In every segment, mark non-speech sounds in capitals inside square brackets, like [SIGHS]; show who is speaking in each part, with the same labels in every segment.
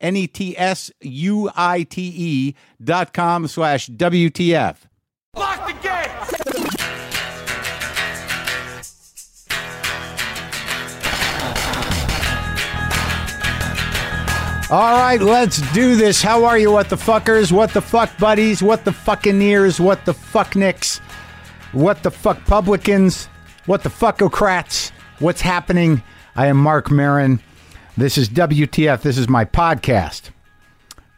Speaker 1: N E T S U I T E dot com slash WTF.
Speaker 2: Lock the gate!
Speaker 1: All right, let's do this. How are you, what the fuckers? What the fuck buddies? What the fucking ears? What the fuck nicks? What the fuck publicans? What the fuckocrats? What's happening? I am Mark Marin. This is WTF. This is my podcast.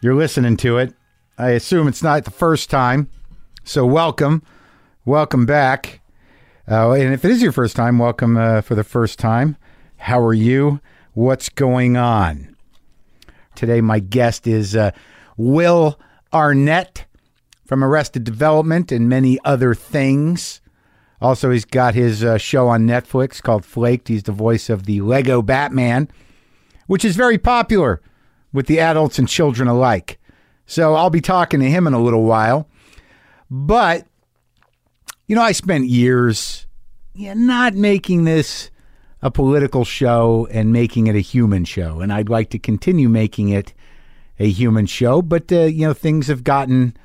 Speaker 1: You're listening to it. I assume it's not the first time. So welcome. Welcome back. Uh, and if it is your first time, welcome uh, for the first time. How are you? What's going on? Today, my guest is uh, Will Arnett from Arrested Development and many other things. Also, he's got his uh, show on Netflix called Flaked. He's the voice of the Lego Batman, which is very popular with the adults and children alike. So I'll be talking to him in a little while. But, you know, I spent years yeah, not making this a political show and making it a human show. And I'd like to continue making it a human show, but uh, you know things have gotten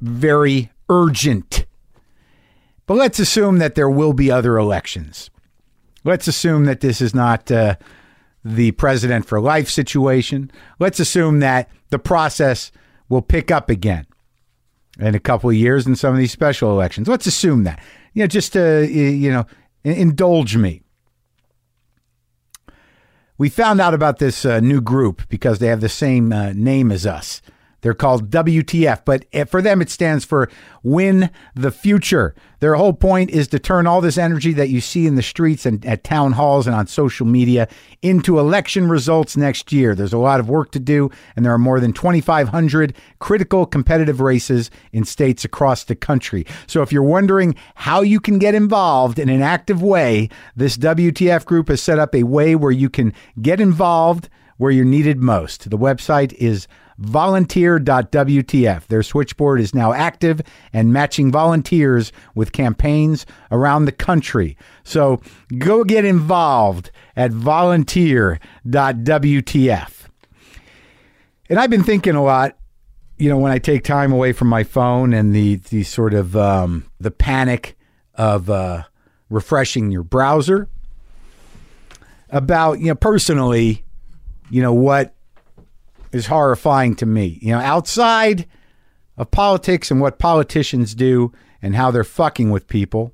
Speaker 1: very urgent. But let's assume that there will be other elections. Let's assume that this is not uh, the president for life situation. Let's assume that the process will pick up again in a couple of years in some of these special elections. Let's assume that. You know, just to, uh, you know, in- indulge me we found out about this uh, new group because they have the same uh, name as us. They're called WTF, but uh, for them it stands for Win the Future. Their whole point is to turn all this energy that you see in the streets and at town halls and on social media into election results next year. There's a lot of work to do, and there are more than 2,500 critical competitive races in states across the country. So if you're wondering how you can get involved in an active way, this WTF group has set up a way where you can get involved where you're needed most. The website is volunteer.wtf. Their switchboard is now active and matching volunteers with campaigns around the country. So go get involved at volunteer.wtf. And I've been thinking a lot, you know, when I take time away from my phone and the the sort of um, the panic of uh, refreshing your browser about you know personally you know what is horrifying to me. You know, outside of politics and what politicians do and how they're fucking with people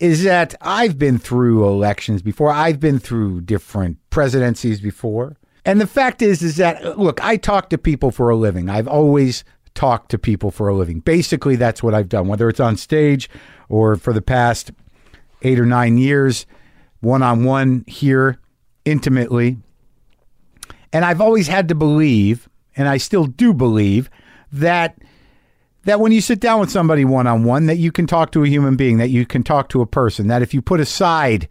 Speaker 1: is that I've been through elections before. I've been through different presidencies before. And the fact is is that uh, look, I talk to people for a living. I've always talked to people for a living. Basically, that's what I've done, whether it's on stage or for the past 8 or 9 years one-on-one here intimately and I've always had to believe, and I still do believe, that that when you sit down with somebody one on one, that you can talk to a human being, that you can talk to a person, that if you put aside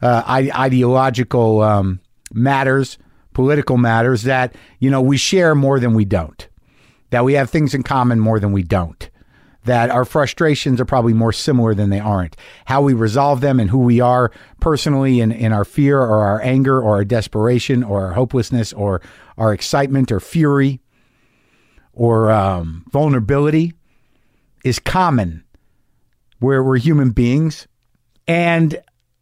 Speaker 1: uh, I- ideological um, matters, political matters, that you know we share more than we don't, that we have things in common more than we don't. That our frustrations are probably more similar than they aren't. How we resolve them and who we are personally in, in our fear or our anger or our desperation or our hopelessness or our excitement or fury or um, vulnerability is common where we're human beings. And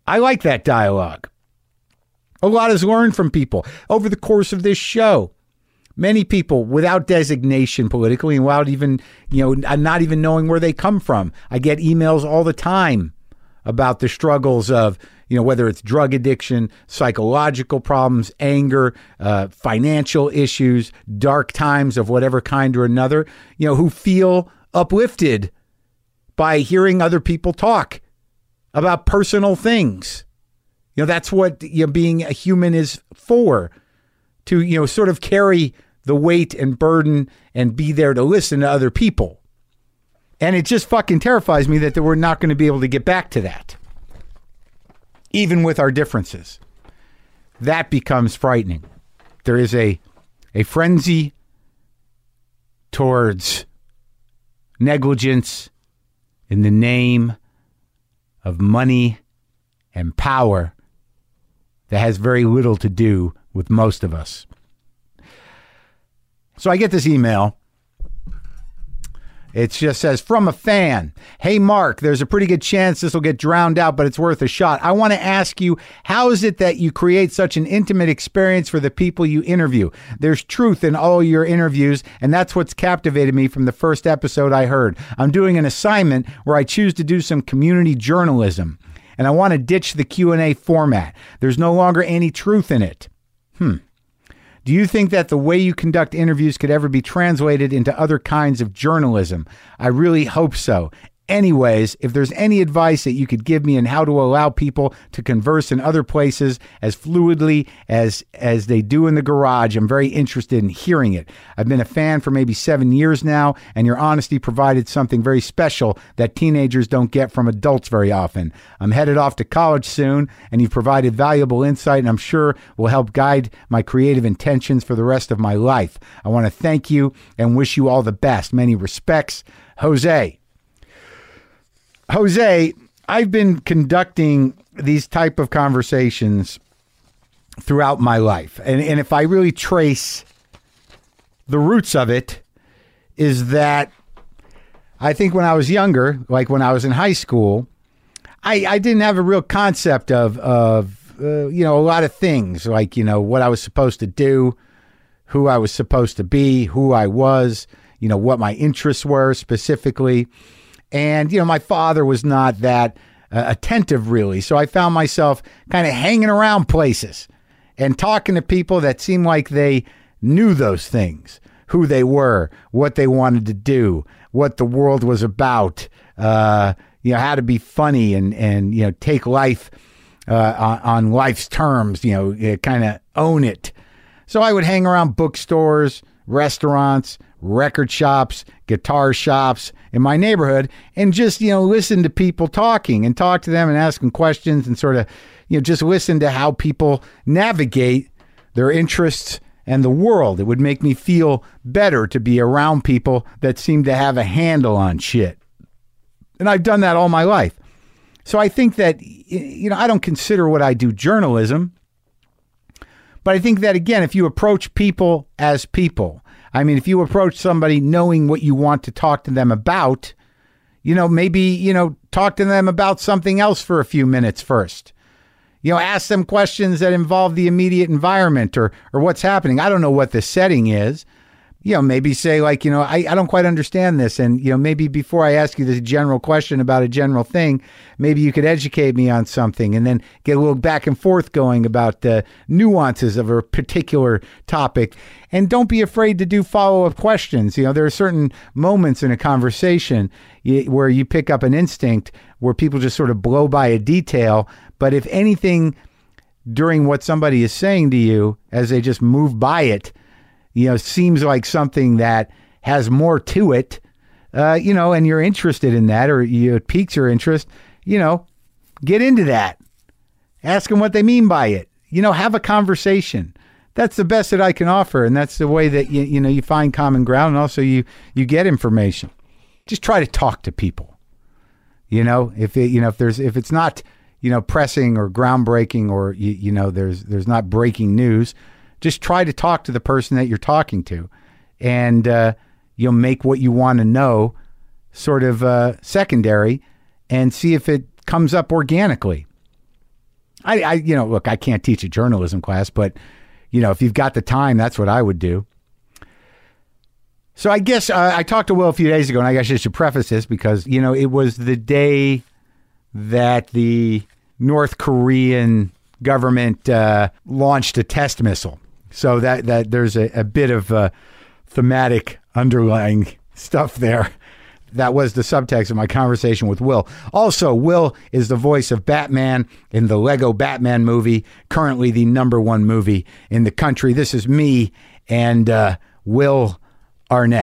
Speaker 1: I like that dialogue. A lot is learned from people over the course of this show. Many people without designation politically and without even, you know, uh, not even knowing where they come from. I get emails all the time about the struggles of, you know, whether it's drug addiction, psychological problems, anger, uh, financial issues, dark times of whatever kind or another, you know, who feel uplifted by hearing other people talk about personal things. You know, that's what you know, being a human is for to, you know, sort of carry the weight and burden and be there to listen to other people. And it just fucking terrifies me that we're not going to be able to get back to that, even with our differences. That becomes frightening. There is a, a frenzy towards negligence in the name of money and power that has very little to do with most of us. So I get this email. It just says from a fan. Hey Mark, there's a pretty good chance this will get drowned out, but it's worth a shot. I want to ask you, how is it that you create such an intimate experience for the people you interview? There's truth in all your interviews, and that's what's captivated me from the first episode I heard. I'm doing an assignment where I choose to do some community journalism, and I want to ditch the Q&A format. There's no longer any truth in it. Do you think that the way you conduct interviews could ever be translated into other kinds of journalism? I really hope so. Anyways, if there's any advice that you could give me on how to allow people to converse in other places as fluidly as as they do in the garage, I'm very interested in hearing it. I've been a fan for maybe 7 years now, and your honesty provided something very special that teenagers don't get from adults very often. I'm headed off to college soon, and you've provided valuable insight and I'm sure will help guide my creative intentions for the rest of my life. I want to thank you and wish you all the best. Many respects, Jose. Jose, I've been conducting these type of conversations throughout my life. And and if I really trace the roots of it is that I think when I was younger, like when I was in high school, I, I didn't have a real concept of of uh, you know a lot of things like you know what I was supposed to do, who I was supposed to be, who I was, you know what my interests were specifically, and you know my father was not that uh, attentive really, so I found myself kind of hanging around places and talking to people that seemed like they knew those things who they were, what they wanted to do, what the world was about, uh, you know, how to be funny and, and you know, take life uh, on, on life's terms, you know, kind of own it. So I would hang around bookstores, restaurants, record shops, guitar shops in my neighborhood and just, you know, listen to people talking and talk to them and ask them questions and sort of, you know, just listen to how people navigate their interests and the world. It would make me feel better to be around people that seem to have a handle on shit. And I've done that all my life. So I think that, y- you know, I don't consider what I do journalism. But I think that, again, if you approach people as people, I mean, if you approach somebody knowing what you want to talk to them about, you know, maybe, you know, talk to them about something else for a few minutes first you know ask them questions that involve the immediate environment or or what's happening i don't know what the setting is you know maybe say like you know I, I don't quite understand this and you know maybe before i ask you this general question about a general thing maybe you could educate me on something and then get a little back and forth going about the nuances of a particular topic and don't be afraid to do follow-up questions you know there are certain moments in a conversation y- where you pick up an instinct where people just sort of blow by a detail but if anything during what somebody is saying to you as they just move by it, you know, seems like something that has more to it, uh, you know, and you're interested in that or you, it piques your interest, you know, get into that. Ask them what they mean by it. You know, have a conversation. That's the best that I can offer, and that's the way that you you know you find common ground, and also you you get information. Just try to talk to people. You know, if it, you know if there's if it's not you know pressing or groundbreaking or you, you know there's there's not breaking news, just try to talk to the person that you're talking to, and uh, you'll make what you want to know sort of uh, secondary, and see if it comes up organically. I, I you know look I can't teach a journalism class, but you know if you've got the time, that's what I would do. So I guess uh, I talked to Will a few days ago, and I guess I should preface this because you know it was the day that the North Korean government uh, launched a test missile. So that that there's a, a bit of uh, thematic underlying [LAUGHS] stuff there. That was the subtext of my conversation with Will. Also, Will is the voice of Batman in the Lego Batman movie, currently the number one movie in the country. This is me and uh, Will Arnett.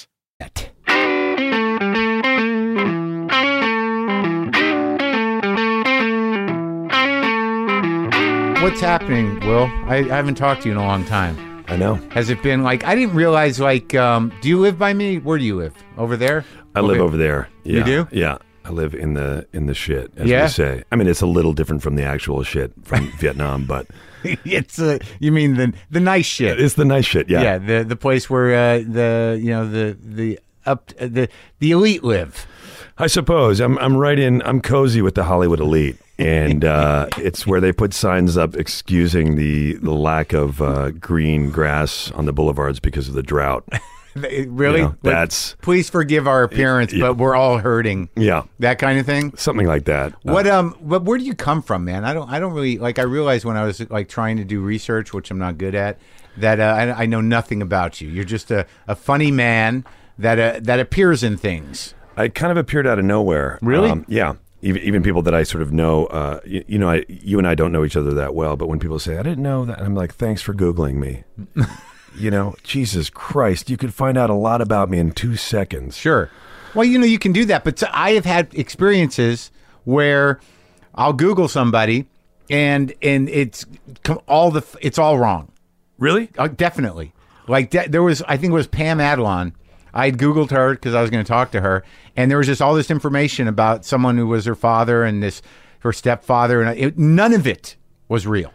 Speaker 1: What's happening, Will? I, I haven't talked to you in a long time.
Speaker 3: I know.
Speaker 1: Has it been like I didn't realize? Like, um, do you live by me? Where do you live? Over there?
Speaker 3: I live over there. Yeah.
Speaker 1: do?
Speaker 3: Yeah. I live in the in the shit, as
Speaker 1: Yeah?
Speaker 3: we say. I mean, it's a little different from the actual shit from
Speaker 1: [LAUGHS]
Speaker 3: Vietnam, but
Speaker 1: it's uh, you mean the the nice shit?
Speaker 3: it's the nice shit. Yeah.
Speaker 1: Yeah, the the place where uh, the you know the the up uh, the the elite live.
Speaker 3: I suppose I'm I'm right in. I'm cozy with the Hollywood elite,
Speaker 1: [LAUGHS]
Speaker 3: and uh, it's where they put signs up excusing the the lack of uh, green grass on the boulevards because of the drought.
Speaker 1: They- Really?
Speaker 3: You know,
Speaker 1: Like,
Speaker 3: that's-
Speaker 1: please forgive our appearance, but we're all hurting.
Speaker 3: Yeah.
Speaker 1: That kind of thing.
Speaker 3: Something like that.
Speaker 1: [LAUGHS]
Speaker 3: Uh,
Speaker 1: What um but where do you come from, man? I don't I don't really like I realized when I was like trying to do research, which I'm not good at, that uh, I, I know nothing about you. You're just a, a funny man that uh, that appears in things.
Speaker 3: I kind of appeared out of nowhere. Um,
Speaker 1: Really?
Speaker 3: yeah. Even, even people that I sort of know, uh, you, you know, I, you and I don't know each other that well, but when people say, I didn't know that, I'm like, thanks for
Speaker 1: [LAUGHS]
Speaker 3: Googling me. you know, Jesus Christ, you could find out a lot about me in two seconds.
Speaker 1: Sure. Well, you know, you can do that, but uh, I have had experiences where I'll Google somebody and and it's com- all the f- it's all wrong.
Speaker 3: Really?
Speaker 1: Uh, definitely. Like de- there was, I think it was Pam Adlon. I had Googled her because I was going to talk to her, and there was just all this information about someone who was her father and this her stepfather, and it, none of it was real.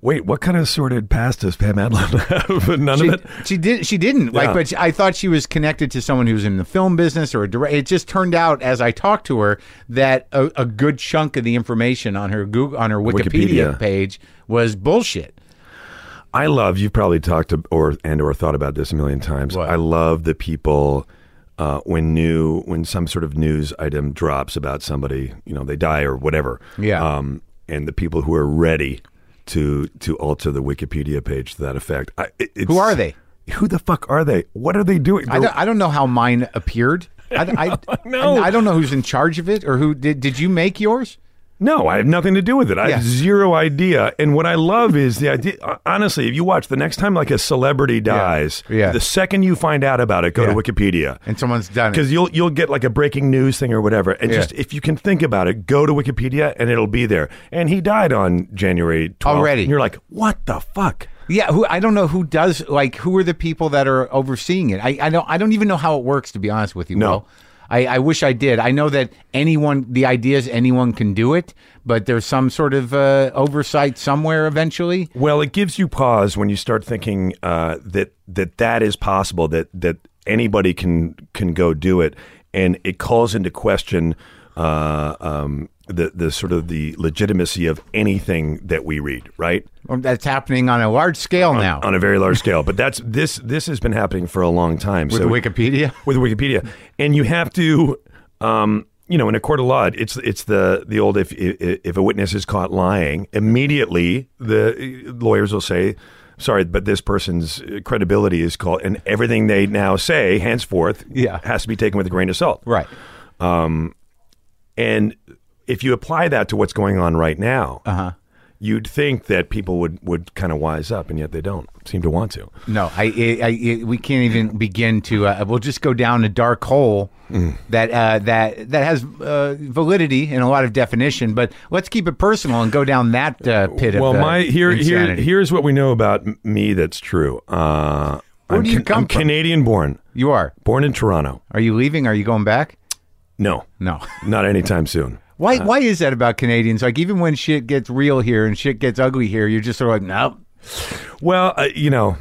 Speaker 3: Wait, what kind of sordid past does Pam Adlon [LAUGHS] have? None
Speaker 1: She,
Speaker 3: of it?
Speaker 1: she did. She didn't like,
Speaker 3: Yeah.
Speaker 1: but she- I thought she was connected to someone who was in the film business or a direct. It just turned out as I talked to her that a, a good chunk of the information on her Google on her Wikipedia,
Speaker 3: Wikipedia.
Speaker 1: page was bullshit.
Speaker 3: I love you've probably talked to or and or thought about this a million times.
Speaker 1: What?
Speaker 3: I love the people uh, when new when some sort of news item drops about somebody, you know, they die or whatever.
Speaker 1: Yeah.
Speaker 3: Um, and the people who are ready to to alter the Wikipedia page to that effect. I, it- it's,
Speaker 1: Who are they?
Speaker 3: Who the fuck are they? What are they doing?
Speaker 1: I don't, I don't know how mine appeared. I, [LAUGHS] I,
Speaker 3: No.
Speaker 1: I, I don't know who's in charge of it or who did. Did you make yours?
Speaker 3: No, I have nothing to do with it. I
Speaker 1: Yeah.
Speaker 3: have zero idea. And what I love is the idea. uh, Honestly, if you watch the next time like a celebrity dies,
Speaker 1: Yeah.
Speaker 3: the second you find out about it, go
Speaker 1: Yeah.
Speaker 3: to Wikipedia.
Speaker 1: And someone's done it.
Speaker 3: because you'll you'll get like a breaking news thing or whatever, and
Speaker 1: Yeah.
Speaker 3: just if you can think about it, go to Wikipedia and it'll be there. And he died on January 12th.
Speaker 1: Already.
Speaker 3: and you're like, what the fuck?
Speaker 1: Yeah, who I don't know who does like who are the people that are overseeing it. I, I don't I don't even know how it works to be honest with you.
Speaker 3: No.
Speaker 1: Will. I, I wish I did. I know that anyone the idea is anyone can do it, but there's some sort of uh, oversight somewhere eventually.
Speaker 3: Well, it gives you pause when you start thinking uh, that that that is possible that that anybody can can go do it, and it calls into question uh, um, the the sort of the legitimacy of anything that we read, right?
Speaker 1: Or That's happening on a large scale now
Speaker 3: On a very large scale. But that's this this has been happening for a long time.
Speaker 1: with
Speaker 3: so
Speaker 1: Wikipedia.
Speaker 3: with Wikipedia, and you have to, um, you know, in a court of law, it's it's the the old if if if a witness is caught lying, immediately the lawyers will say sorry, but this person's credibility is called, and everything they now say henceforth
Speaker 4: Yeah.
Speaker 3: has to be taken with a grain of salt.
Speaker 4: Right.
Speaker 3: And if you apply that to what's going on right now, uh-huh. you'd think that people would, would kind of wise up, and yet they don't seem to want to.
Speaker 4: No, I, I, I we can't even begin to. Uh, we'll just go down a dark hole that uh, that that has uh, validity and a lot of definition. But let's keep it personal and go down that uh, pit.
Speaker 3: well,
Speaker 4: of, uh,
Speaker 3: my here here
Speaker 4: insanity.
Speaker 3: here's what we know about m- me that's true. Uh,
Speaker 4: Where
Speaker 3: I'm
Speaker 4: do you come
Speaker 3: I'm
Speaker 4: from?
Speaker 3: Canadian born,
Speaker 4: you are.
Speaker 3: born in Toronto.
Speaker 4: Are you leaving? Are you going back?
Speaker 3: No,
Speaker 4: No.
Speaker 3: not anytime soon.
Speaker 4: Why? why is that about Canadians? Like even when shit gets real here and shit gets ugly here, you're just sort of like, nope.
Speaker 3: Well, uh, you know,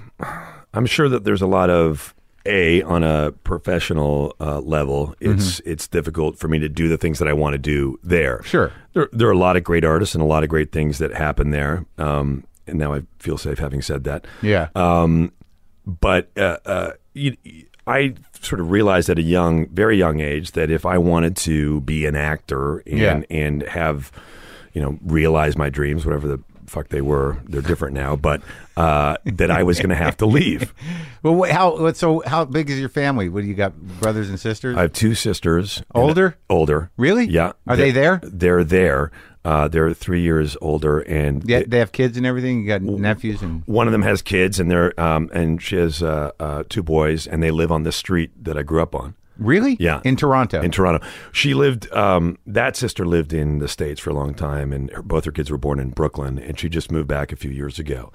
Speaker 3: I'm sure that there's a lot of a on a professional uh, level. It's it's difficult for me to do the things that I want to do there.
Speaker 4: Mm-hmm. Sure.
Speaker 3: there there are a lot of great artists and a lot of great things that happen there. Um, and now I feel safe having said that.
Speaker 4: Yeah.
Speaker 3: Uh, but uh, uh, you, I sort of realized at a young, very young age that if I wanted to be an actor and
Speaker 4: Yeah.
Speaker 3: and have, you know, realize my dreams, whatever the fuck they were, they're different now, but uh, that I was going to have to leave.
Speaker 4: well, what, how? what- So how big is your family? What do you got? Brothers and sisters?
Speaker 3: I have two sisters. and-
Speaker 4: Older?
Speaker 3: Older.
Speaker 4: Really?
Speaker 3: Yeah.
Speaker 4: Are they there?
Speaker 3: They're there. Uh, they're three years older, and
Speaker 4: yeah,
Speaker 3: they-
Speaker 4: they have kids and everything. You got nephews and
Speaker 3: one of them has kids, and they're um, and she has uh, uh, two boys, and they live on the street that I grew up on.
Speaker 4: really?
Speaker 3: Yeah.
Speaker 4: in Toronto.
Speaker 3: in Toronto. She lived. Um, that sister lived in the states for a long time, and her, both her kids were born in Brooklyn, and she just moved back a few years ago.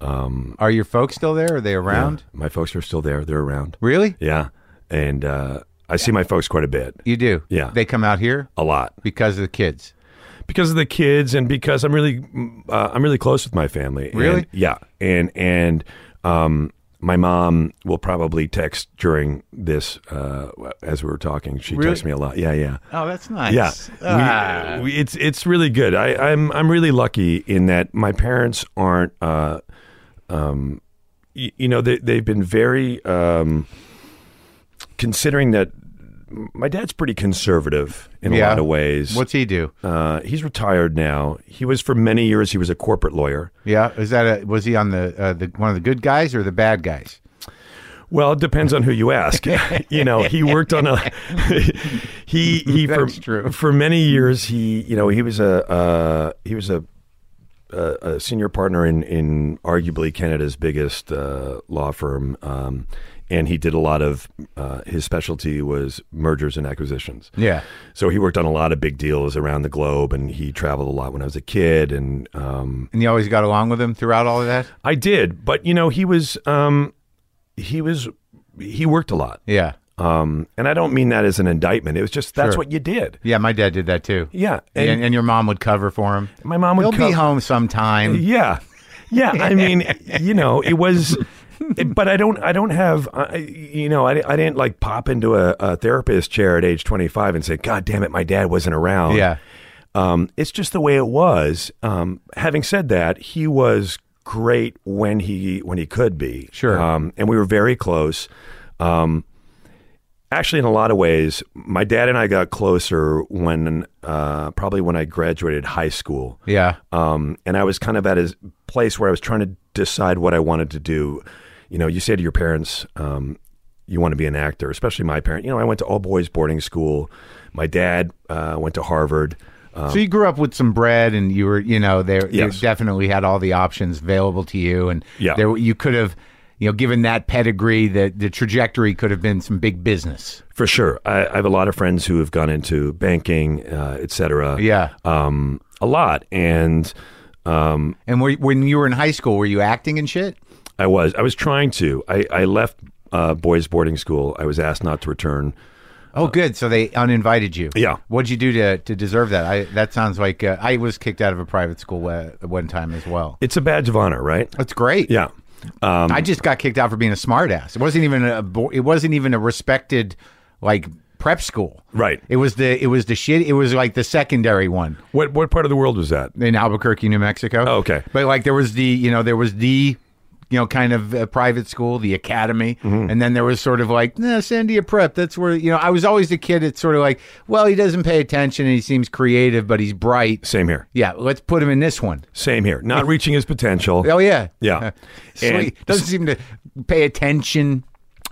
Speaker 4: Are your folks still there? Are they around?
Speaker 3: My folks are still there; they're around.
Speaker 4: Really?
Speaker 3: Yeah, and uh, I see my folks quite a bit,
Speaker 4: You do?
Speaker 3: Yeah.
Speaker 4: They come out here
Speaker 3: a lot,
Speaker 4: because of the kids.
Speaker 3: because of the kids, and because I'm really, mm, uh, I'm really close with my family. And-
Speaker 4: Really?
Speaker 3: yeah, and and um, my mom will probably text during this uh, as we were talking. She
Speaker 4: Really?
Speaker 3: texts me a lot. Yeah, yeah.
Speaker 4: Oh, that's nice. Uh, Ah.
Speaker 3: Yeah, We- we, it's it's really good. I, I'm I'm really lucky in that my parents aren't. Uh, um, y- you know, they they've been very um, considering that my dad's pretty conservative in a
Speaker 4: Yeah.
Speaker 3: lot of ways.
Speaker 4: What's he do?
Speaker 3: uh, he's retired now. He was for many years. He was a corporate lawyer.
Speaker 4: Yeah, is that a, was he on the, uh, the one of the good guys or the bad guys?
Speaker 3: Well, it depends on who you ask. you know, he worked on a [LAUGHS] he he for,
Speaker 4: That's true.
Speaker 3: for many years. He you know he was a uh, he was a, a a senior partner in in arguably Canada's biggest uh, law firm, um, and he did a lot of uh, his specialty was mergers and acquisitions.
Speaker 4: Yeah.
Speaker 3: So he worked on a lot of big deals around the globe, and he traveled a lot when I was a kid, and um,
Speaker 4: And you always got along with him throughout all of that?
Speaker 3: I did. But you know, he was um, he was he worked a lot.
Speaker 4: Yeah.
Speaker 3: Um, and I don't mean that as an indictment. It was just that's
Speaker 4: Sure.
Speaker 3: what you did.
Speaker 4: Yeah, my dad did that too.
Speaker 3: Yeah,
Speaker 4: And, and,
Speaker 3: and,
Speaker 4: your mom would cover for him.
Speaker 3: my mom would
Speaker 4: He'll
Speaker 3: co-
Speaker 4: be home sometime.
Speaker 3: Yeah, yeah. I mean, you know, it was. it- but I don't. I don't have. I, you know, I, I didn't like pop into a, a therapist chair at age twenty five and say, "God damn it, my dad wasn't around."
Speaker 4: Yeah.
Speaker 3: Um, it's just the way it was. Um, having said that, he was great when he when he could be.
Speaker 4: Sure.
Speaker 3: Um, and we were very close. Um, actually, in a lot of ways, my dad and I got closer when uh, probably when I graduated high school.
Speaker 4: Yeah.
Speaker 3: Um, and I was kind of at a place where I was trying to decide what I wanted to do. You know, you say to your parents, um, you want to be an actor, especially my parent. You know, I went to all boys boarding school. My dad uh, went to Harvard.
Speaker 4: so you grew up with some bread, and you were, you know, there you
Speaker 3: Um, Yes.
Speaker 4: definitely had all the options available to you, and
Speaker 3: Yeah.
Speaker 4: there you could have, you know, given that pedigree, the the trajectory could have been some big business.
Speaker 3: For sure, I, I have a lot of friends who have gone into banking, uh, et cetera.
Speaker 4: Yeah.
Speaker 3: um, a lot. And
Speaker 4: And were, when you were in high school, were you acting and shit?
Speaker 3: I was, I was trying to. I, I left uh, boys boarding school. I was asked not to return.
Speaker 4: Oh, good. So they uninvited you.
Speaker 3: Yeah.
Speaker 4: What'd you do to, to deserve that? I that sounds like uh, I was kicked out of a private school uh, one time as well.
Speaker 3: It's a badge of honor, right?
Speaker 4: That's great.
Speaker 3: Yeah, um,
Speaker 4: I just got kicked out for being a smartass. It wasn't even a bo- it wasn't even a respected like prep school.
Speaker 3: right.
Speaker 4: It was the it was the shit. It was like the secondary one
Speaker 3: What what part of the world was that?
Speaker 4: in Albuquerque, New Mexico.
Speaker 3: Oh, okay.
Speaker 4: but like there was the you know there was the you know, kind of uh, private school, the academy,
Speaker 3: Mm-hmm.
Speaker 4: and then there was sort of like nah, Sandia Prep. That's where you know I was always the kid. It's sort of like, well, he doesn't pay attention and he seems creative, but he's bright.
Speaker 3: Same here.
Speaker 4: Yeah, let's put him in this one.
Speaker 3: Same here. Not reaching his potential.
Speaker 4: Oh [LAUGHS] yeah,
Speaker 3: Yeah.
Speaker 4: Sweet.
Speaker 3: And-
Speaker 4: Doesn't seem to pay attention.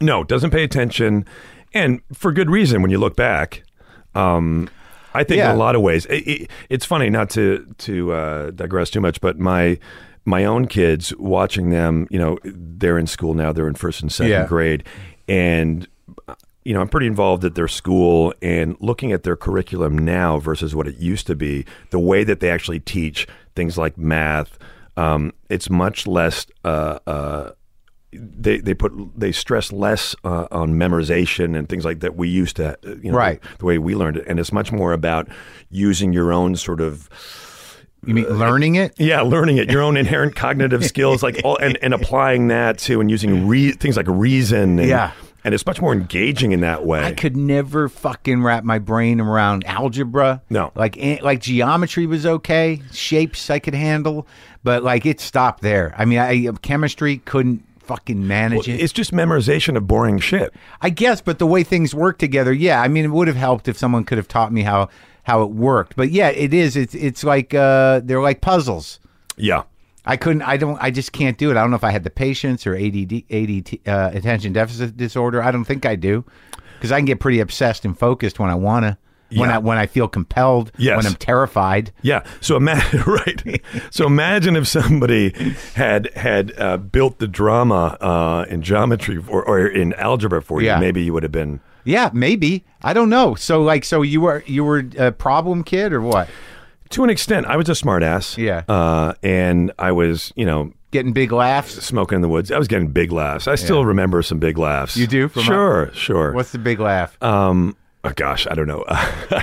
Speaker 3: No, doesn't pay attention, and for good reason. When you look back, um, I think
Speaker 4: Yeah.
Speaker 3: in a lot of ways, it, it, it's funny not to to uh, digress too much, but my my own kids watching them, you know, they're in school now. They're in first and second
Speaker 4: Yeah.
Speaker 3: grade, and uh, you know, I'm pretty involved at their school and looking at their curriculum now versus what it used to be. The way that they actually teach things like math, um, it's much less. Uh, uh, they they put they stress less uh, on memorization and things like that we used to uh, you know,
Speaker 4: Right.
Speaker 3: the, way we learned it and it's much more about using your own sort of
Speaker 4: You
Speaker 3: Uh,
Speaker 4: mean learning it?
Speaker 3: yeah learning it your own inherent cognitive skills like all and, and applying that to and using re- things like reason and,
Speaker 4: Yeah.
Speaker 3: and it's much more engaging in that way
Speaker 4: I could never fucking wrap my brain around algebra.
Speaker 3: No.
Speaker 4: like eh, like geometry was okay, shapes I could handle, but like it stopped there. I mean, I chemistry couldn't fucking manage it.
Speaker 3: it's just memorization of boring shit
Speaker 4: I guess, but the way things work together, yeah. I mean, it would have helped if someone could have taught me how how it worked. But yeah, it is. It's it's like uh, they're like puzzles.
Speaker 3: yeah
Speaker 4: I couldn't. I don't. I just can't do it. I don't know if I had the patience or ADD, ADD uh, attention deficit disorder. I don't think I do, because I can get pretty obsessed and focused when I wanna, when
Speaker 3: Yeah.
Speaker 4: I when I feel compelled,
Speaker 3: Yes.
Speaker 4: when I'm terrified.
Speaker 3: Yeah. So imagine, [LAUGHS] right? So imagine if somebody had had uh, built the drama uh, in geometry for, or in algebra for you.
Speaker 4: Yeah.
Speaker 3: Maybe you would have been.
Speaker 4: Yeah, maybe. I don't know. So like, so you were you were a problem kid or what?
Speaker 3: To an extent, I was a smartass.
Speaker 4: Yeah.
Speaker 3: Uh, and I was, you know,
Speaker 4: Getting big laughs.
Speaker 3: smoking in the woods. I was getting big laughs. I still remember some big laughs.
Speaker 4: You do from-
Speaker 3: sure, sure.
Speaker 4: What's the big laugh?
Speaker 3: um, oh gosh, I don't know. [LAUGHS]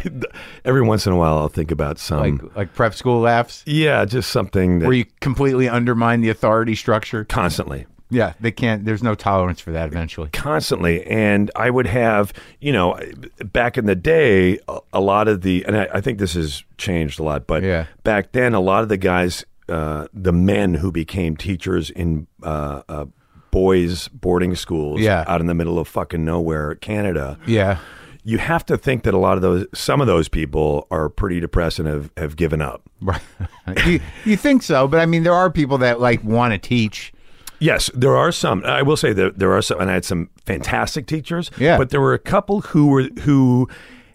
Speaker 3: Every once in a while, I'll think about some.
Speaker 4: like like prep school laughs,
Speaker 3: yeah, just something that
Speaker 4: where you completely undermine the authority structure.
Speaker 3: constantly.
Speaker 4: Yeah, they can't. There's no tolerance for that. Eventually.
Speaker 3: constantly and i would have you know back in the day a, a lot of the and I, I think this has changed a lot but
Speaker 4: Yeah.
Speaker 3: back then a lot of the guys uh, the men who became teachers in uh, uh, boys boarding schools
Speaker 4: Yeah.
Speaker 3: out in the middle of fucking nowhere canada
Speaker 4: Yeah.
Speaker 3: you have to think that a lot of those some of those people are pretty depressed and have, have given up
Speaker 4: Right. [LAUGHS] you, you think so, but I mean, there are people that like want to teach.
Speaker 3: Yes, there are some. I will say that there are some, and I had some fantastic teachers.
Speaker 4: Yeah.
Speaker 3: but there were a couple who were who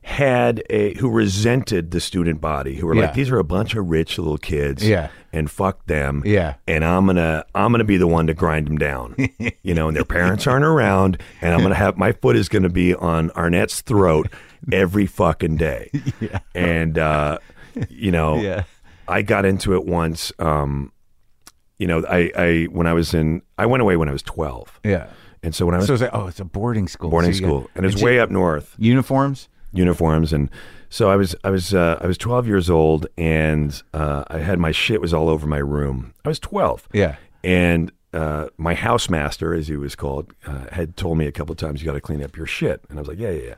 Speaker 3: had a who resented the student body who were
Speaker 4: Yeah.
Speaker 3: like these are a bunch of rich little kids
Speaker 4: Yeah.
Speaker 3: and fuck them
Speaker 4: Yeah.
Speaker 3: and i'm gonna i'm gonna be the one to grind them
Speaker 4: [LAUGHS]
Speaker 3: down you know and their parents aren't around and i'm gonna have my foot is gonna be on arnett's throat every fucking
Speaker 4: [LAUGHS]
Speaker 3: day yeah. and uh you know
Speaker 4: Yeah.
Speaker 3: i got into it once um you know, I, I when I was in, I went away when I was twelve,
Speaker 4: Yeah.
Speaker 3: and so when I was
Speaker 4: So it's like, oh, it's a boarding school.
Speaker 3: boarding
Speaker 4: So you got-
Speaker 3: school, and it's way up north,
Speaker 4: Uniforms?
Speaker 3: uniforms, and so I was I was uh, I was twelve years old, and uh, I had my shit was all over my room. I was twelve,
Speaker 4: Yeah.
Speaker 3: and uh, my housemaster, as he was called, uh, had told me a couple times, "You got to clean up your shit," and I was like, "Yeah, yeah, yeah."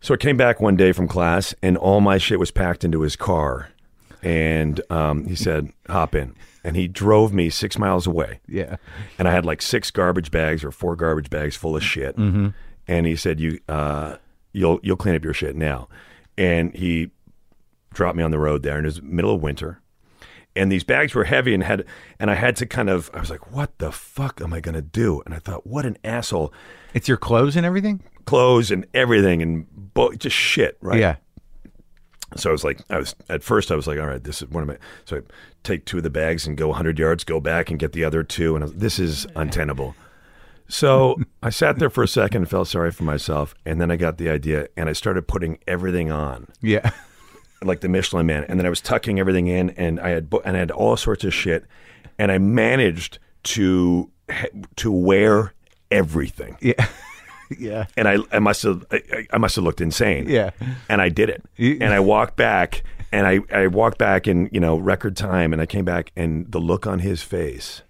Speaker 3: So I came back one day from class, and all my shit was packed into his car, and um, he said, "Hop in," and he drove me six miles away
Speaker 4: Yeah.
Speaker 3: and I had like six garbage bags or four garbage bags full of shit. And he said, "You, uh, you'll you'll clean up your shit now." And he dropped me on the road there, and it was middle of winter, and these bags were heavy and had and I had to kind of I was like, "What the fuck am I gonna do?" And I thought, "What an asshole!"
Speaker 4: It's your clothes and everything?
Speaker 3: Clothes and everything and bo- just shit, right?
Speaker 4: Yeah.
Speaker 3: So I was like, I was at first, I was like, all right, this is one of my. So I take two of the bags and go 100 yards, go back and get the other two, and I was, this is untenable. So I sat there for a second and felt sorry for myself, and then I got the idea, and I started putting everything on,
Speaker 4: Yeah.
Speaker 3: like the Michelin Man, and then I was tucking everything in, and I had bo- and I had all sorts of shit, and I managed to to wear everything,
Speaker 4: Yeah. [LAUGHS] yeah.
Speaker 3: and I, I must have I- I, I must have looked insane.
Speaker 4: Yeah.
Speaker 3: And I did it.
Speaker 4: You-
Speaker 3: and I walked back and I, I walked back in, you know, record time and I came back and the look on his face,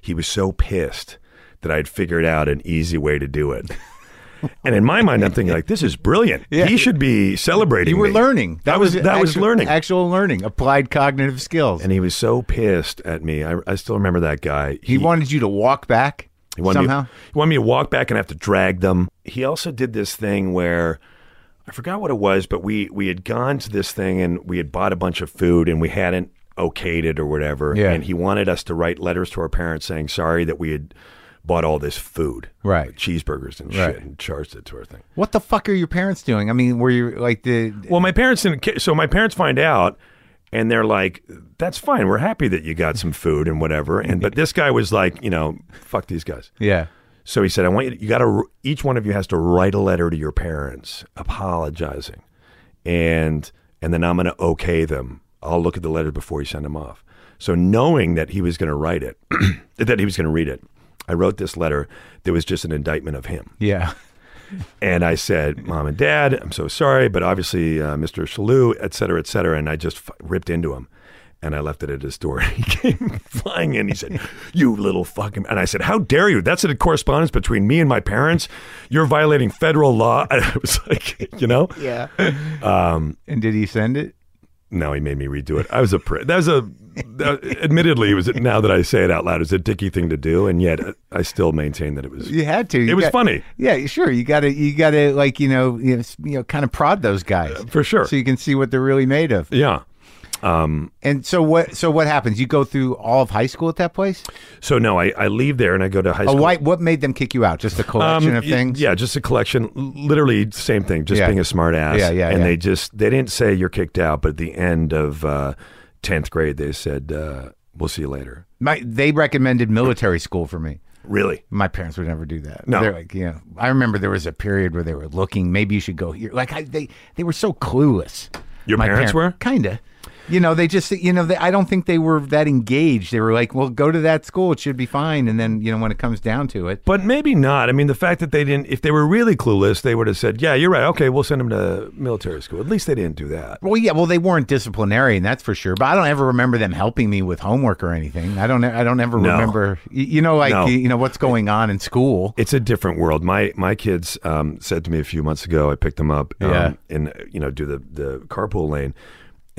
Speaker 3: he was so pissed that I'd figured out an easy way to do it. And in my mind, I'm thinking like, this is brilliant.
Speaker 4: Yeah.
Speaker 3: He should be celebrating.
Speaker 4: [LAUGHS] You were
Speaker 3: me.
Speaker 4: learning.
Speaker 3: That was that was
Speaker 4: actual-
Speaker 3: learning.
Speaker 4: Actual learning, applied cognitive skills.
Speaker 3: and he was so pissed at me. I, I still remember that guy.
Speaker 4: he, wanted you to walk back
Speaker 3: He wanted
Speaker 4: somehow.
Speaker 3: Me, he wanted me to walk back and have to drag them. He also did this thing where I forgot what it was, but we we had gone to this thing and we had bought a bunch of food and we hadn't okayed it or whatever.
Speaker 4: Yeah.
Speaker 3: And he wanted us to write letters to our parents saying sorry that we had bought all this food,
Speaker 4: Right.
Speaker 3: like cheeseburgers and
Speaker 4: Right.
Speaker 3: shit, and charged it to our thing.
Speaker 4: What the fuck are your parents doing? I mean, were you like the?
Speaker 3: Well, my parents didn't. ca- So my parents find out, and they're like, "That's fine. We're happy that you got some food and whatever." And but this guy was like, you know, fuck these guys.
Speaker 4: yeah.
Speaker 3: So he said, I want you, to, you got to, each one of you has to write a letter to your parents apologizing. And, and then I'm going to okay them. I'll look at the letter before you send them off. So knowing that he was going to write it, [CLEARS THROAT] that he was going to read it, I wrote this letter that was just an indictment of him.
Speaker 4: Yeah. [LAUGHS]
Speaker 3: And I said, Mom and Dad, I'm so sorry, but obviously uh, Mr. Shalou, et cetera, et cetera. And I just f- ripped into him. And I left it at his door. [LAUGHS] He came flying in. He said, You little fucking. And I said, How dare you? That's a correspondence between me and my parents. You're violating federal law. [LAUGHS] And I was like, You know?
Speaker 4: Yeah. Um, and did he send it?
Speaker 3: No, he made me redo it. I was a. Pr- that was a. that- admittedly, it was. Now that I say it out loud, it was a dicky thing to do. And yet uh, I still maintain that it was.
Speaker 4: You had to. You
Speaker 3: It was
Speaker 4: got-
Speaker 3: funny.
Speaker 4: Yeah, sure. You got to. You got to like you know you know, s- you know kind of prod those guys
Speaker 3: for sure.
Speaker 4: so you can see what they're really made of.
Speaker 3: Yeah.
Speaker 4: And so what? So what happens? You go through all of high school at that place.
Speaker 3: So no, I, I leave there and I go to high
Speaker 4: A
Speaker 3: school. Um,
Speaker 4: white. What made them kick you out? Just a collection of
Speaker 3: y-
Speaker 4: things.
Speaker 3: Yeah, just a collection. L- Literally, same thing. Just
Speaker 4: Yeah.
Speaker 3: being a smart ass.
Speaker 4: Yeah, yeah,
Speaker 3: And
Speaker 4: yeah.
Speaker 3: they just they didn't say you're kicked out, but at the end of uh, tenth grade, they said uh, we'll see you later.
Speaker 4: My, they recommended military school for me.
Speaker 3: Really?
Speaker 4: My parents would never do that.
Speaker 3: No.
Speaker 4: they're like, you know, I remember there was a period where they were looking. Maybe you should go here. Like I, they, they were so clueless.
Speaker 3: Your
Speaker 4: My
Speaker 3: parents were?
Speaker 4: kinda. You know, they just, you know, they, I don't think they were that engaged. They were like, well, go to that school; it should be fine. And then, you know, when it comes down to it,
Speaker 3: But maybe not. I mean, the fact that they didn't, if they were really clueless, they would have said, "Yeah, you're right. Okay, we'll send them to military school." At least they didn't do that.
Speaker 4: well, yeah, well, they weren't disciplinarian, that's for sure. But I don't ever remember them helping me with homework or anything. I don't, I don't ever
Speaker 3: No.
Speaker 4: remember, y- you know, like
Speaker 3: No.
Speaker 4: you know what's going on in school.
Speaker 3: It's a different world. My my kids um, said to me a few months ago. I picked them up, um,
Speaker 4: Yeah.
Speaker 3: and you know, do the the carpool lane.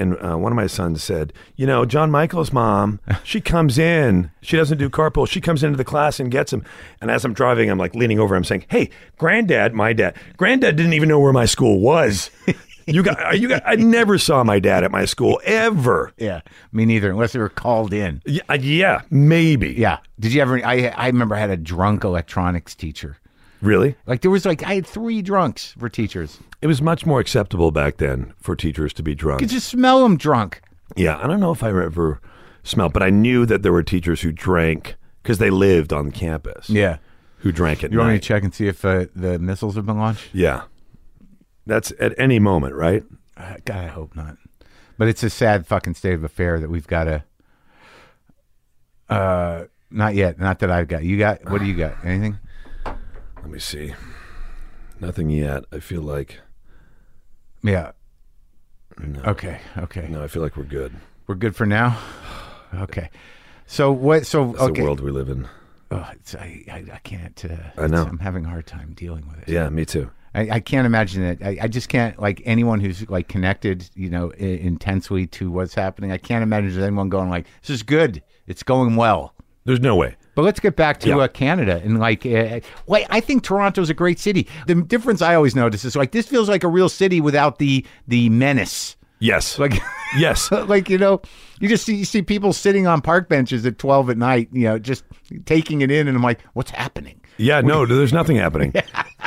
Speaker 3: And uh, one of my sons said, "You know, John Michael's
Speaker 4: [LAUGHS]
Speaker 3: mom. She comes in. She doesn't do carpool. She comes into the class and gets him. And as I'm driving, I'm like leaning over. I'm saying, "Hey, granddad, my dad. Granddad didn't even know where my school
Speaker 4: [LAUGHS]
Speaker 3: was. You got, you got. I never saw my dad at my school ever.
Speaker 4: Yeah, me neither, unless they were called in.
Speaker 3: Yeah, uh, yeah maybe.
Speaker 4: Yeah. Did you ever? I I remember I had a drunk electronics teacher.
Speaker 3: really.
Speaker 4: Like there was like I had three drunks for teachers.
Speaker 3: It was much more acceptable back then for teachers to be drunk.
Speaker 4: You could just smell them drunk.
Speaker 3: Yeah, I don't know if I ever smelled, but I knew that there were teachers who drank because they lived on campus.
Speaker 4: Yeah.
Speaker 3: who drank at
Speaker 4: You
Speaker 3: night.
Speaker 4: want me to check and see if uh, the missiles have been launched?
Speaker 3: yeah, that's at any moment, right?
Speaker 4: Uh, God, I hope not. But it's a sad fucking state of affair that we've got to. Uh, not yet. Not that I've got. You got? What do you got? Anything?
Speaker 3: Let me see. Nothing yet. I feel like
Speaker 4: Yeah. Okay. Okay.
Speaker 3: no. I feel like we're good.
Speaker 4: We're good for now. [SIGHS] Okay. So what? So
Speaker 3: It's
Speaker 4: okay.
Speaker 3: the world we live in.
Speaker 4: Oh, it's, I, I I can't. Uh,
Speaker 3: I know.
Speaker 4: I'm having a hard time dealing with it.
Speaker 3: Yeah, me too.
Speaker 4: I, I can't imagine it. I, I just can't like anyone who's like connected, you know, I- intensely to what's happening. I can't imagine there's anyone going like, "This is good. It's going well."
Speaker 3: There's no way.
Speaker 4: But let's get back to
Speaker 3: Yeah.
Speaker 4: uh, Canada and like, uh, like I think Toronto's a great city. The difference I always notice is like this feels like a real city without the the menace. [LAUGHS]
Speaker 3: Yes.
Speaker 4: Like,
Speaker 3: yes.
Speaker 4: like you know, you just see you see people sitting on park benches at twelve at night, you know, just taking it in, and I'm like, what's happening?
Speaker 3: Yeah, no, there's nothing
Speaker 4: [LAUGHS]
Speaker 3: happening.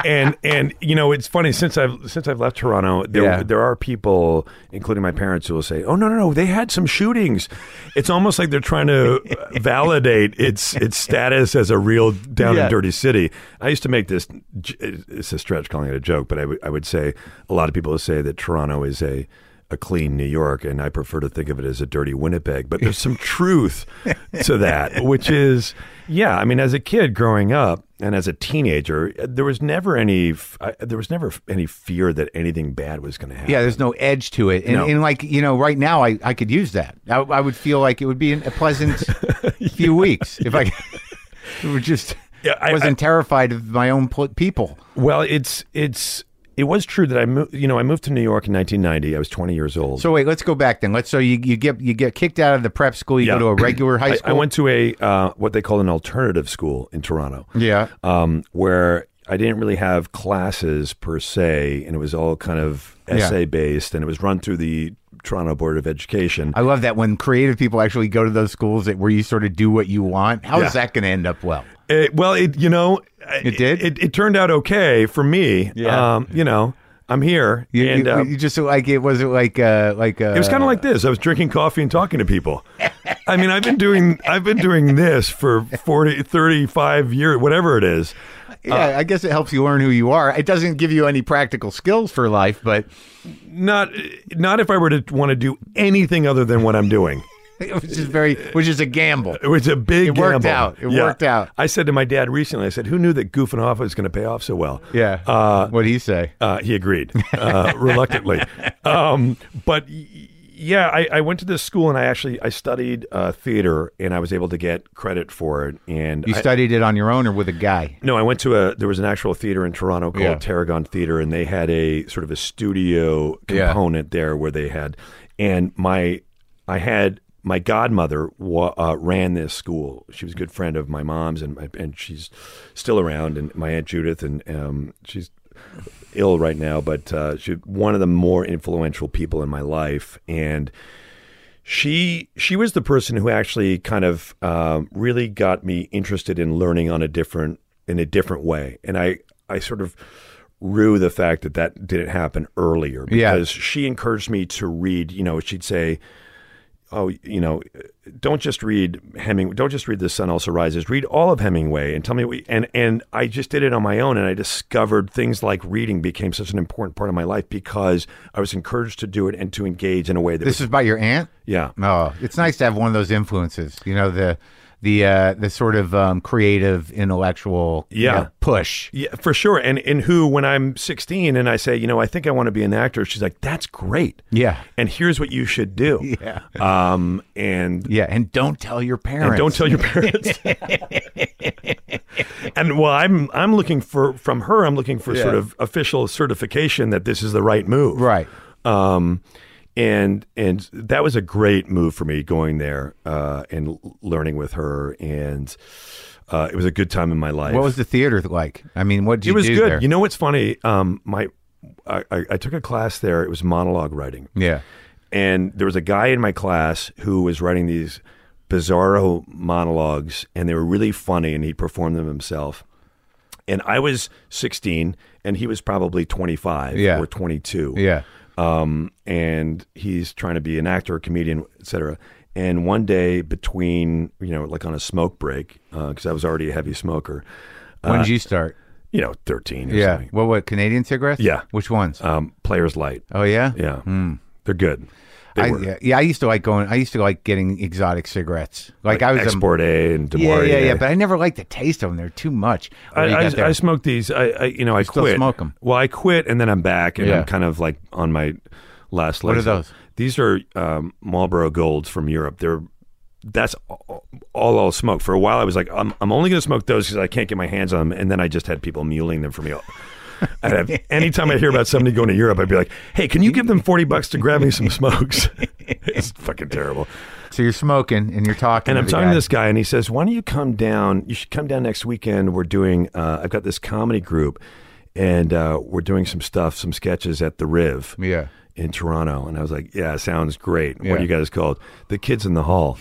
Speaker 3: And and you know, it's funny since I've since I've left Toronto, there
Speaker 4: Yeah.
Speaker 3: there are people, including my parents, who will say, "Oh no, no, no, they had some shootings." It's almost like they're trying
Speaker 4: [LAUGHS]
Speaker 3: to validate its its status as a real down
Speaker 4: Yeah.
Speaker 3: and dirty city. I used to make this j- it's a stretch calling it a joke, but I would I would say a lot of people say that Toronto is a a clean New York, and I prefer to think of it as a dirty Winnipeg. But there's
Speaker 4: [LAUGHS]
Speaker 3: some truth to that, which is, yeah. I mean, as a kid growing up and as a teenager, there was never any, f- I, there was never f- any fear that anything bad was going to happen.
Speaker 4: Yeah, there's no edge to it. And,
Speaker 3: No.
Speaker 4: and like, you know, right now I, I could use that. I, [LAUGHS] I [LAUGHS] would feel like it would be an- a pleasant few weeks if I it would just
Speaker 3: Yeah, I-
Speaker 4: wasn't terrified of my own pl- people.
Speaker 3: Well, it's it's it was true that I moved. You know, I moved to New York in 1990. I was 20 years old.
Speaker 4: So wait, let's go back then. Let's so you, you get you get kicked out of the prep school. You
Speaker 3: Yeah.
Speaker 4: go to
Speaker 3: [CLEARS THROAT]
Speaker 4: a regular high
Speaker 3: I-
Speaker 4: school.
Speaker 3: I, went to a uh, what they call an alternative school in Toronto.
Speaker 4: Yeah.
Speaker 3: um, where I didn't really have classes per se, and it was all kind of
Speaker 4: Yeah.
Speaker 3: essay based, and it was run through the Toronto Board of Education.
Speaker 4: I love that when creative people actually go to those schools that where you sort of do what you want. How is
Speaker 3: Yeah.
Speaker 4: that going to end up well?
Speaker 3: Eh, well, it you know
Speaker 4: It did?
Speaker 3: It, it turned out okay for me.
Speaker 4: Yeah.
Speaker 3: um, you know I'm here,
Speaker 4: You,
Speaker 3: and
Speaker 4: you-
Speaker 3: uh,
Speaker 4: you just like it was it like uh like uh,
Speaker 3: It was kind of like this. I was drinking coffee and talking to people. I mean, I've been doing I've been doing this for 40, 35 years, whatever it is. uh,
Speaker 4: yeah. I guess it helps you learn who you are. It doesn't give you any practical skills for life, but [LAUGHS]
Speaker 3: Not not if I were to want to do anything other than what I'm doing.
Speaker 4: which is very which is a gamble.
Speaker 3: It was a big
Speaker 4: It worked
Speaker 3: gamble.
Speaker 4: out. It worked out.
Speaker 3: I said to my dad recently, I said, "Who knew that goofing off was going to pay off so well?"
Speaker 4: Yeah.
Speaker 3: Uh,
Speaker 4: what do you say?
Speaker 3: Uh, he agreed uh, reluctantly. Um, but y- yeah, I, I went to this school and I actually I studied uh, theater and I was able to get credit for it. And
Speaker 4: You
Speaker 3: I-
Speaker 4: studied it on your own or with a guy?
Speaker 3: No, I went to a. There was an actual theater in Toronto called
Speaker 4: Yeah.
Speaker 3: Tarragon Theater, and they had a sort of a studio
Speaker 4: Yeah.
Speaker 3: component there where they had, and my, I had my godmother wa- uh, ran this school. She was a good friend of my mom's, and my, and she's still around, and my aunt Judith, and um, she's ill right now, but uh, she's one of the more influential people in my life, and she she was the person who actually kind of um, really got me interested in learning on a different in a different way, and I I sort of rue the fact that that didn't happen earlier
Speaker 4: Yeah.
Speaker 3: because she encouraged me to read. You know, she'd say. Oh, you know, don't just read Hemingway. Don't just read *The Sun Also Rises*. Read all of Hemingway and tell me. What you, and and I just did it on my own, and I discovered things like reading became such an important part of my life because I was encouraged to do it and to engage in a way that
Speaker 4: This
Speaker 3: was,
Speaker 4: is by your aunt.
Speaker 3: yeah,
Speaker 4: Oh, it's nice to have one of those influences. You know the the uh, the sort of um, creative intellectual you
Speaker 3: Yeah.
Speaker 4: know, push.
Speaker 3: Yeah, for sure. And and who when I'm 16 and I say, you know, I think I want to be an actor, she's like, that's great.
Speaker 4: Yeah.
Speaker 3: And here's what you should
Speaker 4: [LAUGHS]
Speaker 3: do. Yeah. Um and
Speaker 4: Yeah, and don't tell your parents.
Speaker 3: and don't tell your
Speaker 4: [LAUGHS]
Speaker 3: parents. and well, I'm I'm looking for from her. I'm looking for sort of official certification that this is the right move.
Speaker 4: Right.
Speaker 3: Um, and and that was a great move for me going there uh, and l- learning with her, and uh, it was a good time in my life.
Speaker 4: What was the theater like? I mean, what did you
Speaker 3: it was
Speaker 4: do
Speaker 3: good.
Speaker 4: there?
Speaker 3: You know what's funny? Um, my I, I, I took a class there. It was monologue writing,
Speaker 4: yeah.
Speaker 3: and there was a guy in my class who was writing these bizarro monologues, and they were really funny, and he performed them himself. And I was 16, and he was probably 25
Speaker 4: Yeah.
Speaker 3: or 22
Speaker 4: Yeah.
Speaker 3: um, and he's trying to be an actor, a comedian, etc. And one day, between you know, like on a smoke break, because I was already a heavy smoker,
Speaker 4: When
Speaker 3: Uh,
Speaker 4: did you start?
Speaker 3: you know, thirteen. Or
Speaker 4: Yeah.
Speaker 3: something.
Speaker 4: What? What? Canadian cigarettes?
Speaker 3: Yeah.
Speaker 4: Which ones?
Speaker 3: um, Players Light.
Speaker 4: oh yeah.
Speaker 3: Yeah, they're good. They
Speaker 4: I,
Speaker 3: were
Speaker 4: yeah, yeah, I used to like going. I used to like getting exotic cigarettes. Like, I was a-
Speaker 3: Export A and
Speaker 4: yeah,
Speaker 3: Demore.
Speaker 4: yeah, yeah, But I never liked the taste of them. They're too much. What do you
Speaker 3: I,
Speaker 4: got there?
Speaker 3: I, I smoked these. I, I you know, I
Speaker 4: still
Speaker 3: quit.
Speaker 4: smoke 'em?
Speaker 3: Well, I quit, and then I'm back, and
Speaker 4: Yeah.
Speaker 3: I'm kind of like on my last. What
Speaker 4: are those?
Speaker 3: These are um, Marlboro Golds from Europe. They're that's all, all I'll smoke. For a while, I was like, I'm, I'm only going to smoke those because I can't get my hands on them. And then I just had people muling them for me. [LAUGHS] I'd have, anytime I hear about somebody going to Europe, I'd be like, hey, can you give them 40 bucks to grab me some smokes? [LAUGHS] it's fucking terrible.
Speaker 4: so you're smoking and you're talking.
Speaker 3: And
Speaker 4: to
Speaker 3: I'm
Speaker 4: the
Speaker 3: talking
Speaker 4: guy.
Speaker 3: to this guy, and he says, "Why don't you come down? You should come down next weekend. We're doing. Uh, I've got this comedy group, and uh, we're doing some stuff, some sketches at the Riv,
Speaker 4: Yeah.
Speaker 3: in Toronto." And I was like, "Yeah, sounds great. What
Speaker 4: Yeah.
Speaker 3: are you guys called? The Kids in the
Speaker 4: [LAUGHS]
Speaker 3: Hall."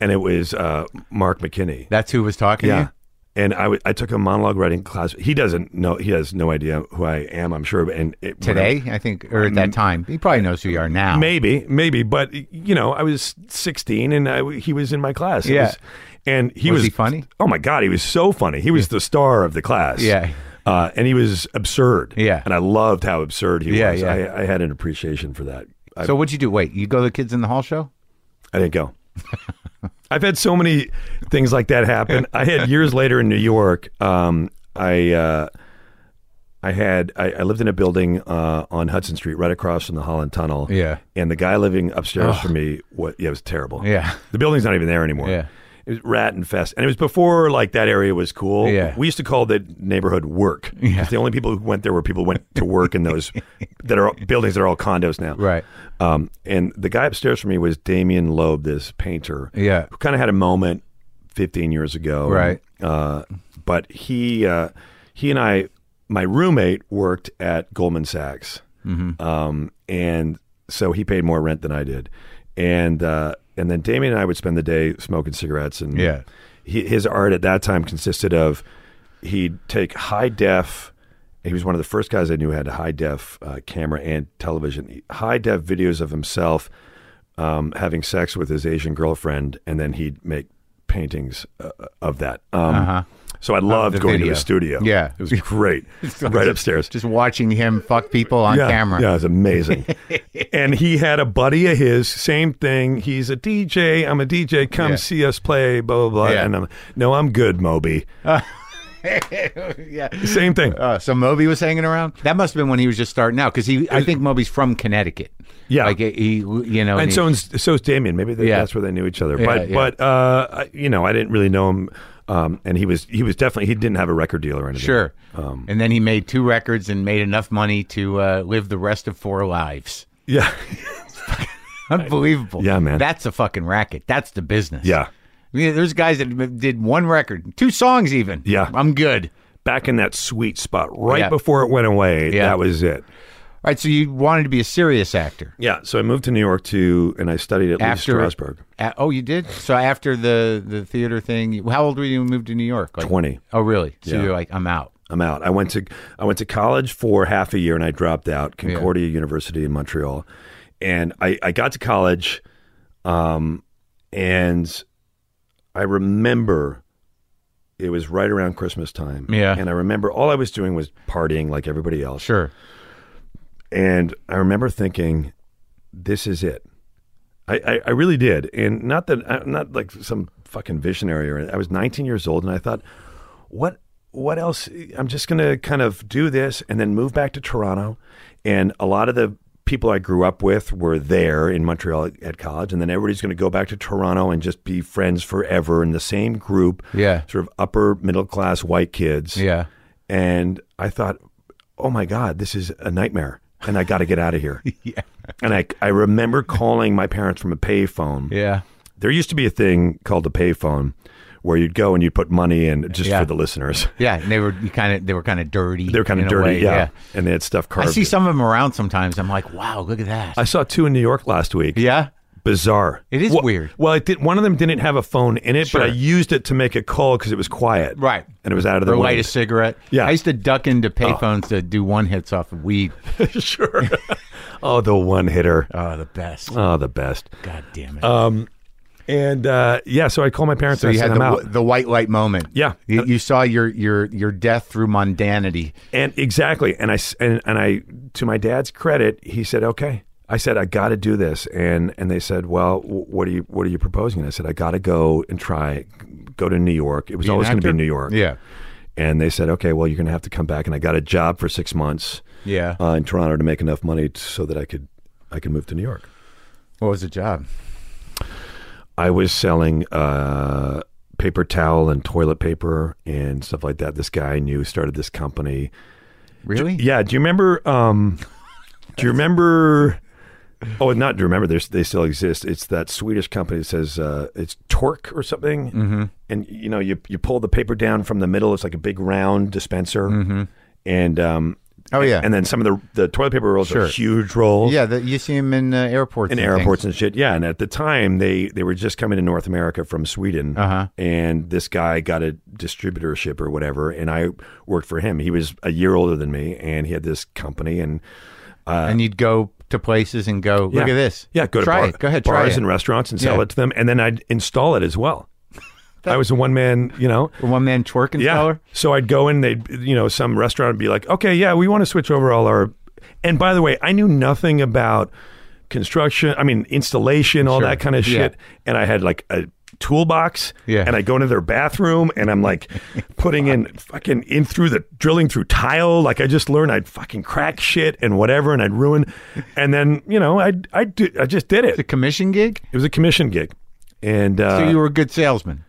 Speaker 3: and it was uh, Mark McKinney.
Speaker 4: That's who was talking. To you?
Speaker 3: And I w- I took a monologue writing class. He doesn't know. He has no idea who I am. I'm sure. And it, when I-
Speaker 4: today, I think, or
Speaker 3: Mm-hmm.
Speaker 4: at that time. He probably knows who you are now.
Speaker 3: Maybe, maybe, but you know, I was 16 and I, he was in my class. It
Speaker 4: Yeah.
Speaker 3: was- and he
Speaker 4: Was
Speaker 3: was,
Speaker 4: he funny?
Speaker 3: Oh my god, he was so funny. He was the star of the class.
Speaker 4: Yeah.
Speaker 3: Uh, and he was absurd.
Speaker 4: Yeah.
Speaker 3: And I loved how absurd he
Speaker 4: Yeah,
Speaker 3: was.
Speaker 4: yeah.
Speaker 3: I, I had an appreciation for that. I,
Speaker 4: So what'd you do? Wait, you go to the Kids in the Hall show?
Speaker 3: I didn't go. I've had so many things like that happen. I had years later in New York. Um, I uh, I had I, I lived in a building uh, on Hudson Street, right across from the Holland Tunnel.
Speaker 4: Yeah.
Speaker 3: and the guy living upstairs from me, what? Yeah, it was terrible.
Speaker 4: Yeah.
Speaker 3: the building's not even there anymore.
Speaker 4: Yeah.
Speaker 3: It was rat infest, and it was before like that area was cool.
Speaker 4: Yeah.
Speaker 3: we used to call the neighborhood work. 'Cause the only people who went there were people who went to work in
Speaker 4: [LAUGHS]
Speaker 3: those that are buildings that are all condos now.
Speaker 4: Right.
Speaker 3: Um, and the guy upstairs from me was Damien Loeb, this painter.
Speaker 4: Yeah.
Speaker 3: Who kind of had a moment 15 years ago.
Speaker 4: Right.
Speaker 3: Uh, but he, uh, he and I, my roommate worked at Goldman Sachs. Um, and so he paid more rent than I did. And, uh, and then Damien and I would spend the day smoking cigarettes and
Speaker 4: Yeah.
Speaker 3: he, his art at that time consisted of he'd take high def. He was one of the first guys I knew who had a high def uh, camera and television. High def videos of himself um, having sex with his Asian girlfriend, and then he'd make paintings uh, of that. Um, So I loved
Speaker 4: Uh-huh. the
Speaker 3: going to
Speaker 4: video.
Speaker 3: his studio.
Speaker 4: Yeah.
Speaker 3: it was
Speaker 4: [LAUGHS]
Speaker 3: great. right upstairs
Speaker 4: Just watching him fuck people on
Speaker 3: yeah,
Speaker 4: camera.
Speaker 3: Yeah, it's
Speaker 4: [LAUGHS]
Speaker 3: amazing. and he had a buddy of his, same thing. He's a DJ. I'm a DJ. Come
Speaker 4: Yeah.
Speaker 3: see us play. Blah blah blah.
Speaker 4: Yeah.
Speaker 3: And I'm no, I'm good, Moby.
Speaker 4: [LAUGHS] Yeah.
Speaker 3: Same thing.
Speaker 4: Uh, so Moby was hanging around. That must have been when he was just starting out, because he. I think Moby's from Connecticut.
Speaker 3: Yeah.
Speaker 4: like he, he- you know,
Speaker 3: and
Speaker 4: he-
Speaker 3: so is, so is Damien. Maybe they,
Speaker 4: Yeah.
Speaker 3: that's where they knew each other.
Speaker 4: Yeah,
Speaker 3: but
Speaker 4: yeah.
Speaker 3: but uh, I- you know, I didn't really know him. Um, and he was he was definitely he didn't have a record deal or anything.
Speaker 4: sure. and then he made two records and made enough money to uh, live the rest of four lives. [LAUGHS]
Speaker 3: Yeah.
Speaker 4: Unbelievable.
Speaker 3: Yeah, man.
Speaker 4: That's a fucking racket. That's the business.
Speaker 3: Yeah.
Speaker 4: I mean, there's guys that did one record, two songs even.
Speaker 3: Yeah.
Speaker 4: I'm good.
Speaker 3: Back in that sweet spot, right
Speaker 4: Yeah.
Speaker 3: before it went away.
Speaker 4: Yeah.
Speaker 3: That was it.
Speaker 4: All right, so you wanted to be a serious actor.
Speaker 3: Yeah. So I moved to New York to, and I studied at Lee
Speaker 4: After-
Speaker 3: Strasberg.
Speaker 4: A- oh, you did? So after the, the theater thing, how old were you when you moved to New York? Like,
Speaker 3: 20.
Speaker 4: Oh, really? So
Speaker 3: Yeah.
Speaker 4: you're like, I'm out.
Speaker 3: I'm out. I went to I went to college for half a year and I dropped out Concordia University in Montreal, and I I got to college, um, and I remember it was right around Christmas time.
Speaker 4: Yeah.
Speaker 3: and I remember all I was doing was partying like everybody else.
Speaker 4: Sure.
Speaker 3: And I remember thinking, this is it. I, I, I really did. And not that I'm not like some fucking visionary or I was 19 years old and I thought, what what else? I'm just gonna kind of do this and then move back to Toronto. And a lot of the people I grew up with were there in Montreal at college, and then everybody's gonna go back to Toronto and just be friends forever in the same group.
Speaker 4: Yeah.
Speaker 3: Sort of upper middle class white kids
Speaker 4: Yeah.
Speaker 3: and I thought, oh my God, this is a nightmare, and I got to get out of
Speaker 4: [LAUGHS]
Speaker 3: here. yeah. And I, I remember calling my parents from a payphone.
Speaker 4: Yeah.
Speaker 3: There used to be a thing called a payphone where you'd go and you'd put money in just
Speaker 4: Yeah.
Speaker 3: for the listeners. [LAUGHS]
Speaker 4: Yeah. And they were kind of they were kind of dirty.
Speaker 3: They're kind of
Speaker 4: in a
Speaker 3: dirty,
Speaker 4: way,
Speaker 3: yeah. And they had stuff
Speaker 4: I
Speaker 3: carved.
Speaker 4: see
Speaker 3: in.
Speaker 4: some of them around sometimes. I'm like, wow, look at that.
Speaker 3: I saw two in New York last week.
Speaker 4: yeah.
Speaker 3: Bizarre.
Speaker 4: It is
Speaker 3: Well-
Speaker 4: weird.
Speaker 3: Well, it did, one of them didn't have a phone in it,
Speaker 4: Sure.
Speaker 3: but I used it to make a call because it was quiet.
Speaker 4: Right.
Speaker 3: And it was out of the
Speaker 4: Or light
Speaker 3: wind.
Speaker 4: a cigarette.
Speaker 3: Yeah. Oh.
Speaker 4: I used to duck into payphones to do one hits off of weed.
Speaker 3: [LAUGHS] sure. [LAUGHS] oh, the one
Speaker 4: [LAUGHS]
Speaker 3: hitter.
Speaker 4: Oh, the best.
Speaker 3: Oh, the best.
Speaker 4: God damn
Speaker 3: Oh,
Speaker 4: it.
Speaker 3: And uh, yeah, so I called my parents
Speaker 4: so
Speaker 3: and
Speaker 4: you
Speaker 3: I
Speaker 4: had
Speaker 3: sent
Speaker 4: the,
Speaker 3: them
Speaker 4: w-
Speaker 3: out.
Speaker 4: the white light moment.
Speaker 3: Yeah.
Speaker 4: You, you saw your your your death through mundanity.
Speaker 3: And exactly. And I s- and, and I to my dad's credit, he said, "Okay." I said, "I got to do this." And and they said, "Well, wh- what are you what are you proposing?" And I said, "I got to go and try go to New York. It was always going to
Speaker 4: actor?
Speaker 3: be New York."
Speaker 4: Yeah.
Speaker 3: And they said, "Okay, well, you're going to have to come back." And I got a job for 6 months
Speaker 4: Yeah.
Speaker 3: uh, in Toronto to make enough money t- so that I could I could move to New York.
Speaker 4: what was the job?
Speaker 3: I was selling uh, paper towel and toilet paper and stuff like that. This guy I knew started this company.
Speaker 4: Really?
Speaker 3: Yeah. Do you remember? Um, do you remember? Oh, not do you remember? there's- They still exist. It's that Swedish company that says uh, it's Torque or something. Mm-hmm. And you know, you you pull the paper down from the middle. It's like a big round dispenser. Mm-hmm. And um,
Speaker 4: Oh, yeah.
Speaker 3: And then some of the the toilet paper rolls
Speaker 4: Sure.
Speaker 3: are huge rolls.
Speaker 4: Yeah, that you see him in uh, airports.
Speaker 3: In
Speaker 4: and things.
Speaker 3: airports and shit, yeah. And at the time, they they were just coming to North America from Sweden,
Speaker 4: Uh-huh.
Speaker 3: and this guy got a distributorship or whatever, and I worked for him. He was a year older than me, and he had this company, and
Speaker 4: and you'd go to places and go, look
Speaker 3: uh, Yeah.
Speaker 4: at this.
Speaker 3: Yeah, go to
Speaker 4: try
Speaker 3: bar-
Speaker 4: it. Go ahead, try
Speaker 3: bars
Speaker 4: it.
Speaker 3: and restaurants and sell
Speaker 4: Yeah.
Speaker 3: it to them, and then I'd install it as
Speaker 4: [LAUGHS]
Speaker 3: well. I was a one man, you know.
Speaker 4: One man twerk
Speaker 3: Yeah.
Speaker 4: installer.
Speaker 3: So I'd go in, they'd, you know, some restaurant would be like, okay, yeah, we want to switch over all our. And by the way, I knew nothing about construction, I mean, installation, all
Speaker 4: Sure.
Speaker 3: that kind of
Speaker 4: Yeah.
Speaker 3: shit. And I had like a toolbox.
Speaker 4: Yeah.
Speaker 3: And I go into their bathroom and I'm
Speaker 4: [LAUGHS]
Speaker 3: like putting in fucking in through the drilling through tile. Like I just learned I'd fucking crack shit and whatever and I'd
Speaker 4: [LAUGHS]
Speaker 3: ruin. And then, you know, I I, I just did it.
Speaker 4: The commission gig.
Speaker 3: It was a commission gig. And uh,
Speaker 4: So you were a good salesman.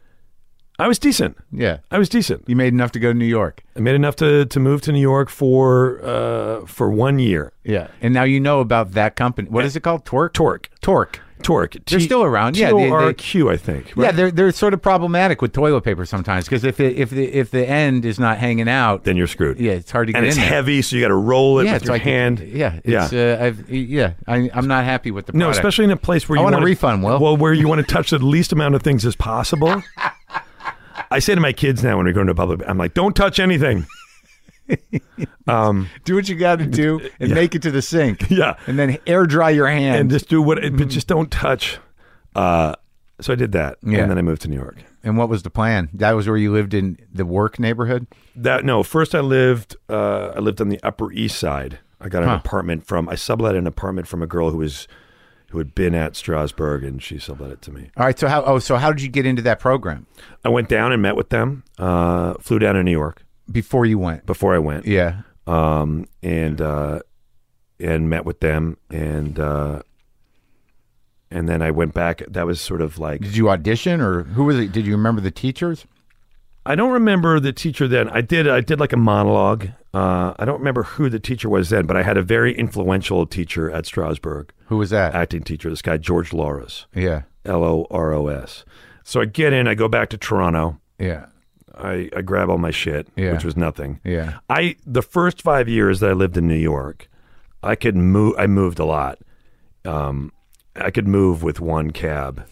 Speaker 3: I was decent.
Speaker 4: Yeah.
Speaker 3: I was decent.
Speaker 4: You made enough to go to New York.
Speaker 3: I made enough to, to move to New York for uh, for one year.
Speaker 4: Yeah. And now you know about that company. What is it called? Twerk?
Speaker 3: Torque.
Speaker 4: Torque.
Speaker 3: Torque.
Speaker 4: They're still around. Yeah, they- they-
Speaker 3: T-O-R-Q, I think.
Speaker 4: Yeah, they're they're sort of problematic with toilet paper sometimes because if it, if the if the end is not hanging out,
Speaker 3: Then you're screwed.
Speaker 4: yeah, it's hard to get
Speaker 3: And it's
Speaker 4: in there.
Speaker 3: heavy, so you got to roll it
Speaker 4: Yeah,
Speaker 3: with
Speaker 4: it's
Speaker 3: your
Speaker 4: like
Speaker 3: hand.
Speaker 4: Yeah, it's, Uh, I've, yeah. I, I'm not happy with the
Speaker 3: No,
Speaker 4: product.
Speaker 3: especially in a place where
Speaker 4: I
Speaker 3: you
Speaker 4: want a
Speaker 3: wanna-
Speaker 4: refund, Will.
Speaker 3: Well, where you want to touch the least amount of things as
Speaker 4: [LAUGHS]
Speaker 3: possible. I say to my kids now when we go into public, I'm like, don't touch anything. [LAUGHS]
Speaker 4: do what you got
Speaker 3: [LAUGHS]
Speaker 4: to do and make it to the sink.
Speaker 3: Yeah.
Speaker 4: and then air dry your hand.
Speaker 3: and just do what, but just don't touch. Uh, so I did that,
Speaker 4: Yeah.
Speaker 3: and then I moved to New York.
Speaker 4: And what was the plan? That was where you lived in the work neighborhood.
Speaker 3: That no, first I lived, uh, I lived on the Upper East Side. I got an apartment from, I sublet an apartment from a girl who was, who had been at Strasbourg, and she sublet it to me.
Speaker 4: All right. So how? Oh, so how did you get into that program
Speaker 3: I went down and met with them. Uh, flew down to New York
Speaker 4: before you went?
Speaker 3: before I went.
Speaker 4: Yeah.
Speaker 3: um, and uh, and met with them, and uh, and then I went back. That was sort of like
Speaker 4: Did you audition or who was it? Did you remember the teachers?
Speaker 3: I don't remember the teacher then. I did I did like a monologue. Uh, I don't remember who the teacher was then, but I had a very influential teacher at Strasbourg,
Speaker 4: Who was that?
Speaker 3: acting teacher. This guy George Loros,
Speaker 4: yeah.
Speaker 3: L O R O S. So I get in. I go back to Toronto.
Speaker 4: Yeah.
Speaker 3: I, I grab all my shit,
Speaker 4: Yeah.
Speaker 3: which was nothing.
Speaker 4: Yeah.
Speaker 3: I the first five years that I lived in New York, I could move. I moved a lot. Um, I could move with one
Speaker 4: [LAUGHS]
Speaker 3: cab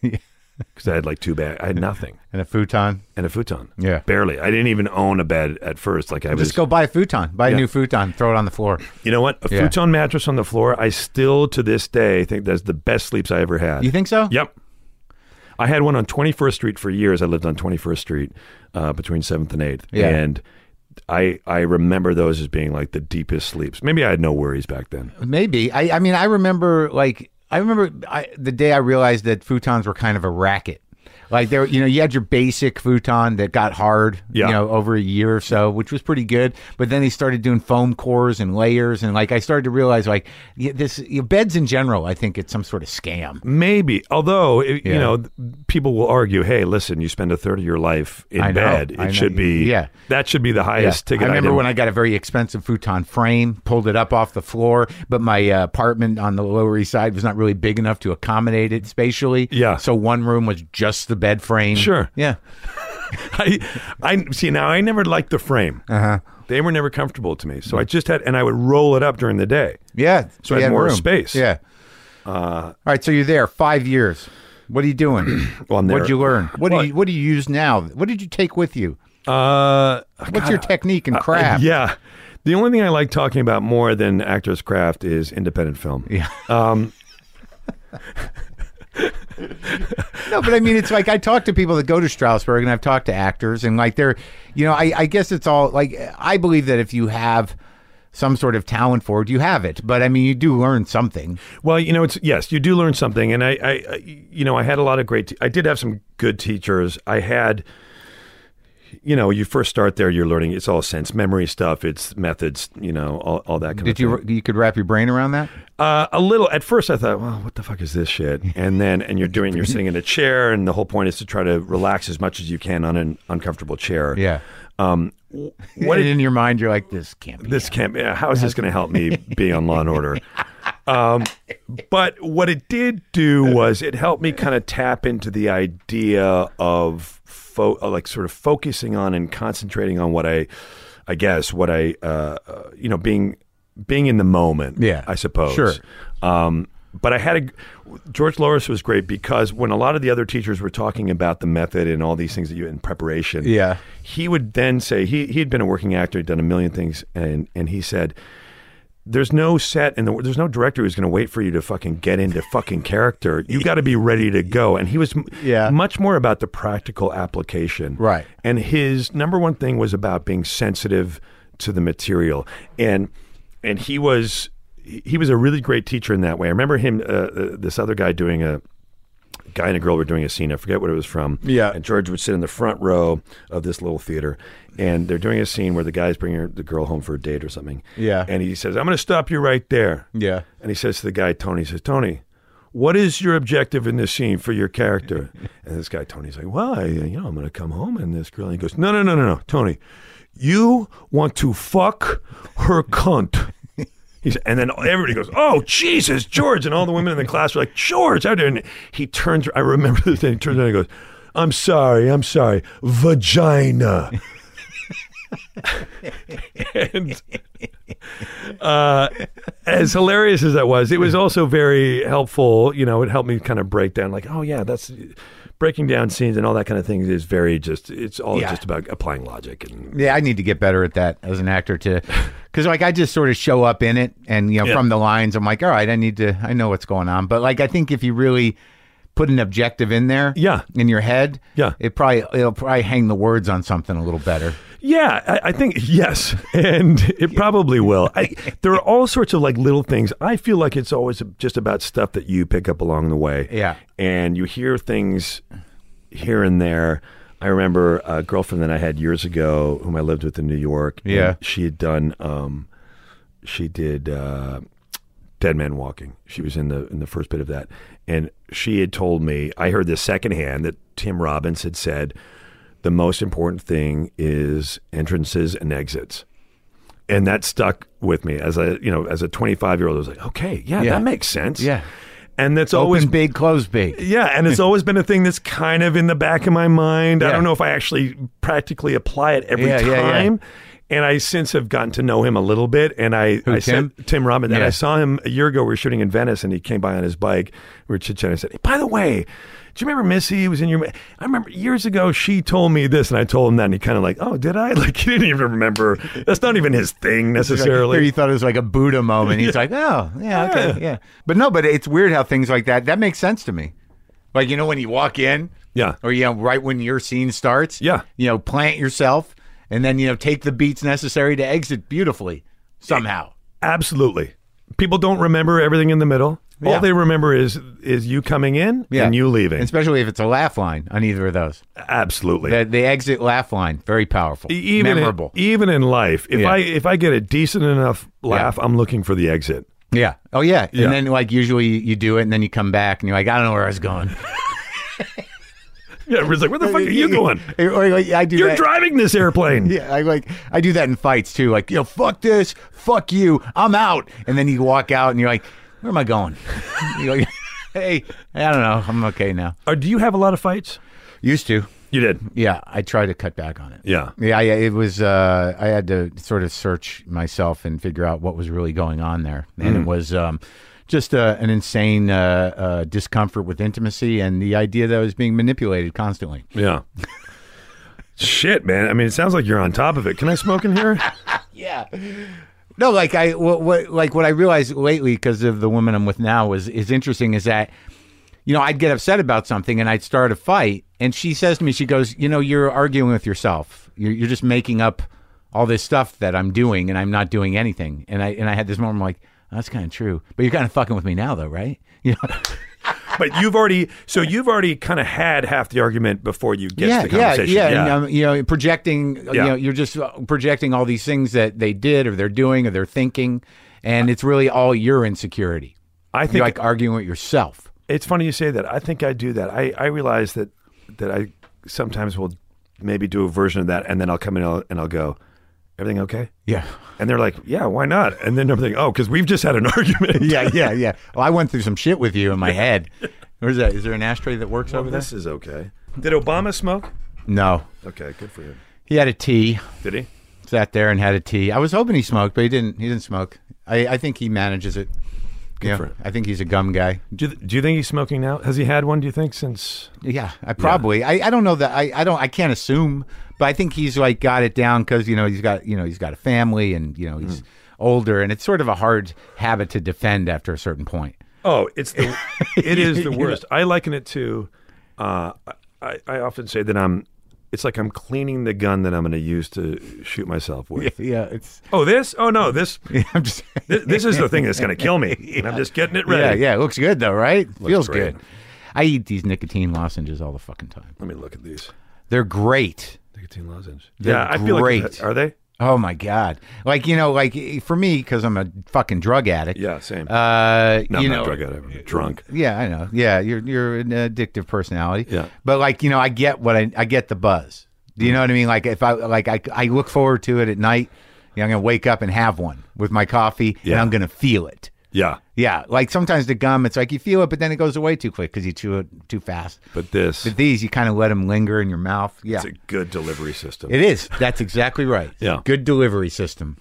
Speaker 3: because I had like two bags. I had nothing
Speaker 4: And a futon.
Speaker 3: and a futon.
Speaker 4: Yeah.
Speaker 3: barely. I didn't even own a bed at first. Like I was.
Speaker 4: Just go buy a futon. Buy a new futon. Throw it on the floor.
Speaker 3: you know what? A
Speaker 4: Yeah.
Speaker 3: futon mattress on the floor. I still to this day think that's the best sleeps I ever had.
Speaker 4: You think so?
Speaker 3: Yep. I had one on 21st Street for years. I lived on 21st Street uh, between 7th and 8th.
Speaker 4: Yeah.
Speaker 3: And I I remember those as being like the deepest sleeps. Maybe I had no worries back then.
Speaker 4: Maybe. I, I mean, I remember like I remember I, the day I realized that futons were kind of a racket. Like there, you know, you had your basic futon that got hard,
Speaker 3: Yeah.
Speaker 4: you know, over a year or so, which was pretty good. But then they started doing foam cores and layers, and like I started to realize, like y- this you know, beds in general, I think it's some sort of scam.
Speaker 3: Maybe. Although, it-
Speaker 4: Yeah.
Speaker 3: you know, th- people will argue, hey, listen, you spend a third of your life in
Speaker 4: I know.
Speaker 3: bed. It
Speaker 4: I know.
Speaker 3: should be,
Speaker 4: Yeah.
Speaker 3: that should be the
Speaker 4: Yeah.
Speaker 3: highest ticket
Speaker 4: I remember
Speaker 3: item.
Speaker 4: when I got a very expensive futon frame, pulled it up off the floor, but my uh, apartment on the Lower East Side was not really big enough to accommodate it spatially.
Speaker 3: Yeah.
Speaker 4: So one room was just the bed frame.
Speaker 3: Sure.
Speaker 4: Yeah.
Speaker 3: [LAUGHS] I, I see now. I never liked the frame. Uh-huh. They were never comfortable to me, so I just had, and I would roll it up during the day.
Speaker 4: Yeah.
Speaker 3: So
Speaker 4: you
Speaker 3: I had more
Speaker 4: room.
Speaker 3: space. Uh,
Speaker 4: Yeah. All right. So you're there five years. What are you doing?
Speaker 3: [CLEARS THROAT] Well, I'm there.
Speaker 4: What'd you learn? What
Speaker 3: Well,
Speaker 4: do you What do you use now? What did you take with you?
Speaker 3: Uh,
Speaker 4: What's your technique and craft?
Speaker 3: yeah, the only thing I like talking about more than actors' craft is independent film. Yeah,
Speaker 4: No, but I mean, it's like I talk to people that go to Strasbourg, and I've talked to actors, and like they're, you know, I, I guess it's all like I believe that if you have some sort of talent for it, you have it. But I mean, you do learn something.
Speaker 3: Well, you know, it's yes, you do learn something, and I, I, I you know, I had a lot of great. Te- I did have some good teachers. I had, you know, you first start there, you're learning. It's all sense memory stuff. It's methods. You know, all, all that kind of.
Speaker 4: Did you
Speaker 3: thing.
Speaker 4: you could wrap your brain around that?
Speaker 3: Uh, a little at first, I thought, well, what the fuck is this
Speaker 4: [LAUGHS]
Speaker 3: shit? And then, and you're doing, you're sitting in a chair, and the whole point is to try to relax as much as you can on an uncomfortable chair.
Speaker 4: Yeah.
Speaker 3: Um, w- what
Speaker 4: and
Speaker 3: did,
Speaker 4: in your mind, you're like, this can't be.
Speaker 3: this can't be, how is this going to help me be on Law and
Speaker 4: [LAUGHS]
Speaker 3: Order? Um, but what it did do was it helped me kind of tap into the idea of fo- uh, like sort of focusing on and concentrating on what I, I guess what I, uh, uh, you know, being being in the moment.
Speaker 4: Yeah.
Speaker 3: I suppose.
Speaker 4: Sure.
Speaker 3: Um, but I had a George Loris was great because when a lot of the other teachers were talking about the method and all these things that you in preparation,
Speaker 4: Yeah.
Speaker 3: he would then say he he'd been a working actor, he'd done a million things, and and he said, "There's no set and the, there's no director who's going to wait for you to fucking get into fucking character. You got to be ready to go." And he was m-
Speaker 4: [LAUGHS] Yeah.
Speaker 3: much more about the practical application,
Speaker 4: Right.
Speaker 3: And his number one thing was about being sensitive to the material, and and he was he he was a really great teacher in that way. I remember him, uh, uh, this other guy doing a guy and a girl were doing a scene. I forget what it was from.
Speaker 4: Yeah.
Speaker 3: And George would sit in the front row of this little theater, and they're doing a scene where the guy's bringing her- the girl home for a date or something.
Speaker 4: Yeah.
Speaker 3: And he says, "I'm going to stop you right there."
Speaker 4: Yeah.
Speaker 3: And he says to the guy, Tony, he says, "Tony, what is your objective in this scene for your character? And this guy Tony's like, well, I, you know, I'm going to come home in this girl. And he goes, no, no, no, no, no, Tony, you want to fuck her cunt. He's, and then everybody goes, "Oh Jesus, George!" And all the women in the class were like, "George!" I didn't. He turns. I remember this thing. He turns around and goes, "I'm sorry, I'm sorry, vagina." and uh, as hilarious as that was, it was also very helpful. You know, it helped me kind of break down, like, oh yeah, that's breaking down scenes and all that kind of thing is very just. It's all
Speaker 4: Yeah.
Speaker 3: just about applying logic and
Speaker 4: Yeah, I need to get better at that as an actor to, because like I just sort of show up in it, and you know
Speaker 3: Yeah.
Speaker 4: from the lines, I'm like, all right, I need to, I know what's going on. But like I think if you really put an objective in there,
Speaker 3: Yeah.
Speaker 4: in your head,
Speaker 3: Yeah.
Speaker 4: it probably it'll probably hang the words on something a little better.
Speaker 3: Yeah, I, I think yes, [LAUGHS] and it probably will.
Speaker 4: [LAUGHS]
Speaker 3: I, there are all sorts of like little things. I feel like it's always just about stuff that you pick up along the way.
Speaker 4: Yeah.
Speaker 3: and you hear things here and there. I remember a girlfriend that I had years ago, whom I lived with in New York. and
Speaker 4: Yeah.
Speaker 3: she had done. Um, she did. Uh, Dead Man Walking. She was in the in the first bit of that, and she had told me I heard this secondhand that Tim Robbins had said the most important thing is entrances and exits, and that stuck with me as a you know as a 25 year old. I was like, okay, yeah,
Speaker 4: Yeah.
Speaker 3: that makes sense.
Speaker 4: Yeah.
Speaker 3: and that's
Speaker 4: Open
Speaker 3: always
Speaker 4: big, close big.
Speaker 3: yeah, and
Speaker 4: [LAUGHS]
Speaker 3: it's always been a thing that's kind of in the back of my mind. I
Speaker 4: Yeah.
Speaker 3: don't know if I actually practically apply it every
Speaker 4: Yeah, yeah, yeah.
Speaker 3: time. And I since have gotten to know him a little bit. And I, I
Speaker 4: Tim?
Speaker 3: said Tim Robbins, and
Speaker 4: Yeah.
Speaker 3: I saw him a year ago. We were shooting in Venice, and he came by on his bike. We were chit chatting. I said, hey, "By the way, do you remember Missy? was in your. ma- I remember years ago she told me this, and I told him that, and he kind of like, oh, did I? [LAUGHS] Like he didn't even remember. That's not even his thing necessarily.
Speaker 4: Here you thought it was like a Buddha moment. He's like, oh, yeah, okay, yeah.
Speaker 3: Yeah.
Speaker 4: But no, but it's weird how things like that, that makes sense to me. Like, you know, when you walk in,
Speaker 3: Yeah.
Speaker 4: or, you know, right when your scene starts,
Speaker 3: Yeah.
Speaker 4: you know, plant yourself and then, you know, take the beats necessary to exit beautifully somehow.
Speaker 3: Absolutely. People don't remember everything in the middle.
Speaker 4: Yeah.
Speaker 3: All they remember is is you coming in
Speaker 4: Yeah.
Speaker 3: and you leaving.
Speaker 4: Especially if it's a laugh line on either of those.
Speaker 3: Absolutely.
Speaker 4: The, the exit laugh line, very powerful,
Speaker 3: E- even
Speaker 4: memorable.
Speaker 3: In, even in life, if
Speaker 4: Yeah.
Speaker 3: I if I get a decent enough laugh, I'm looking for the exit. [LAUGHS]
Speaker 4: yeah. Oh, yeah. And
Speaker 3: Yeah.
Speaker 4: then, like, usually you do it and then you come back and you're like, I don't know where I was going. [LAUGHS]
Speaker 3: Yeah, everybody's like, where the fuck are you going?
Speaker 4: Or, or, like, I do
Speaker 3: You're
Speaker 4: that-
Speaker 3: driving this
Speaker 4: [LAUGHS]
Speaker 3: airplane.
Speaker 4: Yeah, I like I do that in fights too. Like, yo, fuck this, fuck you, I'm out. And then you walk out and you're like, where am I going? [LAUGHS] You're like, hey, I don't know, I'm okay now.
Speaker 3: Or do you have a lot of fights?
Speaker 4: Used to,
Speaker 3: You did.
Speaker 4: yeah. I try to cut back on it.
Speaker 3: Yeah.
Speaker 4: Yeah, yeah, it was. Uh, I had to sort of search myself and figure out what was really going on there, and it was um, just uh, an insane uh, uh, discomfort with intimacy and the idea that I was being manipulated constantly.
Speaker 3: Yeah. Shit, man. I mean, it sounds like you're on top of it. Can I smoke in
Speaker 4: [LAUGHS]
Speaker 3: here?
Speaker 4: Yeah. No, like I what, what like what I realized lately because of the woman I'm with now is is interesting is that you know I'd get upset about something and I'd start a fight and she says to me she goes you know you're arguing with yourself you're, you're just making up all this stuff that I'm doing and I'm not doing anything and I and I had this moment I'm like "Oh, that's kind of true but you're kind of fucking with me now though right you know
Speaker 3: but you've already so you've already kind of had half the argument before you get to the
Speaker 4: yeah,
Speaker 3: conversation.
Speaker 4: yeah, And, um, you know, projecting. You
Speaker 3: Yeah.
Speaker 4: know, you're just uh, projecting all these things that they did or they're doing or they're thinking, and it's really all your insecurity.
Speaker 3: I
Speaker 4: you're
Speaker 3: think
Speaker 4: like arguing with yourself.
Speaker 3: It's funny you say that. I think I do that. I, I realize that that I sometimes will maybe do a version of that, and then I'll come in and I'll, and I'll go, "Everything okay?"
Speaker 4: Yeah. [LAUGHS]
Speaker 3: And they're like, "Yeah, why not?" And then I'm thinking, "Oh, because we've just had an [LAUGHS] argument."
Speaker 4: Yeah, yeah, yeah. Well, I went through some shit with you in my head. Where's that? Is there an ashtray that works over there?
Speaker 3: this is okay. Did Obama smoke?
Speaker 4: No.
Speaker 3: Okay, good for him.
Speaker 4: He had a tea,
Speaker 3: Did he?
Speaker 4: sat there and had a tea. I was hoping he smoked, but he didn't. He didn't smoke. I, I think he manages it. yeah.
Speaker 3: for him.
Speaker 4: I think he's a gum guy.
Speaker 3: Do you, do you think he's smoking now? Has he had one? Do you think since?
Speaker 4: Yeah, I probably. I, I don't know that. I, I don't. I can't assume, but I think he's like got it down because you know he's got you know he's got a family and you know he's older, and it's sort of a hard habit to defend after a certain point.
Speaker 3: Oh, it's [LAUGHS] the it is the worst. I liken it to. Uh, I I often say that I'm. It's like I'm cleaning the gun that I'm going to use to shoot myself with.
Speaker 4: Yeah, it's.
Speaker 3: Oh, this? Oh no, this.
Speaker 4: [LAUGHS] I'm just.
Speaker 3: This, this is the thing that's going to kill me.
Speaker 4: [LAUGHS]
Speaker 3: And I'm just getting it
Speaker 4: yeah,
Speaker 3: ready.
Speaker 4: yeah. It looks good though, right? Feels
Speaker 3: great.
Speaker 4: good. I eat these nicotine lozenges all the fucking time.
Speaker 3: Let me look at these.
Speaker 4: They're great.
Speaker 3: Nicotine lozenge.
Speaker 4: They're
Speaker 3: yeah, I feel
Speaker 4: great.
Speaker 3: like. Are they?
Speaker 4: Oh my god! Like you know, like for me because I'm a fucking drug addict.
Speaker 3: Yeah, same.
Speaker 4: Uh,
Speaker 3: no,
Speaker 4: you
Speaker 3: I'm
Speaker 4: know,
Speaker 3: not drug addict. I'm drunk.
Speaker 4: Yeah, I know. Yeah, you're you're an addictive personality.
Speaker 3: Yeah. Mm.
Speaker 4: But like, you know, I get what I I get the buzz. Do you know what I mean? Like if I like I I look forward to it at night, you know, I'm gonna wake up and have one with my coffee and
Speaker 3: Yeah.
Speaker 4: I'm gonna feel it.
Speaker 3: Yeah,
Speaker 4: Yeah. Like sometimes the gum, it's like you feel it, but then it goes away too quick because you chew it too fast.
Speaker 3: but this
Speaker 4: But these you kind of let them linger in your mouth. Yeah.
Speaker 3: it's a good delivery system.
Speaker 4: It is. That's exactly right.
Speaker 3: [LAUGHS] Yeah.
Speaker 4: Good delivery system.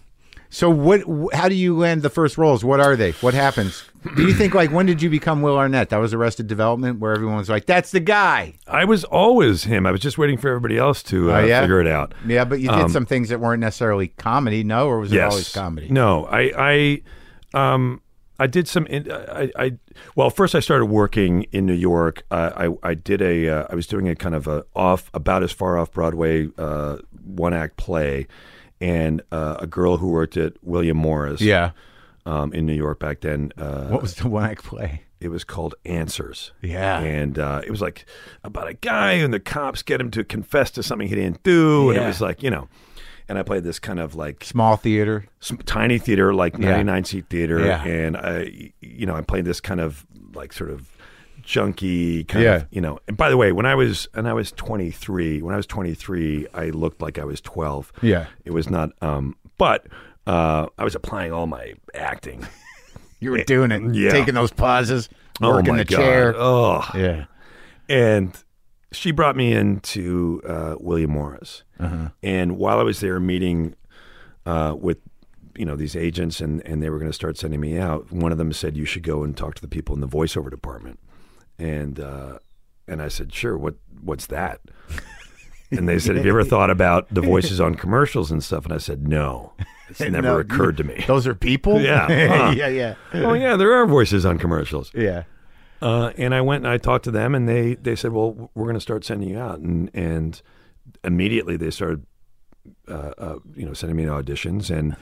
Speaker 4: So what? wh- How do you land the first roles? What are they? What happens? Do you think like when did you become Will Arnett? That was Arrested Development, where everyone was like, "That's the guy."
Speaker 3: I was always him. I was just waiting for everybody else to uh,
Speaker 4: Oh, yeah?
Speaker 3: figure it out.
Speaker 4: Yeah, but you did
Speaker 3: Um,
Speaker 4: some things that weren't necessarily comedy, no, or was it always comedy?
Speaker 3: No, I, I, um, I did some. In, I, I, well, first I started working in New York. Uh, I, I did a. Uh, I was doing a kind of a off, about as far off Broadway uh, one act play, and uh, a girl who worked at William Morris.
Speaker 4: Yeah.
Speaker 3: Um, in New York back then, uh,
Speaker 4: What was the one I play?
Speaker 3: it was called Answers.
Speaker 4: Yeah.
Speaker 3: And uh, it was like about a guy and the cops get him to confess to something he didn't do. And
Speaker 4: Yeah.
Speaker 3: it was like, you know, and I played this kind of like
Speaker 4: Small theater.
Speaker 3: some tiny theater, like
Speaker 4: Yeah.
Speaker 3: 99 seat theater.
Speaker 4: Yeah.
Speaker 3: And I, you know, I played this kind of like sort of junky kind
Speaker 4: Yeah.
Speaker 3: of, you know, and by the way, when I was, and I was 23, when I was 23, I looked like I was 12.
Speaker 4: Yeah.
Speaker 3: It was not, um, but uh, I was applying all my acting.
Speaker 4: You were doing it,
Speaker 3: Eh, Yeah.
Speaker 4: taking those pauses,
Speaker 3: oh
Speaker 4: working
Speaker 3: my
Speaker 4: the
Speaker 3: God.
Speaker 4: chair.
Speaker 3: Oh,
Speaker 4: Yeah.
Speaker 3: and she brought me into uh, William Morris. And while I was there meeting uh, with you know these agents, and and they were going to start sending me out, one of them said you should go and talk to the people in the voiceover department. And uh, and I said, sure. What what's that? And they said, have you ever thought about the voices on commercials and stuff? And I said, no, it's never
Speaker 4: No,
Speaker 3: occurred to
Speaker 4: [LAUGHS]
Speaker 3: me.
Speaker 4: Those are people. [LAUGHS]
Speaker 3: Yeah. Huh.
Speaker 4: yeah. Yeah.
Speaker 3: oh yeah, there are voices on commercials.
Speaker 4: Yeah.
Speaker 3: Uh, and I went and I talked to them, and they they said, "Well, we're going to start sending you out," and and immediately they started, uh, uh, you know, sending me to auditions, and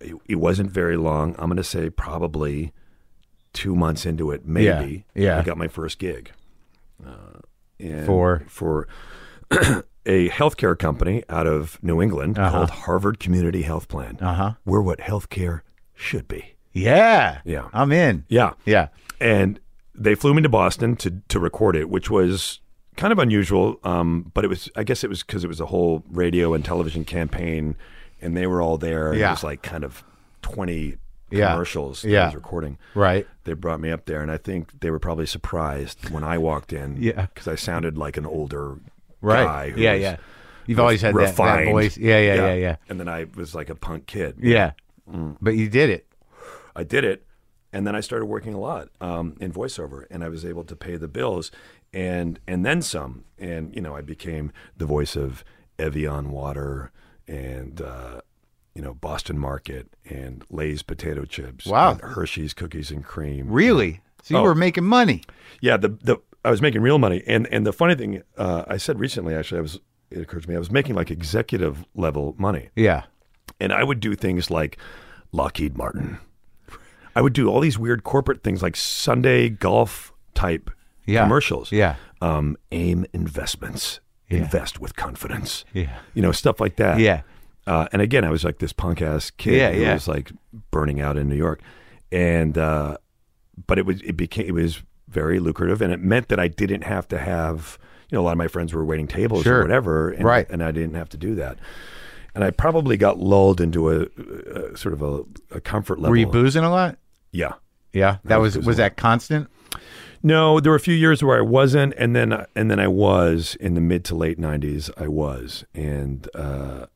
Speaker 3: it, it wasn't very long. I'm going to say probably two months into it, maybe.
Speaker 4: Yeah, yeah.
Speaker 3: I got my first gig. Uh, and
Speaker 4: For?
Speaker 3: for [CLEARS THROAT] a healthcare company out of New England called Harvard Community Health Plan.
Speaker 4: Uh-huh.
Speaker 3: We're what healthcare should be.
Speaker 4: Yeah.
Speaker 3: Yeah.
Speaker 4: I'm in.
Speaker 3: Yeah
Speaker 4: Yeah.
Speaker 3: and they flew me to Boston to to record it, which was kind of unusual. Um, but it was, I guess, it was because it was a whole radio and television campaign, and they were all there.
Speaker 4: Yeah.
Speaker 3: It was like kind of twenty
Speaker 4: Yeah.
Speaker 3: commercials. That
Speaker 4: Yeah.
Speaker 3: I was recording.
Speaker 4: Right.
Speaker 3: They brought me up there, and I think they were probably surprised when I walked in.
Speaker 4: Yeah.
Speaker 3: because I sounded like an older
Speaker 4: Right.
Speaker 3: guy. who
Speaker 4: yeah.
Speaker 3: was
Speaker 4: Yeah. You've always had that, that
Speaker 3: refined.
Speaker 4: voice. Yeah. Yeah. Yeah. Yeah.
Speaker 3: And then I was like a punk kid.
Speaker 4: Yeah. Mm. But you did it.
Speaker 3: I did it, and then I started working a lot um, in voiceover, and I was able to pay the bills, and and then some, and you know I became the voice of Evian Water, and uh, you know Boston Market, and Lay's potato chips,
Speaker 4: Wow.
Speaker 3: and Hershey's cookies and cream.
Speaker 4: Really? So you
Speaker 3: Oh.
Speaker 4: were making money.
Speaker 3: Yeah, the the I was making real money, and and the funny thing uh, I said recently actually I was it occurred to me I was making like executive level money
Speaker 4: Yeah.
Speaker 3: and I would do things like Lockheed Martin. I would do all these weird corporate things like Sunday golf type
Speaker 4: Yeah.
Speaker 3: commercials.
Speaker 4: Yeah.
Speaker 3: Um, AIM investments. Invest with confidence.
Speaker 4: Yeah.
Speaker 3: You know, stuff like that.
Speaker 4: Yeah.
Speaker 3: Uh, and again, I was like this punk ass kid
Speaker 4: Yeah,
Speaker 3: who
Speaker 4: yeah.
Speaker 3: was like burning out in New York. And, uh, but it was, it became, it was very lucrative and it meant that I didn't have to have, you know, a lot of my friends were waiting tables
Speaker 4: Sure.
Speaker 3: or whatever. And,
Speaker 4: Right.
Speaker 3: And I didn't have to do that. And I probably got lulled into a, a sort of a, a comfort level.
Speaker 4: Were you boozing a lot?
Speaker 3: Yeah.
Speaker 4: Yeah. That
Speaker 3: was
Speaker 4: was was that constant?
Speaker 3: No, there were a few years where I wasn't, and then and then I was in the mid to late '90s. I was, and uh,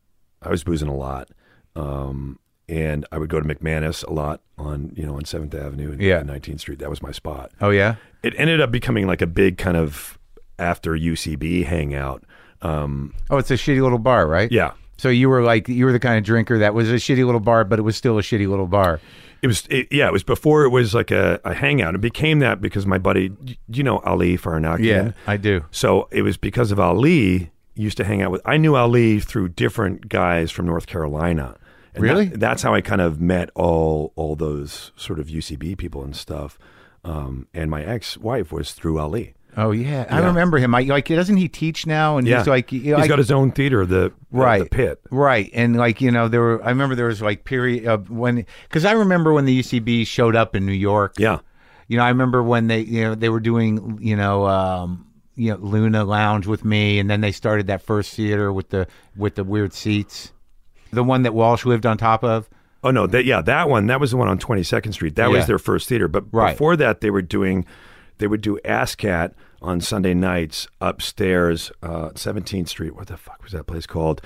Speaker 3: I was boozing a lot, um, and I would go to McManus a lot on you know on Seventh Avenue and
Speaker 4: Yeah.
Speaker 3: 19th Street. That was my spot.
Speaker 4: Oh yeah.
Speaker 3: It ended up becoming like a big kind of after UCB hangout. Um,
Speaker 4: Oh, it's a shitty little bar, right?
Speaker 3: yeah,
Speaker 4: So you were like you were the kind of drinker that was a shitty little bar, but it was still a shitty little bar.
Speaker 3: It was, it, yeah, it was before it was like a, a hangout. It became that because my buddy, y- you know, Ali Farnakian.
Speaker 4: I do.
Speaker 3: So it was because of Ali used to hang out with. I knew Ali through different guys from North Carolina. And
Speaker 4: Really?
Speaker 3: that- that's how I kind of met all all those sort of UCB people and stuff. Um, and my ex wife was through Ali.
Speaker 4: Oh yeah, I remember him. I like doesn't he teach now? And
Speaker 3: Yeah,
Speaker 4: he's like,
Speaker 3: he's
Speaker 4: you know, I-
Speaker 3: got his own theater, the
Speaker 4: right
Speaker 3: the pit.
Speaker 4: right and like you know there were i remember there was like period of when because i remember when the ucb showed up in new york
Speaker 3: Yeah,
Speaker 4: you know i remember when they you know they were doing you know um you know luna lounge with me and then they started that first theater with the with the weird seats the one that walsh lived on top of
Speaker 3: Oh no, that yeah, that one. That was the one on Twenty Second Street. That
Speaker 4: Yeah.
Speaker 3: was their first theater. But
Speaker 4: Right.
Speaker 3: before that, they were doing, they would do ASCAT on Sunday nights upstairs, uh, Seventeenth Street. What the fuck was that place called?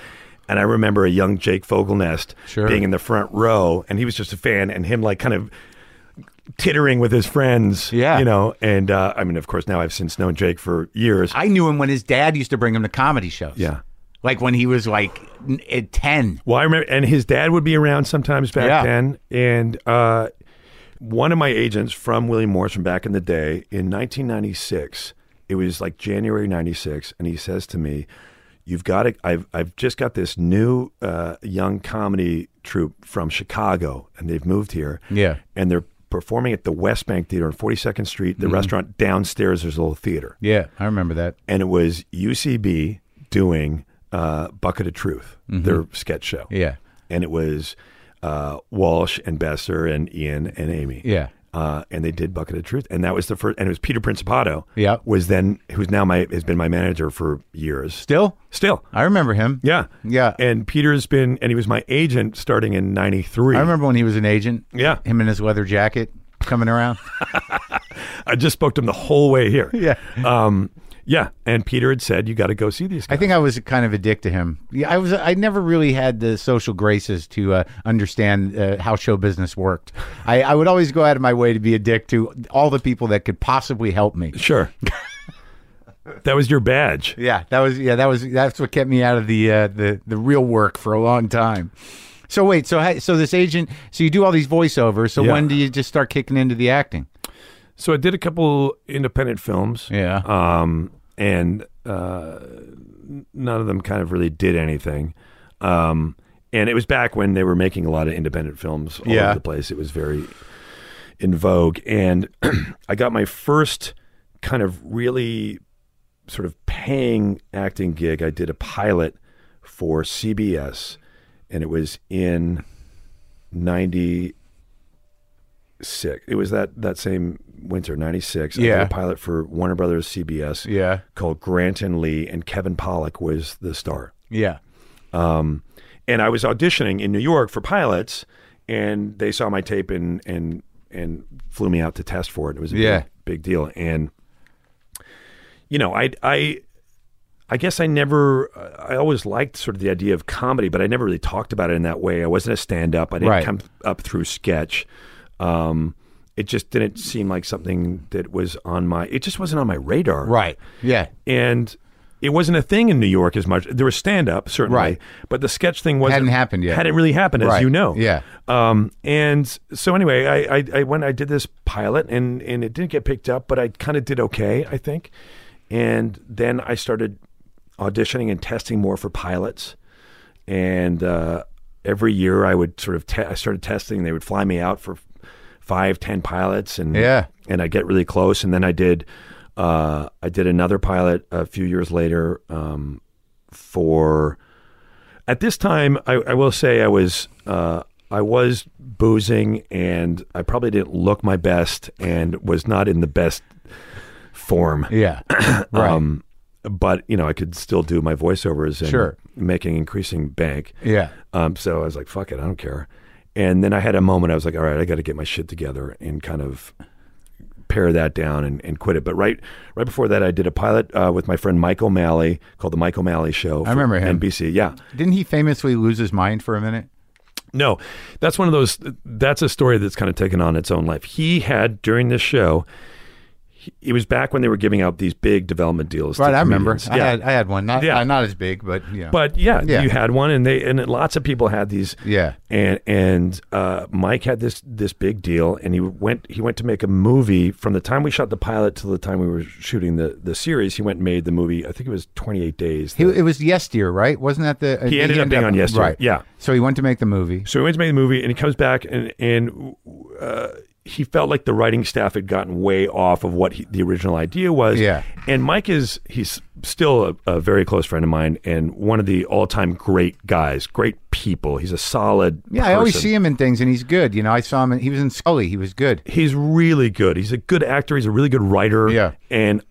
Speaker 3: And I remember a young Jake Fogelnest
Speaker 4: Sure.
Speaker 3: being in the front row, and he was just a fan, and him like kind of tittering with his friends.
Speaker 4: Yeah.
Speaker 3: you know. And uh, I mean, of course, now I've since known Jake for years.
Speaker 4: i knew him when his dad used to bring him to comedy shows
Speaker 3: Yeah.
Speaker 4: like when he was like n- at 10
Speaker 3: Well, I remember, and his dad would be around sometimes back
Speaker 4: Yeah.
Speaker 3: then. And uh, one of my agents from William Morris from back in the day in 1996, it was like January 96, and he says to me, You've got to, I've, I've just got this new uh, young comedy troupe from Chicago, and they've moved here.
Speaker 4: Yeah.
Speaker 3: And they're performing at the West Bank Theater on 42nd Street, the
Speaker 4: Mm-hmm.
Speaker 3: restaurant downstairs, there's a little theater.
Speaker 4: yeah i remember that
Speaker 3: And it was UCB doing uh, Bucket of Truth, their sketch show
Speaker 4: Mm-hmm. yeah
Speaker 3: and it was uh, Walsh and Besser and Ian and Amy.
Speaker 4: Yeah.
Speaker 3: Uh, and they did Bucket of Truth, and that was the first. And it was Peter Principato.
Speaker 4: Yeah.
Speaker 3: was then who's now my has been my manager for years.
Speaker 4: still
Speaker 3: still,
Speaker 4: i remember him
Speaker 3: yeah,
Speaker 4: Yeah.
Speaker 3: And Peter's been, and he was my agent starting in '93.
Speaker 4: i remember when he was an agent
Speaker 3: Yeah.
Speaker 4: him in his leather jacket coming around
Speaker 3: I just spoke to him the whole way here.
Speaker 4: [LAUGHS] Yeah.
Speaker 3: um, yeah. And Peter had said, "You got to go see these
Speaker 4: I
Speaker 3: guys."
Speaker 4: think I was kind of a dick to him. Yeah, I was. I never really had the social graces to uh, understand uh, how show business worked. I, I would always go out of my way to be a dick to all the people that could possibly help me. [LAUGHS]
Speaker 3: sure. that was your badge.
Speaker 4: Yeah, that was. Yeah, that was. That's what kept me out of the uh, the the real work for a long time. So wait, so ha- so this agent, so you do all these voiceovers. So
Speaker 3: Yeah.
Speaker 4: when do you just start kicking into the acting?
Speaker 3: So I did a couple independent films.
Speaker 4: Yeah.
Speaker 3: um, and uh, n- none of them kind of really did anything. Um, and it was back when they were making a lot of independent films all
Speaker 4: Yeah.
Speaker 3: over the place. It was very in vogue, and [CLEARS THROAT] I got my first kind of really sort of paying acting gig. I did a pilot for CBS, and it was in ninety six. It was that that same winter, ninety six. I
Speaker 4: Yeah.
Speaker 3: did a pilot for Warner Brothers CBS
Speaker 4: Yeah.
Speaker 3: called Grant and Lee, and Kevin Pollock was the star.
Speaker 4: Yeah.
Speaker 3: And I was auditioning in New York for pilots, and they saw my tape and and and flew me out to test for it. It was a
Speaker 4: Yeah.
Speaker 3: big, big deal, and you know, I I. I guess I never, I always liked sort of the idea of comedy, but I never really talked about it in that way. I wasn't a stand up. I didn't
Speaker 4: Right.
Speaker 3: come up through sketch. Um, it just didn't seem like something that was on my, it just wasn't on my radar
Speaker 4: Right. Yeah.
Speaker 3: and it wasn't a thing in New York as much. There was stand up certainly,
Speaker 4: Right.
Speaker 3: but the sketch thing wasn't
Speaker 4: Hadn't happened yet.
Speaker 3: Hadn't really happened, as
Speaker 4: Right.
Speaker 3: you know.
Speaker 4: Yeah.
Speaker 3: Um, and so anyway, I, I, I went, I did this pilot and, and it didn't get picked up, but I kind of did okay, I think. And then I started auditioning and testing more for pilots. And, uh, every year I would sort of, te- I started testing, they would fly me out for five, 10 pilots and,
Speaker 4: Yeah.
Speaker 3: and I get really close. And then I did, uh, I did another pilot a few years later, um, for, at this time, I, I will say I was uh, I was boozing, and I probably didn't look my best, and was not in the best form.
Speaker 4: Yeah. right.
Speaker 3: Um, but you know, I could still do my voiceovers and
Speaker 4: Sure.
Speaker 3: making increasing bank.
Speaker 4: yeah.
Speaker 3: Um, so I was like, "Fuck it, I don't care." And then I had a moment. I was like, "All right, I got to get my shit together and kind of pare that down and, and quit it." But right, right before that, I did a pilot uh, with my friend Mike O'Malley called the Mike O'Malley Show. for
Speaker 4: remember him.
Speaker 3: NBC. Yeah,
Speaker 4: Didn't he famously lose his mind for a minute?
Speaker 3: no, that's one of those. That's a story that's kind of taken on its own life. He had during this show. he- It was back when they were giving out these big development deals. to
Speaker 4: Right. I remember.
Speaker 3: comedians.
Speaker 4: I had I had one. Not
Speaker 3: Yeah.
Speaker 4: uh, not as big, but yeah.
Speaker 3: but yeah,
Speaker 4: Yeah.
Speaker 3: you had one, and they and lots of people had these.
Speaker 4: Yeah.
Speaker 3: and and uh, Mike had this this big deal, and he went he went to make a movie from the time we shot the pilot till the time we were shooting the the series. He went and made the movie. I think it was twenty eight days.
Speaker 4: He, it was Yes Dear, right? Wasn't that the uh,
Speaker 3: He ended up being on Yes Dear,
Speaker 4: right?
Speaker 3: yeah.
Speaker 4: So he went to make the movie.
Speaker 3: So he went to make the movie, and he comes back, and and uh, he felt like the writing staff had gotten way off of what he, the original idea was.
Speaker 4: Yeah.
Speaker 3: And Mike is he's still a, a very close friend of mine and one of the all time great guys, great people. He's a solid.
Speaker 4: Yeah, I always
Speaker 3: person.
Speaker 4: see him in things, and he's good. You know, I saw him. In, he was in Scully. He was good.
Speaker 3: He's really good. He's a good actor. He's a really good writer.
Speaker 4: Yeah.
Speaker 3: And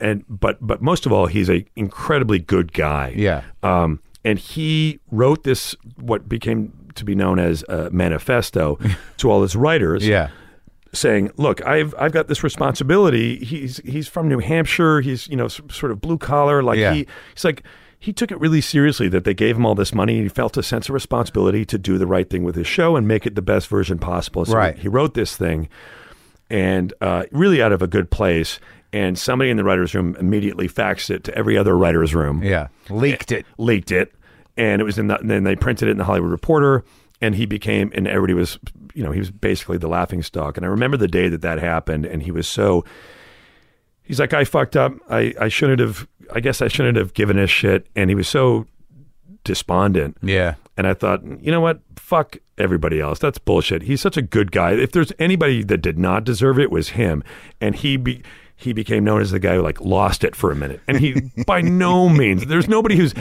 Speaker 3: and but but most of all, he's a incredibly good guy.
Speaker 4: Yeah.
Speaker 3: Um, and he wrote this what became to be known as a
Speaker 4: [LAUGHS]
Speaker 3: manifesto to all his writers.
Speaker 4: Yeah.
Speaker 3: saying, "Look, I've I've got this responsibility. He's he's from New Hampshire. He's you know s- sort of blue collar. Like
Speaker 4: Yeah.
Speaker 3: he he's like." He took it really seriously that they gave him all this money, and he felt a sense of responsibility to do the right thing with his show and make it the best version possible. So
Speaker 4: Right.
Speaker 3: he wrote this thing, and uh, really out of a good place. And somebody in the writers' room immediately faxed it to every other writers' room
Speaker 4: Yeah, leaked it.
Speaker 3: leaked it, and it was in the, then they printed it in the Hollywood Reporter, and he became and everybody was you know he was basically the laughing stock. And I remember the day that that happened, and he was so he's like I fucked up. I I shouldn't have. I guess I shouldn't have given a shit. And he was so despondent.
Speaker 4: Yeah,
Speaker 3: And I thought, you know what? Fuck everybody else. That's bullshit. He's such a good guy. If there's anybody that did not deserve it, it was him. And he be, he became known as the guy who like lost it for a minute. And he by no means there's nobody who's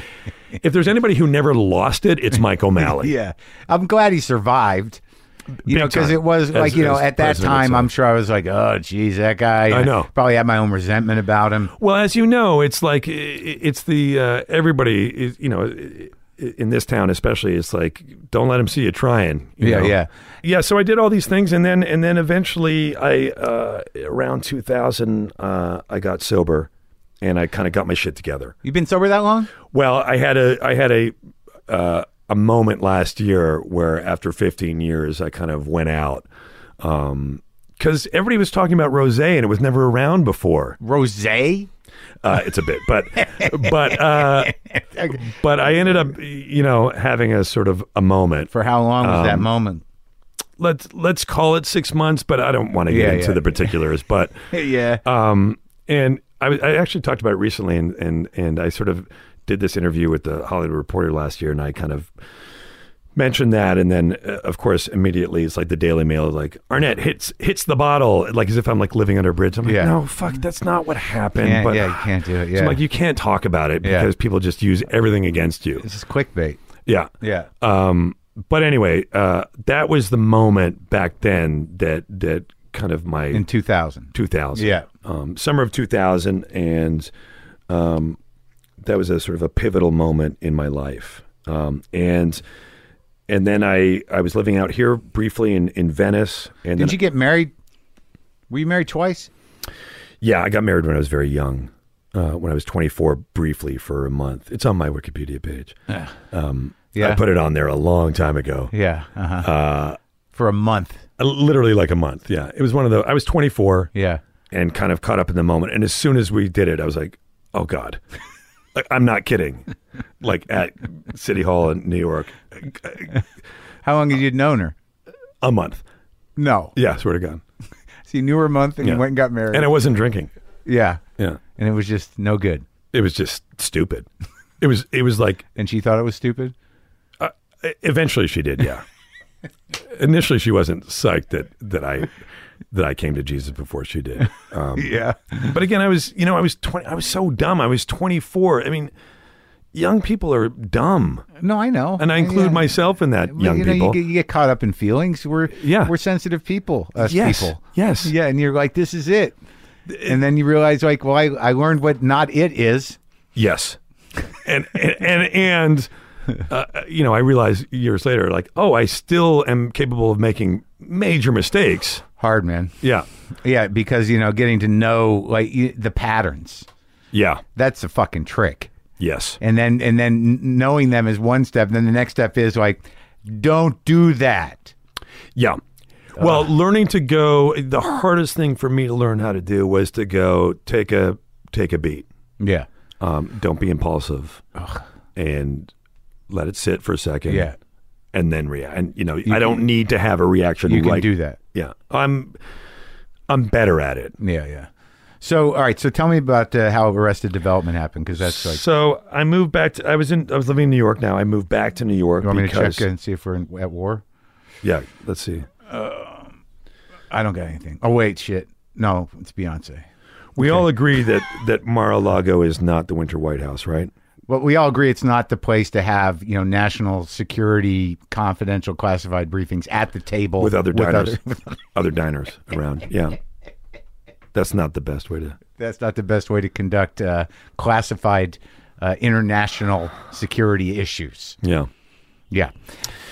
Speaker 3: if there's anybody who never lost it, it's Mike O'Malley.
Speaker 4: yeah. I'm glad he survived. You
Speaker 3: Big
Speaker 4: know, because
Speaker 3: time.
Speaker 4: it was
Speaker 3: As-
Speaker 4: like you know,
Speaker 3: as
Speaker 4: at that
Speaker 3: president
Speaker 4: time,
Speaker 3: itself.
Speaker 4: I'm sure I was like, oh, geez, that guy.
Speaker 3: I know.
Speaker 4: Probably had my own resentment about him.
Speaker 3: Well, as you know, it's like i- i- it's the uh, everybody is you know i- i- in this town especially it's like don't let them see you trying. you
Speaker 4: Yeah,
Speaker 3: know?
Speaker 4: yeah.
Speaker 3: yeah. So I did all these things, and then and then eventually I uh, around 2000 uh, I got sober, and I kind of got my shit together.
Speaker 4: You've been sober that long?
Speaker 3: Well, I had a I had a uh, a moment last year where after 15 years I kind of went out. Um, because everybody was talking about rosé and it was never around before.
Speaker 4: Rosé.
Speaker 3: Uh, it's a bit, but [LAUGHS] but uh, but I ended up, you know, having a sort of a moment.
Speaker 4: For how long was that
Speaker 3: Um,
Speaker 4: moment?
Speaker 3: Let's let's call it six months, but I don't want to get
Speaker 4: Yeah,
Speaker 3: into
Speaker 4: yeah.
Speaker 3: the particulars.
Speaker 4: [LAUGHS]
Speaker 3: But
Speaker 4: Yeah.
Speaker 3: um, and I, was- I actually talked about it recently, and, and and I sort of did this interview with the Hollywood Reporter last year, and I kind of mentioned that, and then uh, of course immediately it's like the Daily Mail, is like Arnett hits hits the bottle, like as if I'm like living under a bridge. I'm like,
Speaker 4: Yeah.
Speaker 3: no, fuck, that's not what happened.
Speaker 4: yeah,
Speaker 3: but
Speaker 4: yeah, you can't do it. Yeah.
Speaker 3: so I'm like, you can't talk about it
Speaker 4: Yeah.
Speaker 3: because people just use everything against you.
Speaker 4: this is clickbait.
Speaker 3: Yeah.
Speaker 4: Yeah.
Speaker 3: Um, but anyway, uh, that was the moment back then that that kind of my
Speaker 4: In 2000.
Speaker 3: 2000.
Speaker 4: Yeah.
Speaker 3: Um, summer of 2000, and um, that was a sort of a pivotal moment in my life. Um, and and then I I was living out here briefly in in Venice. And then,
Speaker 4: Did you get married? Were you married twice?
Speaker 3: yeah, I got married when I was very young. Uh, when I was 24, briefly for a month. It's on my Wikipedia page. Um, I
Speaker 4: Yeah.
Speaker 3: put it on there a long time ago.
Speaker 4: yeah. Uh-huh. For a month.
Speaker 3: Uh, Literally like a month. Yeah. It was one of the, I was 24
Speaker 4: Yeah.
Speaker 3: and kind of caught up in the moment. And as soon as we did it, I was like, oh God. like, I'm not kidding. Like at City Hall in New York,
Speaker 4: How long had you known her?
Speaker 3: a month.
Speaker 4: No.
Speaker 3: Yeah. Swear to God.
Speaker 4: So you knew her a month and
Speaker 3: Yeah.
Speaker 4: you went and got married.
Speaker 3: And I wasn't drinking.
Speaker 4: yeah.
Speaker 3: Yeah.
Speaker 4: And it was just no good.
Speaker 3: It was just stupid. It was, it was like,
Speaker 4: And she thought it was stupid.
Speaker 3: eventually she did. Yeah. Initially, she wasn't psyched that, that I, that I came to Jesus before she did. Um,
Speaker 4: Yeah.
Speaker 3: But again, I was, you know, I was 20, I was so dumb. I was 24. I mean, young people are dumb.
Speaker 4: No, I know.
Speaker 3: And I include
Speaker 4: Yeah.
Speaker 3: myself in that,
Speaker 4: Well,
Speaker 3: young
Speaker 4: you know,
Speaker 3: people.
Speaker 4: You get, you get caught up in feelings. We're
Speaker 3: Yeah.
Speaker 4: we're sensitive people. Us
Speaker 3: Yes.
Speaker 4: people.
Speaker 3: Yes.
Speaker 4: Yeah, and you're like, this is it. And then you realize, like, well, I, I learned what not it is.
Speaker 3: yes. And, and, and, and uh, you know, I realized years later, like, oh, I still am capable of making major mistakes.
Speaker 4: Hard, man.
Speaker 3: Yeah.
Speaker 4: Yeah, because you know, getting to know like you, the patterns.
Speaker 3: Yeah.
Speaker 4: That's a fucking trick.
Speaker 3: Yes.
Speaker 4: And then and then n- knowing them is one step. Then the next step is like, don't do that.
Speaker 3: Yeah. Well, learning to go, the hardest thing for me to learn how to do was to go take a, take a beat.
Speaker 4: Yeah.
Speaker 3: Um, don't be impulsive, and let it sit for a second.
Speaker 4: Yeah.
Speaker 3: and then react. And you know, I don't need to have a reaction.
Speaker 4: You can
Speaker 3: right-
Speaker 4: do that.
Speaker 3: Yeah, I'm, I'm better at it.
Speaker 4: Yeah, yeah. So, all right. So, tell me about uh, how Arrested Development happened because that's like.
Speaker 3: So I moved back. To, I was in. I was living in New York now. I moved back to New York
Speaker 4: You want me to
Speaker 3: because
Speaker 4: check and see if we're in, at war?
Speaker 3: yeah. Let's see.
Speaker 4: I don't got anything. Oh wait, shit. No, it's Beyonce.
Speaker 3: We all agree that that Mar-a-Lago is not the Winter White House, right?
Speaker 4: But we all agree it's not the place to have you know national security confidential classified briefings at the table
Speaker 3: With other diners,
Speaker 4: other- [LAUGHS]
Speaker 3: [LAUGHS] other diners around. Yeah, that's not the best way to.
Speaker 4: that's not the best way to conduct uh, classified uh, international security issues.
Speaker 3: Yeah.
Speaker 4: Yeah.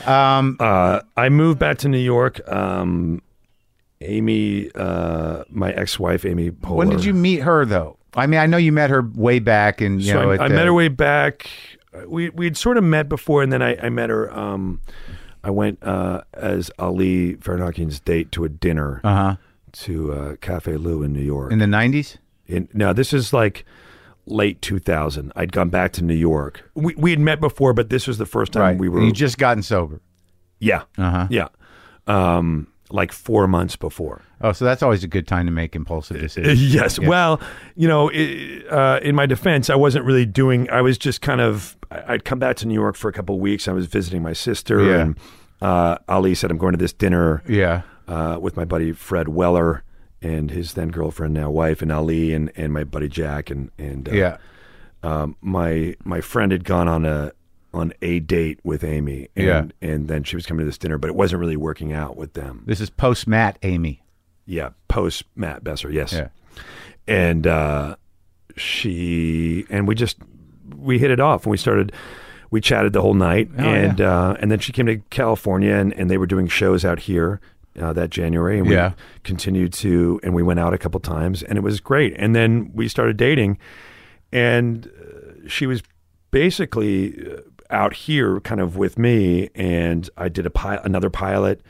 Speaker 3: Uh, I moved back to New York. Um, Amy, uh, my ex-wife, Amy Poehler.
Speaker 4: When did you meet her though? I mean, I know you met her way back, and you
Speaker 3: So
Speaker 4: know,
Speaker 3: I,
Speaker 4: at
Speaker 3: I
Speaker 4: the-
Speaker 3: met her way back. We we'd sort of met before, and then I, I met her. Um, I went uh, as Ali Farnakian's date to a dinner
Speaker 4: Uh-huh.
Speaker 3: to uh, Cafe Lou in New York.
Speaker 4: in the nineties.
Speaker 3: in, now this is like late 2000. I'd gone back to New York. We we had met before, but this was the first time Um, we were.
Speaker 4: You just gotten sober.
Speaker 3: yeah,
Speaker 4: Uh-huh.
Speaker 3: yeah, um, like four months before.
Speaker 4: Oh, so that's always a good time to make impulsive
Speaker 3: Uh,
Speaker 4: decisions.
Speaker 3: [LAUGHS] Yes. Well, you know, i uh, in my defense, I wasn't really doing. I was just kind of. I- I'd come back to New York for a couple of weeks. I was visiting my sister,
Speaker 4: Yeah.
Speaker 3: and uh, Ali said, "I'm going to this dinner
Speaker 4: yeah.
Speaker 3: uh, with my buddy Fred Weller and his then girlfriend, now wife, and Ali, and, and my buddy Jack, and and uh,
Speaker 4: Yeah.
Speaker 3: um, my my friend had gone on a on a date with Amy, and
Speaker 4: Yeah.
Speaker 3: and then she was coming to this dinner, but it wasn't really working out with them.
Speaker 4: This is post Matt Amy.
Speaker 3: Yeah, post Matt Besser. Yes.
Speaker 4: Yeah.
Speaker 3: And uh, she and we just we hit it off and we started we chatted the whole night
Speaker 4: Oh,
Speaker 3: and uh, and then she came to California and, and they were doing shows out here uh, that January and we
Speaker 4: Yeah.
Speaker 3: continued to and we went out a couple times and it was great and then we started dating and uh, she was basically uh, out here kind of with me and I did a pi- another pilot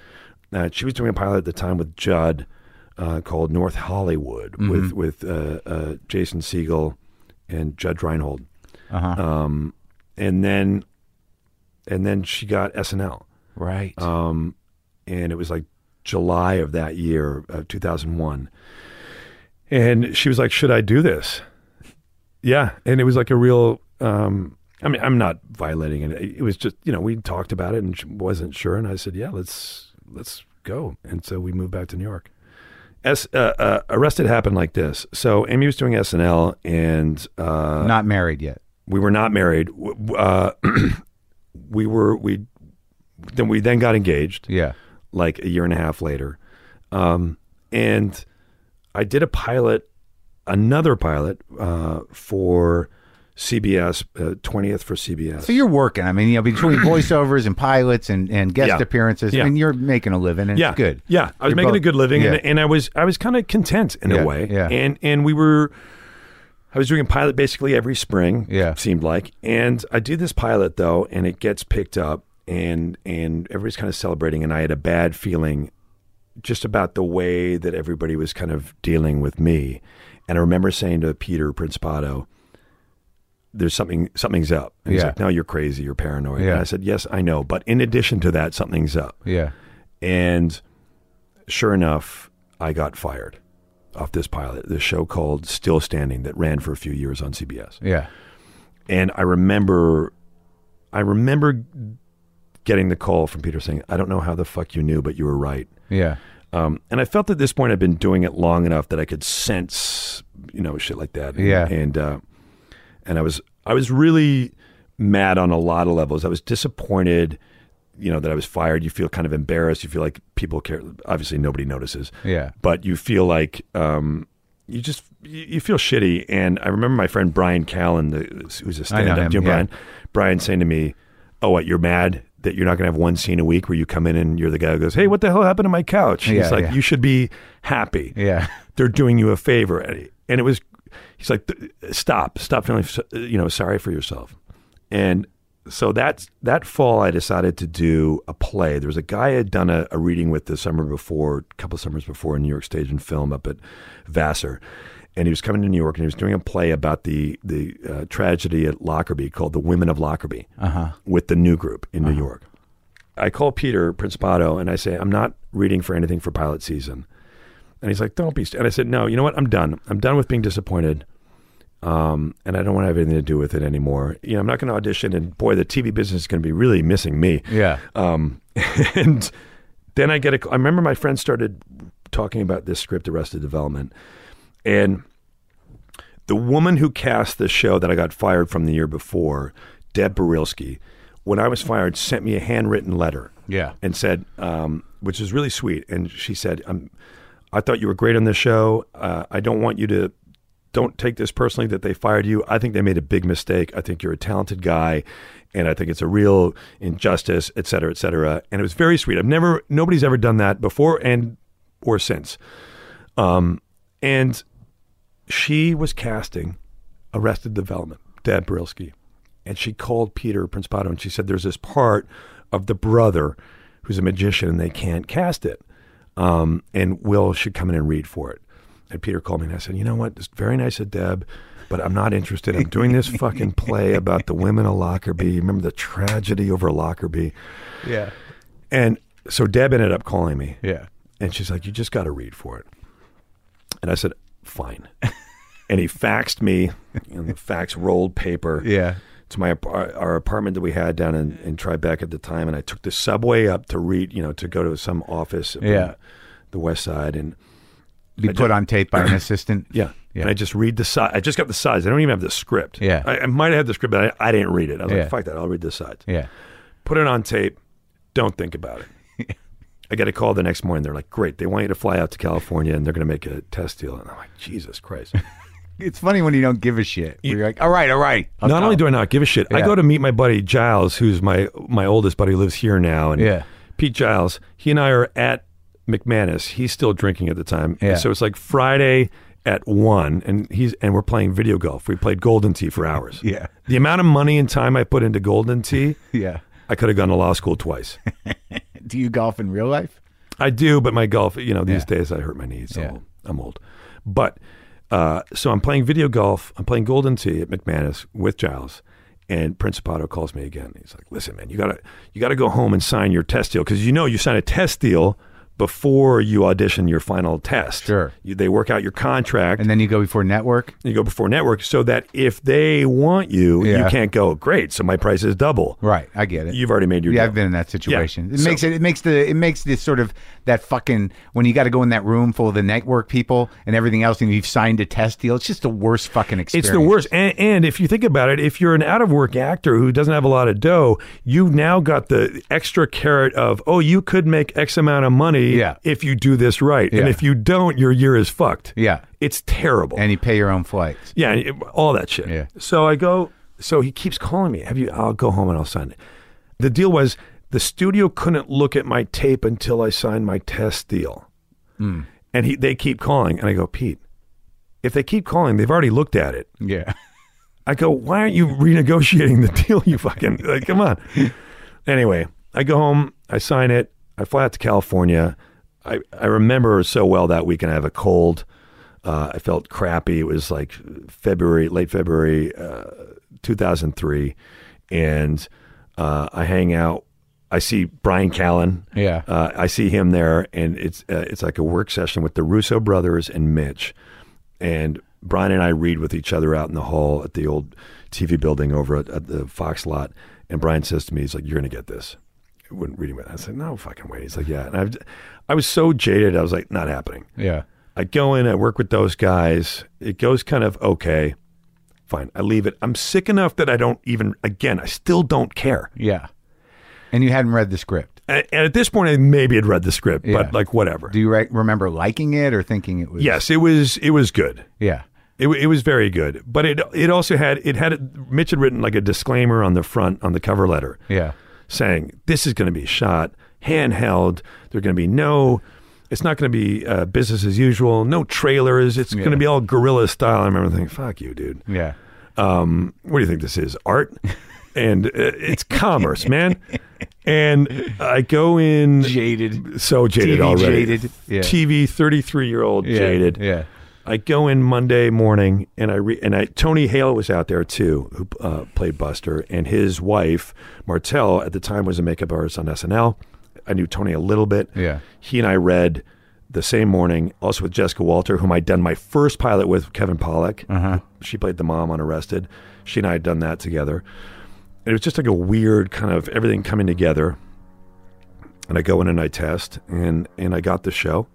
Speaker 3: uh, she was doing a pilot at the time with Judd uh, called North Hollywood with with uh, uh, Jason Siegel and Judd Reinhold um, and then and then she got SNL
Speaker 4: Right.
Speaker 3: um, and it was like July of that year, uh, 2001. And she was like, "Should I do this?" Yeah, and it was like a real. Um, I mean, I'm not violating it. It was just you know we talked about it and she wasn't sure, and I said, "Yeah, let's let's go." And so we moved back to New York. S, uh, uh, Arrested happened like this. So Amy was doing SNL, and uh,
Speaker 4: Not married yet.
Speaker 3: we were not married. W- w- Uh, [CLEARS THROAT] we were we then we then got engaged
Speaker 4: Yeah.
Speaker 3: like a year and a half later. Um, and I did a pilot, another pilot uh, for CBS, uh, 20th for CBS.
Speaker 4: So you're working. I mean, you know,
Speaker 3: [CLEARS THROAT]
Speaker 4: between voiceovers and pilots and, and guest
Speaker 3: Yeah.
Speaker 4: appearances,
Speaker 3: Yeah.
Speaker 4: I mean, you're making a living and
Speaker 3: yeah,
Speaker 4: it's good.
Speaker 3: Yeah, I was
Speaker 4: You're
Speaker 3: making a
Speaker 4: both-
Speaker 3: good living,
Speaker 4: Yeah.
Speaker 3: and, and I was I was kind of content in
Speaker 4: Yeah,
Speaker 3: a way.
Speaker 4: yeah.
Speaker 3: and and we were, I was doing a pilot basically every spring.
Speaker 4: Yeah.
Speaker 3: seemed like, and I do this pilot though, and it gets picked up, and and everybody's kind of celebrating, and I had a bad feeling, just about the way that everybody was kind of dealing with me, and I remember saying to Peter Principato. There's something, something's up. And he's
Speaker 4: Yeah.
Speaker 3: like, no, you're crazy. You're paranoid.
Speaker 4: Yeah.
Speaker 3: And I said, yes, I know. But in addition to that, something's up.
Speaker 4: yeah.
Speaker 3: And sure enough, I got fired off this pilot, this show called Still Standing that ran for a few years on CBS.
Speaker 4: Yeah.
Speaker 3: And I remember I remember getting the call from Peter saying, I don't know how the fuck you knew, but you were right.
Speaker 4: Yeah.
Speaker 3: Um, and I felt at this point I'd been doing it long enough that I could sense, you know, shit like that. And-
Speaker 4: Yeah.
Speaker 3: And uh, and I was I was really mad on a lot of levels. I was disappointed, you know, that I was fired. You feel kind of embarrassed. You feel like people care. Obviously, nobody notices.
Speaker 4: Yeah.
Speaker 3: But you feel like um, you just you you feel shitty. And I remember my friend Brian Callen, the, who's a
Speaker 4: I know
Speaker 3: stand-up.
Speaker 4: him,
Speaker 3: Do you know
Speaker 4: yeah.
Speaker 3: Brian? Brian saying to me, "Oh, what? You're mad." That you're not going to have one scene a week where you come in and you're the guy who goes, "Hey, what the hell happened to my couch?"
Speaker 4: Yeah,
Speaker 3: He's like,
Speaker 4: yeah.
Speaker 3: "You should be happy."
Speaker 4: Yeah.
Speaker 3: they're doing you a favor. And he- and it was, he's like, "Th- stop, stop feeling, so- you know, sorry for yourself. And so that's that fall, I decided to do a play. There was a guy I had done a, a reading with the summer before, a couple summers before, in New York Stage and Film up at Vassar. And he was coming to New York, and he was doing a play about the the uh, tragedy at Lockerbie called "The Women of Lockerbie" with the New Group in New York. I call Peter Principato and I say, "I'm not reading for anything for pilot season." And he's like, "Don't be." St-. And I said, "No, you know what? I'm done. I'm done with being disappointed, um, and I don't want to have anything to do with it anymore. You know, I'm not going to audition, and boy, the TV business is going to be really missing me."
Speaker 4: Yeah.
Speaker 3: [LAUGHS] Um, and then I get a. I remember my friend started talking about this script, Arrested Development, and the woman who cast the show that I got fired from the year before, Deb Barilski, when I was fired, sent me a handwritten letter.
Speaker 4: Yeah.
Speaker 3: and said, um, which is really sweet. And she said, um, "I thought you were great on this show. Uh, I don't want you to." Don't take this personally that they fired you. I think they made a big mistake. I think you're a talented guy, and I think it's a real injustice, et cetera, et cetera. And it was very sweet. I've never, nobody's ever done that before and or since. Um, And she was casting Arrested Development, Deb Brilski. And she called Peter Principato and she said, There's this part of the brother who's a magician and they can't cast it. Um, and Will should come in and read for it. And Peter called me and I said, You know what? It's very nice of Deb, but I'm not interested. I'm doing this fucking play about the women of Lockerbie. Remember the tragedy over Lockerbie?
Speaker 4: [LAUGHS] Yeah.
Speaker 3: And so Deb ended up calling me.
Speaker 4: Yeah.
Speaker 3: And she's like, You just got to read for it. And I said, Fine. and he faxed me, and the fax rolled paper
Speaker 4: Yeah.
Speaker 3: to my ap- our our apartment that we had down in, in Tribeca at the time. And I took the subway up to read, you know, to go to some office up in
Speaker 4: Yeah.
Speaker 3: the West Side. And
Speaker 4: Be put on tape by an assistant.
Speaker 3: yeah.
Speaker 4: [CLEARS THROAT] Yeah.
Speaker 3: And I just read the size. I just got the size. I don't even have the script.
Speaker 4: Yeah.
Speaker 3: I, I might have had the script, but I, I didn't read it. I was
Speaker 4: Yeah.
Speaker 3: like, fuck that. I'll read the sides.
Speaker 4: Yeah.
Speaker 3: put it on tape. Don't think about it.
Speaker 4: [LAUGHS]
Speaker 3: I get a call the next morning. They're like, great. They want you to fly out to California and they're going to make a test deal. And I'm like, Jesus
Speaker 4: [LAUGHS]
Speaker 3: Christ.
Speaker 4: It's funny when you don't give a shit. You're like, all right, all right. I'll-
Speaker 3: not only do I not give a shit, I
Speaker 4: Yeah.
Speaker 3: go to meet my buddy Giles, who's my, my oldest buddy who lives here now. And
Speaker 4: Yeah.
Speaker 3: Pete Giles, he and I are at McManus. He's still drinking at the time.
Speaker 4: Yeah.
Speaker 3: So it's like Friday at one and he's and we're playing video golf. We played golden tee for hours.
Speaker 4: Yeah.
Speaker 3: The amount of money and time I put into golden
Speaker 4: [LAUGHS]
Speaker 3: tee,
Speaker 4: yeah.
Speaker 3: I could have gone to law school twice.
Speaker 4: Do you golf in real life?
Speaker 3: I do, but my golf, you know, these
Speaker 4: Yeah.
Speaker 3: days I hurt my knees.
Speaker 4: Yeah.
Speaker 3: I'm, I'm old. But uh, so I'm playing video golf. I'm playing Golden Tee at McManus with Giles. And Principato calls me again. He's like, "Listen, man, you gotta you gotta go home and sign your test deal because you know you sign a test deal before you audition your final test.
Speaker 4: Sure.
Speaker 3: You, they work out your contract
Speaker 4: And then you go before network.
Speaker 3: you go before network so that if they want you,
Speaker 4: Yeah.
Speaker 3: you can't go. Great, so my price is double.
Speaker 4: Right. I get it.
Speaker 3: You've already made your
Speaker 4: yeah,
Speaker 3: deal.
Speaker 4: I've been in that situation. It
Speaker 3: So-
Speaker 4: makes it, it makes the, it makes this sort of that fucking when you got to go in that room full of the network people and everything else, and you've signed a test deal. It's just the worst fucking experience.
Speaker 3: It's the worst. And, and if you think about it, if you're an out of work actor who doesn't have a lot of dough, you've now got the extra carrot of, oh, you could make X amount of money
Speaker 4: Yeah.
Speaker 3: if you do this right.
Speaker 4: Yeah.
Speaker 3: And if you don't, your year is fucked.
Speaker 4: Yeah.
Speaker 3: It's terrible.
Speaker 4: And you pay your own flights.
Speaker 3: yeah, and it- all that shit.
Speaker 4: Yeah.
Speaker 3: So I go, so he keeps calling me. Have you, I'll go home and I'll sign it. The deal was the studio couldn't look at my tape until I signed my test deal.
Speaker 4: Hmm.
Speaker 3: And he, they keep calling. And I go, Pete, if they keep calling, they've already looked at it.
Speaker 4: Yeah. [LAUGHS]
Speaker 3: I go, why aren't you renegotiating the deal? You fucking like, come on. Anyway, I go home, I sign it, I fly out to California. I, I remember so well that weekend. I have a cold. Uh, I felt crappy. It was like February, late February, uh, 2003, and uh, I hang out. I see Brian Callen.
Speaker 4: Yeah.
Speaker 3: uh, I see him there, and it's uh, it's like a work session with the Russo brothers and Mitch and Brian and I read with each other out in the hall at the old TV building over at, at the Fox lot. And Brian says to me, he's like, "You're gonna get this." I wouldn't read him. I said, "No fucking way." He's like, "Yeah." And I've, I was so jaded. I was like, "Not happening."
Speaker 4: Yeah.
Speaker 3: I go in. I work with those guys. It goes kind of okay. Fine. I leave it. I'm sick enough that I don't even. Again, I still don't care.
Speaker 4: Yeah. And you hadn't read the script.
Speaker 3: And, and at this point, I maybe had read the script,
Speaker 4: Yeah.
Speaker 3: but like whatever.
Speaker 4: Do you re- remember liking it or thinking it was?
Speaker 3: yes, it was. It was good.
Speaker 4: Yeah.
Speaker 3: It, w- it was very good, but it it also had it had Mitch had written like a disclaimer on the front on the cover letter
Speaker 4: Yeah.
Speaker 3: saying this is going to be shot handheld. There are going to be no, it's not going to be uh, business as usual. No trailers. It's going to be all guerrilla style. I remember thinking, "Fuck you, dude.
Speaker 4: Yeah.
Speaker 3: Um, what do you think this is? Art?" and uh, it's commerce, man. And I go in
Speaker 4: Jaded.
Speaker 3: so jaded
Speaker 4: TV
Speaker 3: already.
Speaker 4: jaded. Yeah.
Speaker 3: TV thirty three year old
Speaker 4: Yeah.
Speaker 3: jaded.
Speaker 4: Yeah.
Speaker 3: I go in Monday morning, and I re- and I Tony Hale was out there too, who uh, played Buster, and his wife Martell at the time was a makeup artist on SNL. I knew Tony a little bit.
Speaker 4: Yeah.
Speaker 3: he and I read the same morning, also with Jessica Walter, whom I'd done my first pilot with Kevin Pollak. She played the mom on Arrested. She and I had done that together. And it was just like a weird kind of everything coming together. And I go in and I test, and and I got the show.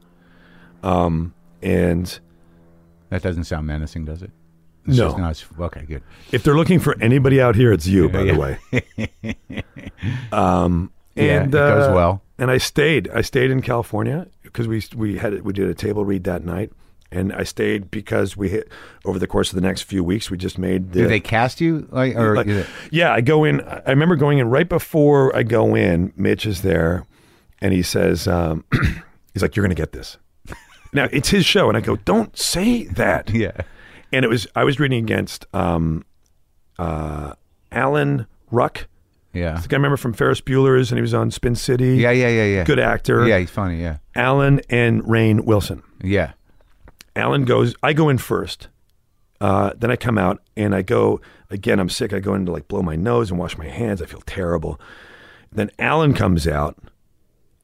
Speaker 3: Um, and
Speaker 4: That doesn't sound menacing, does it?
Speaker 3: No.
Speaker 4: just- it's- okay, good.
Speaker 3: if they're looking for anybody out here, it's you, by
Speaker 4: Yeah.
Speaker 3: the
Speaker 4: [LAUGHS]
Speaker 3: way. um,
Speaker 4: Yeah,
Speaker 3: and
Speaker 4: it goes
Speaker 3: uh,
Speaker 4: well.
Speaker 3: And I stayed. I stayed in California because we we had we did a table read that night, and I stayed because we hit over the course of the next few weeks. We just made the
Speaker 4: Do they cast you? Like, or
Speaker 3: like, yeah, I go in. I remember going in right before I go in. Mitch is there, and he says, um, [CLEARS THROAT] "He's like, you're going to get this." Now it's his show, and I go, "Don't say that."
Speaker 4: [LAUGHS] yeah.
Speaker 3: And it was I was reading against um, uh, Alan Ruck.
Speaker 4: Yeah.
Speaker 3: I think I remember from Ferris Bueller's, and he was on Spin City.
Speaker 4: Yeah, yeah, yeah, yeah.
Speaker 3: good actor.
Speaker 4: Yeah, he's funny. Yeah.
Speaker 3: Alan and Rain Wilson.
Speaker 4: Yeah.
Speaker 3: Alan goes. I go in first. Uh, then I come out and I go again. I'm sick. I go in to like blow my nose and wash my hands. I feel terrible. Then Alan comes out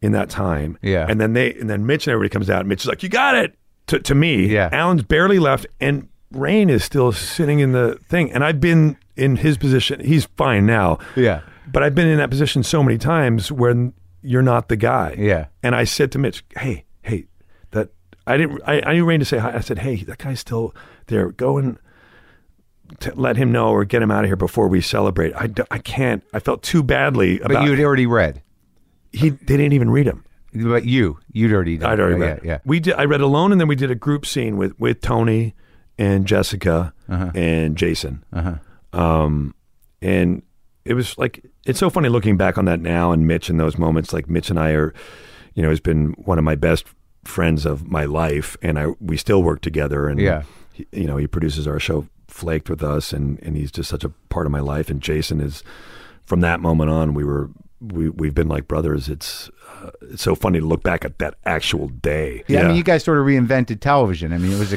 Speaker 3: in that time.
Speaker 4: Yeah.
Speaker 3: And then they and then Mitch and everybody comes out. And Mitch is like, "You got it." To to me.
Speaker 4: Yeah.
Speaker 3: Alan's barely left, and Rain is still sitting in the thing. And I've been in his position. He's fine now.
Speaker 4: Yeah.
Speaker 3: But I've been in that position so many times when you're not the guy.
Speaker 4: Yeah.
Speaker 3: And I said to Mitch, "Hey, hey, that I didn't. I, I knew Rain to say hi. I said, hey, that guy's still there. Go and t- let him know or get him out of here before we celebrate. I, d- I can't. I felt too badly
Speaker 4: But
Speaker 3: about.
Speaker 4: you'd already read.
Speaker 3: he they didn't even read him.
Speaker 4: But you, you'd already done.
Speaker 3: I'd already read.
Speaker 4: Yeah. yeah.
Speaker 3: We did. I read alone, and then we did a group scene with with Tony and Jessica
Speaker 4: Uh-huh.
Speaker 3: and Jason. Um, and it was like it's so funny looking back on that now, and Mitch in those moments. Like Mitch and I are, you know, has been one of my best friends of my life, and I we still work together. And
Speaker 4: Yeah.
Speaker 3: he- you know, he produces our show Flaked with us, and and he's just such a part of my life. And Jason is from that moment on, we were. We we've been like brothers. It's uh, it's so funny to look back at that actual day.
Speaker 4: Yeah, I mean, you guys sort of reinvented television. I mean, it was a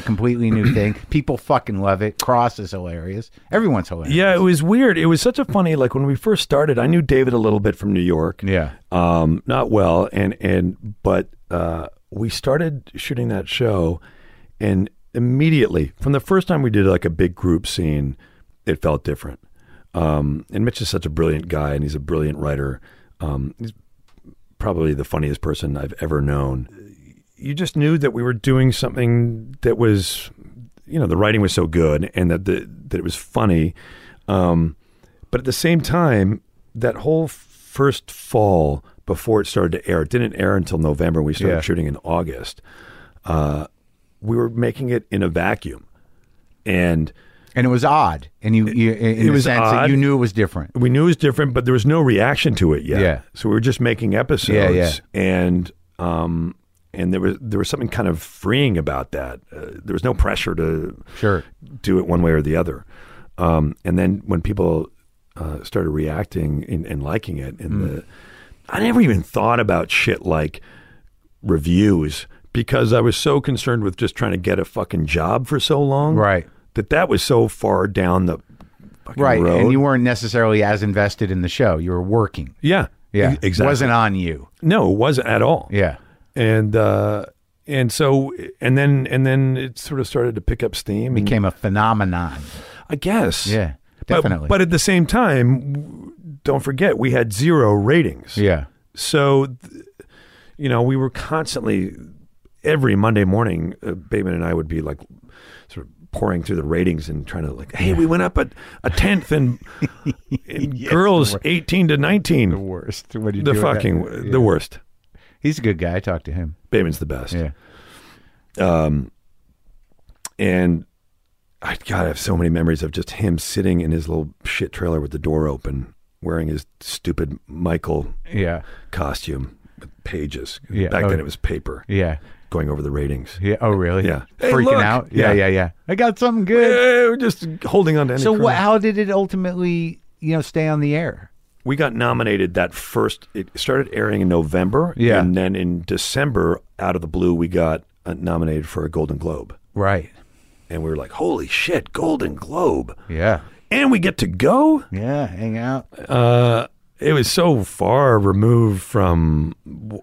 Speaker 3: [CLEARS THROAT]
Speaker 4: completely new thing. People fucking love it. Cross is hilarious. Everyone's hilarious.
Speaker 3: Yeah, it was weird. It was such a funny like when we first started. I knew David a little bit from New York.
Speaker 4: Yeah.
Speaker 3: um, not well, and and but uh, we started shooting that show, and immediately from the first time we did like a big group scene, it felt different. Um, and Mitch is such a brilliant guy, and he's a brilliant writer. Um, he's probably the funniest person I've ever known. You just knew that we were doing something that was, you know, the writing was so good, and that the that it was funny. Um, but at the same time, that whole first fall before it started to air, it didn't air until November. We started
Speaker 4: Yeah.
Speaker 3: shooting in August. Uh, we were making it in a vacuum, and
Speaker 4: And it was odd. And you, you in the
Speaker 3: was
Speaker 4: sense that
Speaker 3: odd.
Speaker 4: you knew it was different.
Speaker 3: we knew it was different, but there was no reaction to it yet.
Speaker 4: Yeah.
Speaker 3: So we were just making episodes.
Speaker 4: Yeah, yeah.
Speaker 3: And um, and there was there was something kind of freeing about that. Uh, there was no pressure to
Speaker 4: Sure.
Speaker 3: do it one way or the other. Um, and then when people uh, started reacting and, and liking it, and
Speaker 4: Hmm.
Speaker 3: the, I never even thought about shit like reviews because I was so concerned with just trying to get a fucking job for so long,
Speaker 4: Right.
Speaker 3: That that was so far down the fucking
Speaker 4: Right.
Speaker 3: road.
Speaker 4: And you weren't necessarily as invested in the show. You were working.
Speaker 3: yeah,
Speaker 4: Yeah.
Speaker 3: e- exactly.
Speaker 4: It wasn't on you.
Speaker 3: No, it wasn't at all.
Speaker 4: Yeah.
Speaker 3: and uh, and so and then and then it sort of started to pick up steam. and-
Speaker 4: Became a phenomenon.
Speaker 3: I guess.
Speaker 4: Yeah.
Speaker 3: But-
Speaker 4: Definitely.
Speaker 3: But, at the same time, w- don't forget we had zero ratings.
Speaker 4: yeah.
Speaker 3: So, th- you know, we were constantly every Monday morning, uh, Bateman and I would be like sort of pouring through the ratings and trying to like, hey, we went up a, a tenth
Speaker 4: [LAUGHS]
Speaker 3: in, in girls eighteen to nineteen.
Speaker 4: worst. What do you
Speaker 3: The, fucking the worst.
Speaker 4: He's a good guy. I talked to him.
Speaker 3: Bateman's the best. Um,
Speaker 4: Yeah.
Speaker 3: and I God, I have so many memories of just him sitting in his little shit trailer with the door open, wearing his stupid Michael
Speaker 4: Yeah.
Speaker 3: costume with pages.
Speaker 4: Yeah,
Speaker 3: Back
Speaker 4: oh,
Speaker 3: then
Speaker 4: yeah.
Speaker 3: it was paper.
Speaker 4: Yeah.
Speaker 3: Going over the ratings.
Speaker 4: Yeah. Oh, really?
Speaker 3: Yeah. Hey,
Speaker 4: Freaking
Speaker 3: look.
Speaker 4: out. Yeah, yeah.
Speaker 3: Yeah.
Speaker 4: Yeah. I got something
Speaker 3: Eh,
Speaker 4: good.
Speaker 3: we're just holding on to any
Speaker 4: So
Speaker 3: crumb.
Speaker 4: wh- how did it ultimately, you know, stay on the air?
Speaker 3: we got nominated that first it started airing in November.
Speaker 4: Yeah.
Speaker 3: And then in December, out of the blue, we got uh, nominated for a Golden Globe.
Speaker 4: Right.
Speaker 3: And we were like, holy shit, Golden Globe.
Speaker 4: Yeah.
Speaker 3: And we get to go?
Speaker 4: Yeah. Hang out.
Speaker 3: Uh, it was so far removed from w-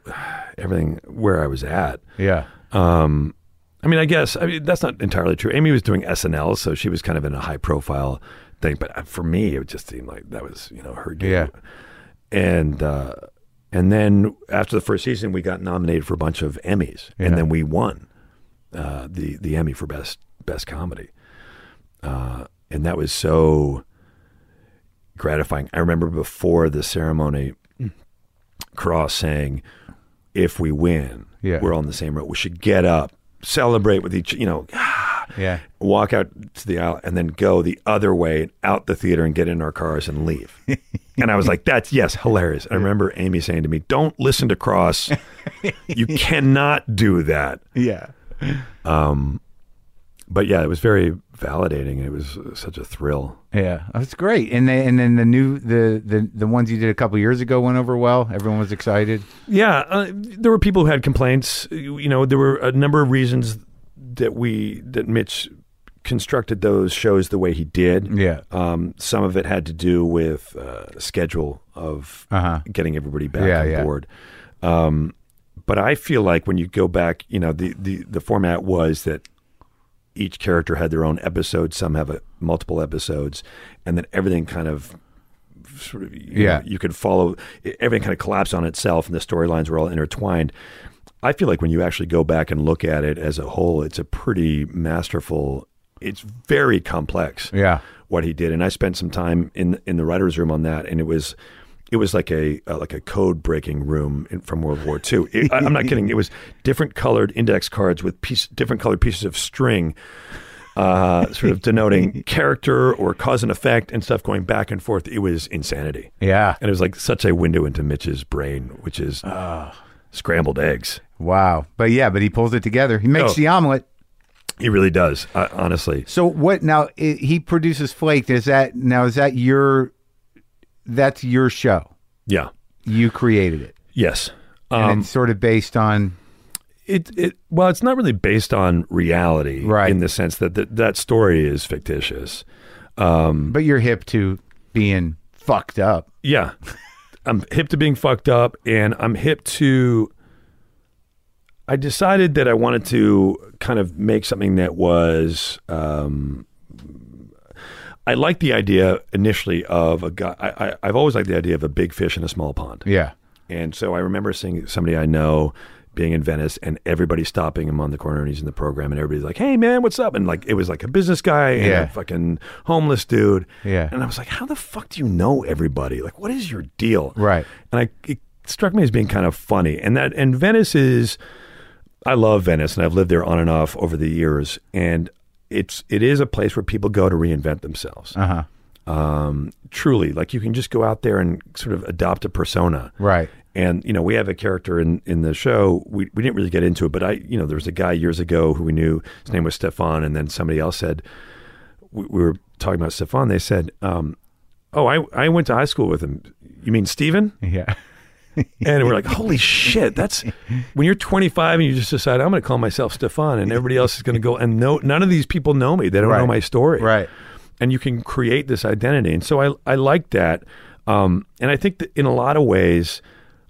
Speaker 3: everything where I was at.
Speaker 4: Yeah.
Speaker 3: I mean, I guess I mean, that's not entirely true. Amy was doing SNL, so she was kind of in a high profile thing. But uh, for me, it just seemed like that was you know her game.
Speaker 4: Yeah.
Speaker 3: And uh, and then after the first season, we got nominated for a bunch of Emmys,
Speaker 4: Yeah.
Speaker 3: and then we won. uh, the the Emmy for best best comedy, uh, and that was so gratifying. I remember before the ceremony, Cross saying, "If we win,
Speaker 4: Yeah.
Speaker 3: we're on the same road. We should get up, celebrate with each. You know,
Speaker 4: Yeah.
Speaker 3: walk out to the aisle and then go the other way out the theater and get in our cars and leave. and I was like, that's yes, hilarious. I remember Amy saying to me, don't listen to Cross. you cannot do that.
Speaker 4: Yeah.
Speaker 3: But yeah, it was very validating. It was uh, such a thrill.
Speaker 4: Yeah. That's great. And then and then the new the the, the ones you did a couple years ago went over well. Everyone was excited.
Speaker 3: Yeah, uh, there were people who had complaints. You know, there were a number of reasons that we that Mitch constructed those shows the way he did.
Speaker 4: Yeah.
Speaker 3: Um, some of it had to do with uh, schedule of
Speaker 4: Uh-huh.
Speaker 3: getting everybody back
Speaker 4: Yeah,
Speaker 3: on
Speaker 4: yeah.
Speaker 3: board. Um, but I feel like when you go back, you know, the, the, the format was that each character had their own episode. Some have a, multiple episodes, and then everything kind of sort of you
Speaker 4: Yeah.
Speaker 3: know, you could follow everything kind of collapsed on itself, and the storylines were all intertwined. I feel like when you actually go back and look at it as a whole, it's a pretty masterful. It's very complex
Speaker 4: Yeah.
Speaker 3: what he did, and I spent some time in in the writers' room on that, and it was it was like a uh, like a code breaking room in, from World War II. It, I, I'm not kidding. It was different colored index cards with piece, different colored pieces of string. Uh, sort of denoting character or cause and effect and stuff going back and forth. It was insanity.
Speaker 4: Yeah.
Speaker 3: And it was like such a window into Mitch's brain, which is scrambled eggs.
Speaker 4: Wow. But yeah, but he pulls it together. He makes
Speaker 3: Oh.
Speaker 4: the omelet.
Speaker 3: He really does, uh, honestly.
Speaker 4: So what now? i he produces Flaked. Is that now? Is that your? That's your show.
Speaker 3: Yeah.
Speaker 4: You created it,
Speaker 3: Yes.
Speaker 4: and it's sort of based on.
Speaker 3: it, it well, it's not really based on reality,
Speaker 4: Right.
Speaker 3: In the sense that th- that story is fictitious.
Speaker 4: But you're hip to being fucked up.
Speaker 3: Yeah, [LAUGHS] I'm hip to being fucked up, and I'm hip to. I decided that I wanted to kind of make something that was. Um, I like the idea initially of a guy. I, I, I've always liked the idea of a big fish in a small pond.
Speaker 4: Yeah.
Speaker 3: And so I remember seeing somebody I know being in Venice and everybody stopping him on the corner and he's in the program and everybody's like, Hey man, what's up? And like it was like a business guy and
Speaker 4: Yeah.
Speaker 3: a fucking homeless dude.
Speaker 4: Yeah.
Speaker 3: And I was like, How the fuck do you know everybody? Like what is your deal?
Speaker 4: Right.
Speaker 3: And I it struck me as being kind of funny. And that and Venice is I love Venice and I've lived there on and off over the years and it's it is a place where people go to reinvent themselves.
Speaker 4: Uh huh.
Speaker 3: Um, truly, like you can just go out there and sort of adopt a persona.
Speaker 4: Right.
Speaker 3: And you know, we have a character in in the show. We we didn't really get into it, but I, you know, there was a guy years ago who we knew. His name was Stefan, and then somebody else said we, we were talking about Stefan. They said, um, "Oh, I I went to high school with him." You mean Steven?
Speaker 4: Yeah.
Speaker 3: And we're like, "Holy shit!"
Speaker 4: [LAUGHS]
Speaker 3: That's when you're 25 and you just decide I'm going to call myself Stefan, and everybody else is going to go and no, none of these people know me. They don't
Speaker 4: Right.
Speaker 3: know my story
Speaker 4: Right.
Speaker 3: and you can create this identity. And so I I like that, um, and I think that in a lot of ways,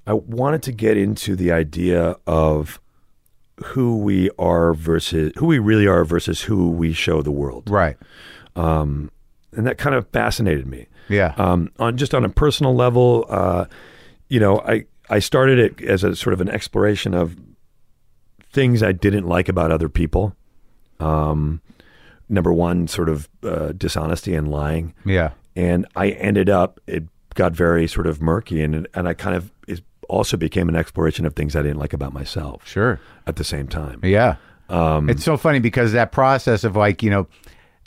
Speaker 3: I wanted to get into the idea of who we are versus who we really are versus who we show the world,
Speaker 4: Right.
Speaker 3: and that kind of fascinated me.
Speaker 4: Yeah.
Speaker 3: Um, on just on a personal level, uh, you know, I I started it as a sort of an exploration of things I didn't like about other people. Um, number one, sort of uh, dishonesty and lying
Speaker 4: yeah.
Speaker 3: and I ended up it got very sort of murky and and I kind of it also became an exploration of things I didn't like about myself
Speaker 4: Sure.
Speaker 3: at the same time.
Speaker 4: Yeah. Um, it's so funny because that process of like, you know,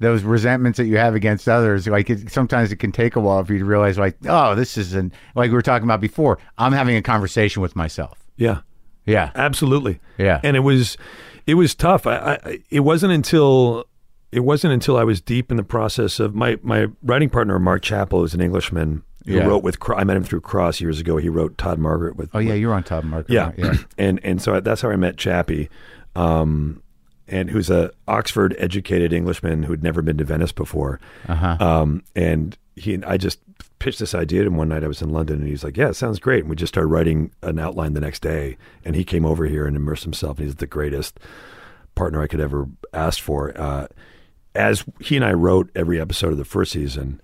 Speaker 4: those resentments that you have against others, like it, sometimes it can take a while for you to realize, like, oh, this isn't like we were talking about before. I'm having a conversation with myself.
Speaker 3: Yeah,
Speaker 4: Yeah.
Speaker 3: absolutely.
Speaker 4: Yeah.
Speaker 3: and it was it was tough. I, I it wasn't until it wasn't until I was deep in the process of my my writing partner Mark Chappell is an Englishman who
Speaker 4: Yeah.
Speaker 3: wrote with Cro- I met him through Cross years ago. He wrote Todd Margaret with
Speaker 4: Oh yeah, you're on top, Mark.
Speaker 3: Yeah.
Speaker 4: yeah.
Speaker 3: [CLEARS THROAT] and and so that's how I met Chappie, um, and who's a Oxford educated Englishman who had never been to Venice before.
Speaker 4: Uh-huh.
Speaker 3: Um, and he and I just pitched this idea to him one night. I was in London, and he's like, "Yeah, it sounds great." And we just started writing an outline the next day. And he came over here and immersed himself. And he's the greatest partner I could ever ask for. Uh, as he and I wrote every episode of the first season,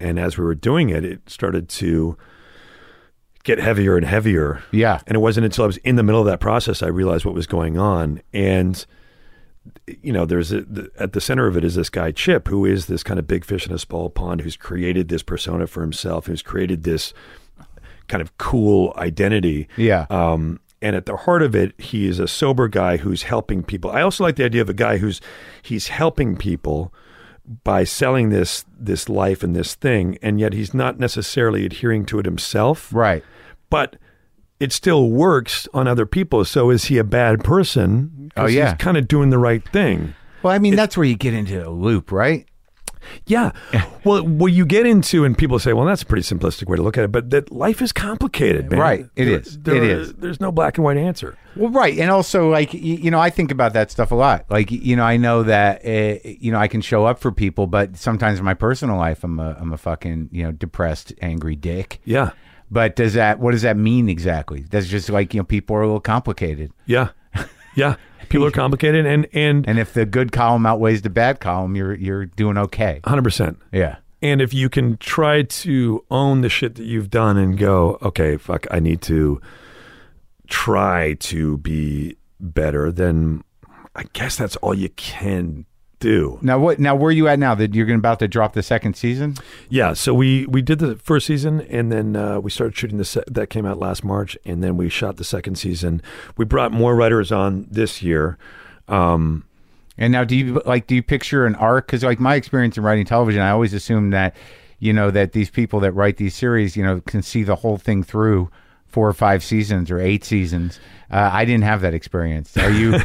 Speaker 3: and as we were doing it, it started to get heavier and heavier.
Speaker 4: Yeah.
Speaker 3: And it wasn't until I was in the middle of that process I realized what was going on. And you know, there's a, the, at the center of it is this guy Chip, who is this kind of big fish in a small pond, who's created this persona for himself, who's created this kind of cool identity.
Speaker 4: Yeah.
Speaker 3: Um, and at the heart of it, he is a sober guy who's helping people. I also like the idea of a guy who's he's helping people by selling this this life and this thing, and yet he's not necessarily adhering to it himself.
Speaker 4: Right.
Speaker 3: But it still works on other people. So is he a bad person? 'Cause
Speaker 4: Oh, yeah.
Speaker 3: he's kind of doing the right thing.
Speaker 4: Well, I mean, that's where you get into a loop, right?
Speaker 3: Yeah. well, what you get into, and people say, well, that's a pretty simplistic way to look at it, but that life is complicated, man.
Speaker 4: Right. It
Speaker 3: It is.
Speaker 4: is. It is.
Speaker 3: There's no black and white answer.
Speaker 4: Well, right, and also like y- you know, I think about that stuff a lot. Like y- you know, I know that uh, you know I can show up for people, but sometimes in my personal life, I'm a I'm a fucking you know depressed, angry dick.
Speaker 3: Yeah.
Speaker 4: But does that what does that mean exactly? That's just like you know people are a little complicated,
Speaker 3: Yeah. Yeah. People are complicated and, and
Speaker 4: and if the good column outweighs the bad column, you're you're doing okay.
Speaker 3: 100%.
Speaker 4: Yeah,
Speaker 3: And if you can try to own the shit that you've done and go, okay, fuck, I need to try to be better, then I guess that's all you can do.
Speaker 4: Now what? Now where you at now? That you're gonna about to drop the second season?
Speaker 3: Yeah, so we we did the first season, and then uh, we started shooting the se- that came out last March, and then we shot the second season. We brought more writers on this year.
Speaker 4: And now, do you like? Do you picture an arc? Because like my experience in writing television, I always assume that you know that these people that write these series, you know, can see the whole thing through four or five seasons or eight seasons. Uh, I didn't have that experience. Are you?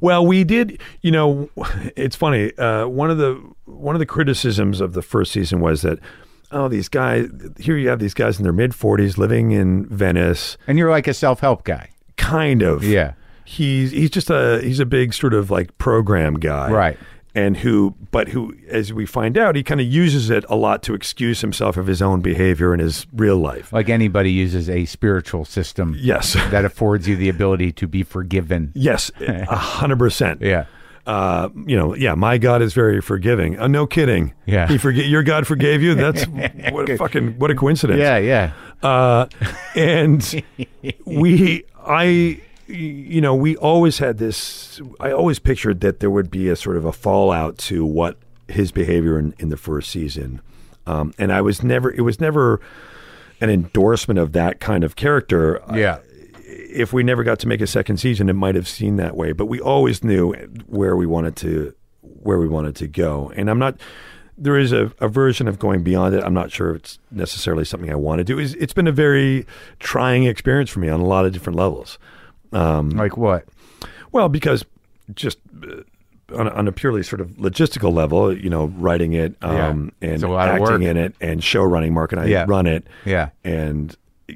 Speaker 3: Well, we did. You know, it's funny. Uh, one of the one of the criticisms of the first season was that oh, these guys here you have these guys in their mid forties living in Venice,
Speaker 4: and you're like a self help guy,
Speaker 3: kind of.
Speaker 4: Yeah.
Speaker 3: he's he's just a he's a big sort of like program guy,
Speaker 4: Right.
Speaker 3: And who, but who, as we find out, he kind of uses it a lot to excuse himself of his own behavior in his real life.
Speaker 4: like anybody uses a spiritual system
Speaker 3: Yes,
Speaker 4: that affords you the ability to be forgiven. [LAUGHS]
Speaker 3: yes, a hundred percent.
Speaker 4: Yeah.
Speaker 3: uh, you know, yeah, my God is very forgiving. Uh, no kidding.
Speaker 4: Yeah.
Speaker 3: he forget your God forgave you.
Speaker 4: [LAUGHS]
Speaker 3: That's what a fucking what a coincidence.
Speaker 4: Yeah, yeah.
Speaker 3: Uh,
Speaker 4: [LAUGHS]
Speaker 3: and we, I, you know, we always had this. I always pictured that there would be a sort of a fallout to what his behavior in, in the first season, um, and I was never. It was never an endorsement of that kind of character
Speaker 4: Yeah.
Speaker 3: if we never got to make a second season, it might have seemed that way. But we always knew where we wanted to where we wanted to go. And I'm not. There is a, a version of going beyond it. I'm not sure it's necessarily something I want to do. It's, it's been a very trying experience for me on a lot of different levels.
Speaker 4: Like what?
Speaker 3: Well, because just uh, on, a- on a purely sort of logistical level, you know, writing it um,
Speaker 4: Yeah. It's
Speaker 3: and
Speaker 4: a lot of work.
Speaker 3: acting in it and show running, Mark and I
Speaker 4: Yeah.
Speaker 3: run it.
Speaker 4: Yeah.
Speaker 3: And,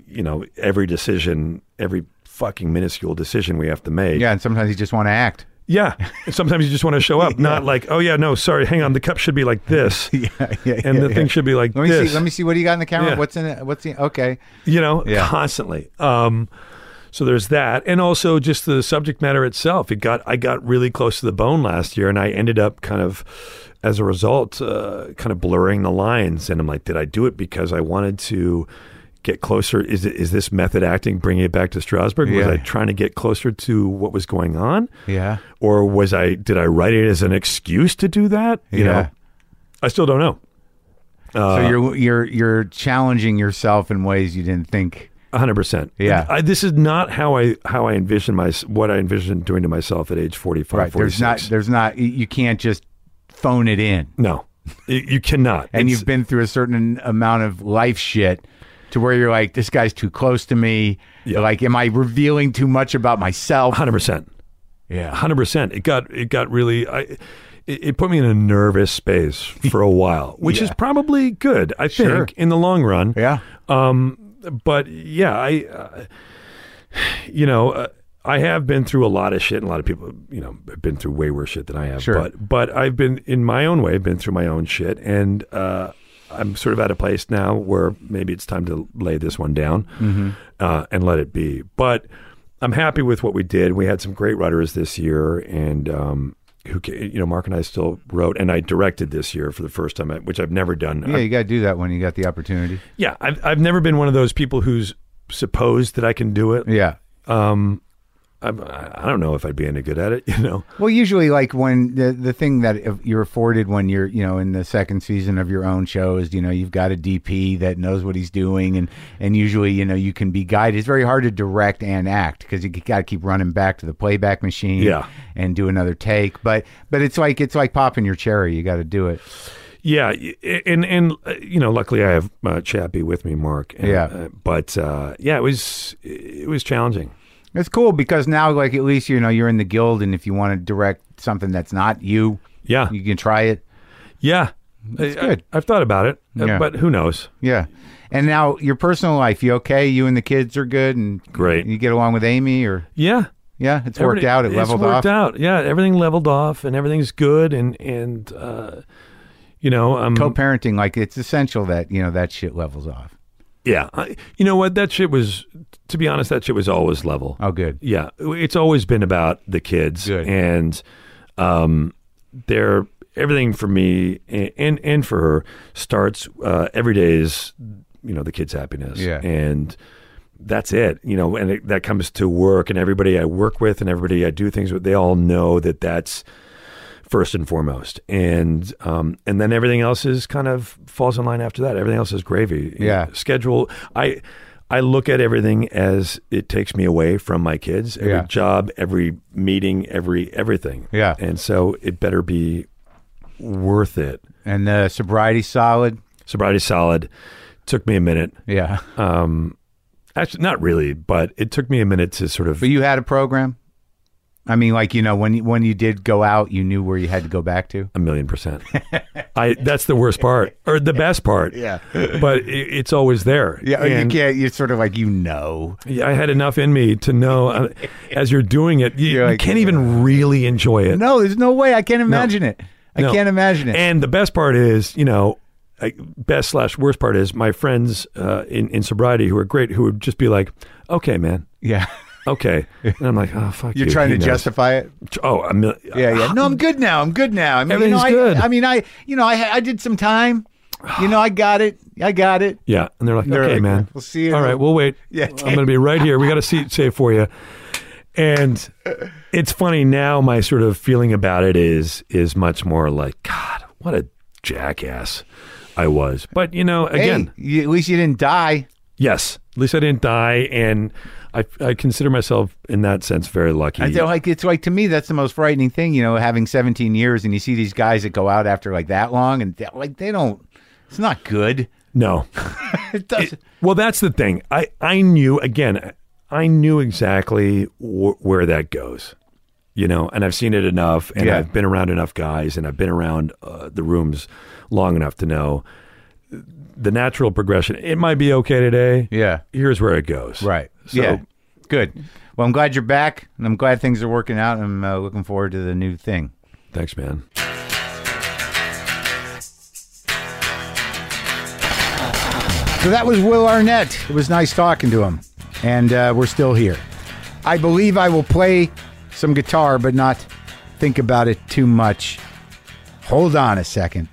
Speaker 3: you know, every decision, every fucking minuscule decision we have to make.
Speaker 4: Yeah, and sometimes you just want to act.
Speaker 3: Yeah. And sometimes you just want to show
Speaker 4: [LAUGHS]
Speaker 3: up, not like, oh, yeah, no, sorry, hang on. The cup should be like this. yeah,
Speaker 4: yeah,
Speaker 3: and the
Speaker 4: yeah,
Speaker 3: thing
Speaker 4: yeah.
Speaker 3: should be like
Speaker 4: Let me
Speaker 3: this
Speaker 4: see. Let me see. What do you got in the camera?
Speaker 3: Yeah.
Speaker 4: What's in it? What's in? Okay.
Speaker 3: you know,
Speaker 4: Yeah.
Speaker 3: constantly. Um, so there's that, and also just the subject matter itself. It got I got really close to the bone last year, and I ended up kind of, as a result, uh, kind of blurring the lines. And I'm like, did I do it because I wanted to get closer? Is it, is this method acting bringing it back to Strasbourg? Was
Speaker 4: Yeah.
Speaker 3: I trying to get closer to what was going on?
Speaker 4: Yeah.
Speaker 3: or was I did I write it as an excuse to do that? You
Speaker 4: Yeah.
Speaker 3: know, I still don't know.
Speaker 4: so you're you're you're challenging yourself in ways you didn't think.
Speaker 3: hundred percent.
Speaker 4: Yeah.
Speaker 3: I, this is not how I how I envision my what I envision doing to myself at age 45,
Speaker 4: Right. There's not.
Speaker 3: 46.
Speaker 4: There's not. y- You can't just phone it in.
Speaker 3: no, you, you cannot.
Speaker 4: And
Speaker 3: It's-
Speaker 4: you've been through a certain amount of life shit to where you're like, this guy's too close to me.
Speaker 3: Yeah. Uh,
Speaker 4: Like, am I revealing too much about myself?
Speaker 3: hundred percent,
Speaker 4: Yeah.
Speaker 3: hundred percent. It got it got really. I, it, it put me in a nervous space for a while, which is probably good. I think
Speaker 4: Sure.
Speaker 3: in the long run.
Speaker 4: Yeah.
Speaker 3: but yeah, I, uh, you know, uh, I have been through a lot of shit, and a lot of people, you know, have been through way worse shit than I have.
Speaker 4: Sure.
Speaker 3: But but I've been in my own way, been through my own shit, and uh, I'm sort of at a place now where maybe it's time to lay this one down
Speaker 4: Mm-hmm.
Speaker 3: uh, and let it be. But I'm happy with what we did. We had some great writers this year, and. Um, who ca- you know? Mark and I still wrote, and I directed this year for the first time, which I've never done.
Speaker 4: Yeah. You got to do that when you got the opportunity.
Speaker 3: Yeah, I've I've never been one of those people who's supposed that I can do it.
Speaker 4: Yeah.
Speaker 3: I'm, I don't know if I'd be any good at it. [LAUGHS] You know,
Speaker 4: Well, usually, like when the the thing that if you're afforded when you're you know in the second season of your own show is you know you've got a DP that knows what he's doing, and and usually you know you can be guided. It's very hard to direct and act because you got to keep running back to the playback machine,
Speaker 3: Yeah.
Speaker 4: and do another take. But but it's like it's like popping your cherry. You got to do it.
Speaker 3: Yeah, y- and and uh, you know, luckily I have uh, Chappie with me, Mark. And,
Speaker 4: Yeah.
Speaker 3: uh, but uh, yeah, it was it was challenging.
Speaker 4: It's cool because now like at least you know you're in the guild, and if you want to direct something that's not you,
Speaker 3: Yeah,
Speaker 4: you can try it.
Speaker 3: yeah, I,
Speaker 4: good.
Speaker 3: I, have thought about it, uh,
Speaker 4: Yeah.
Speaker 3: but who knows?
Speaker 4: Yeah. And now your personal life, you okay? You and the kids are good and
Speaker 3: Great.
Speaker 4: You get along with Amy or
Speaker 3: Yeah,
Speaker 4: yeah, it's worked
Speaker 3: Everything-
Speaker 4: out. It leveled
Speaker 3: it's worked
Speaker 4: off.
Speaker 3: out. Yeah, everything leveled off, and everything's good, and and uh, you know, um,
Speaker 4: Co-parenting, like it's essential that you know that shit levels off.
Speaker 3: yeah, I, you know what? That shit was, to be honest, that shit was always level.
Speaker 4: Oh, good.
Speaker 3: Yeah, it's always been about the kids
Speaker 4: Good.
Speaker 3: and um, they're everything for me a- and and for her starts uh, every day is you know the kids' happiness.
Speaker 4: Yeah.
Speaker 3: and that's it. You know, and it, that comes to work and everybody I work with and everybody I do things with. They all know that that's first and foremost, and um, and then everything else is kind of falls in line after that. Everything else is gravy.
Speaker 4: Yeah.
Speaker 3: schedule. I I look at everything as it takes me away from my kids. Every
Speaker 4: Yeah.
Speaker 3: job, every meeting, every everything.
Speaker 4: Yeah.
Speaker 3: and so it better be worth it.
Speaker 4: And the sobriety solid.
Speaker 3: Sobriety solid. Took me a minute. [LAUGHS]
Speaker 4: Yeah.
Speaker 3: Actually, not really, but it took me a minute to sort of
Speaker 4: but you had a program. I mean, like you know, when you- when you did go out, you knew where you had to go back to.
Speaker 3: a million percent. [LAUGHS] I that's the worst part or the best part.
Speaker 4: [LAUGHS] Yeah.
Speaker 3: but it, it's always there.
Speaker 4: Yeah, oh,
Speaker 3: And-
Speaker 4: you can't. You're sort of like you know.
Speaker 3: Yeah, I had enough in me to know uh, as you're doing it, you,
Speaker 4: You're
Speaker 3: you
Speaker 4: like,
Speaker 3: can't even really enjoy it.
Speaker 4: No, there's no way. I can't imagine it. I
Speaker 3: No.
Speaker 4: can't imagine it.
Speaker 3: And the best part is, you know, I, best slash worst part is my friends uh, in in sobriety who are great who would just be like, "Okay, man,
Speaker 4: yeah, [LAUGHS]
Speaker 3: okay," and I'm like, "Oh fuck,
Speaker 4: you're
Speaker 3: you.
Speaker 4: trying
Speaker 3: He
Speaker 4: to
Speaker 3: knows."
Speaker 4: justify it.
Speaker 3: Oh, a mil-
Speaker 4: Yeah, yeah. No, I'm good now. I'm good now. I mean, you
Speaker 3: Um,
Speaker 4: know,
Speaker 3: Everything's
Speaker 4: I,
Speaker 3: good.
Speaker 4: I mean, I, you know, I, I did some time. You know, I got it. I got it.
Speaker 3: yeah." And they're like,
Speaker 4: They're
Speaker 3: "Okay,
Speaker 4: like,
Speaker 3: man,
Speaker 4: "We'll see you."
Speaker 3: All right, we'll wait.
Speaker 4: [LAUGHS] Yeah.
Speaker 3: I'm going to be right here. We got a seat safe for you." And it's funny now. My sort of feeling about it is is much more like, God, what a jackass I was. But you know,
Speaker 4: Hey,
Speaker 3: again,
Speaker 4: you, at least you didn't die.
Speaker 3: Yes, at least I didn't die, and I, I consider myself in that sense very lucky.
Speaker 4: I feel like it's like to me that's the most frightening thing. You know, having 17 years and you see these guys that go out after like that long and they- like they don't. It's not good. [LAUGHS]
Speaker 3: no,
Speaker 4: It does.
Speaker 3: It- well, that's the thing. I I knew again. I knew exactly wh- where that goes, you know, and I've seen it enough, and
Speaker 4: Yeah.
Speaker 3: I've been around enough guys, and I've been around uh, the rooms long enough to know the natural progression. It might be okay today.
Speaker 4: yeah.
Speaker 3: Here's where it goes.
Speaker 4: Right.
Speaker 3: So-
Speaker 4: yeah. Good. Well, I'm glad you're back, and I'm glad things are working out. And I'm uh, looking forward to the new thing.
Speaker 3: Thanks, man.
Speaker 4: So that was Will Arnett. It was nice talking to him. And uh, we're still here. I believe I will play some guitar, but not think about it too much. Hold on a second.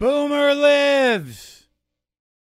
Speaker 4: Boomer lives!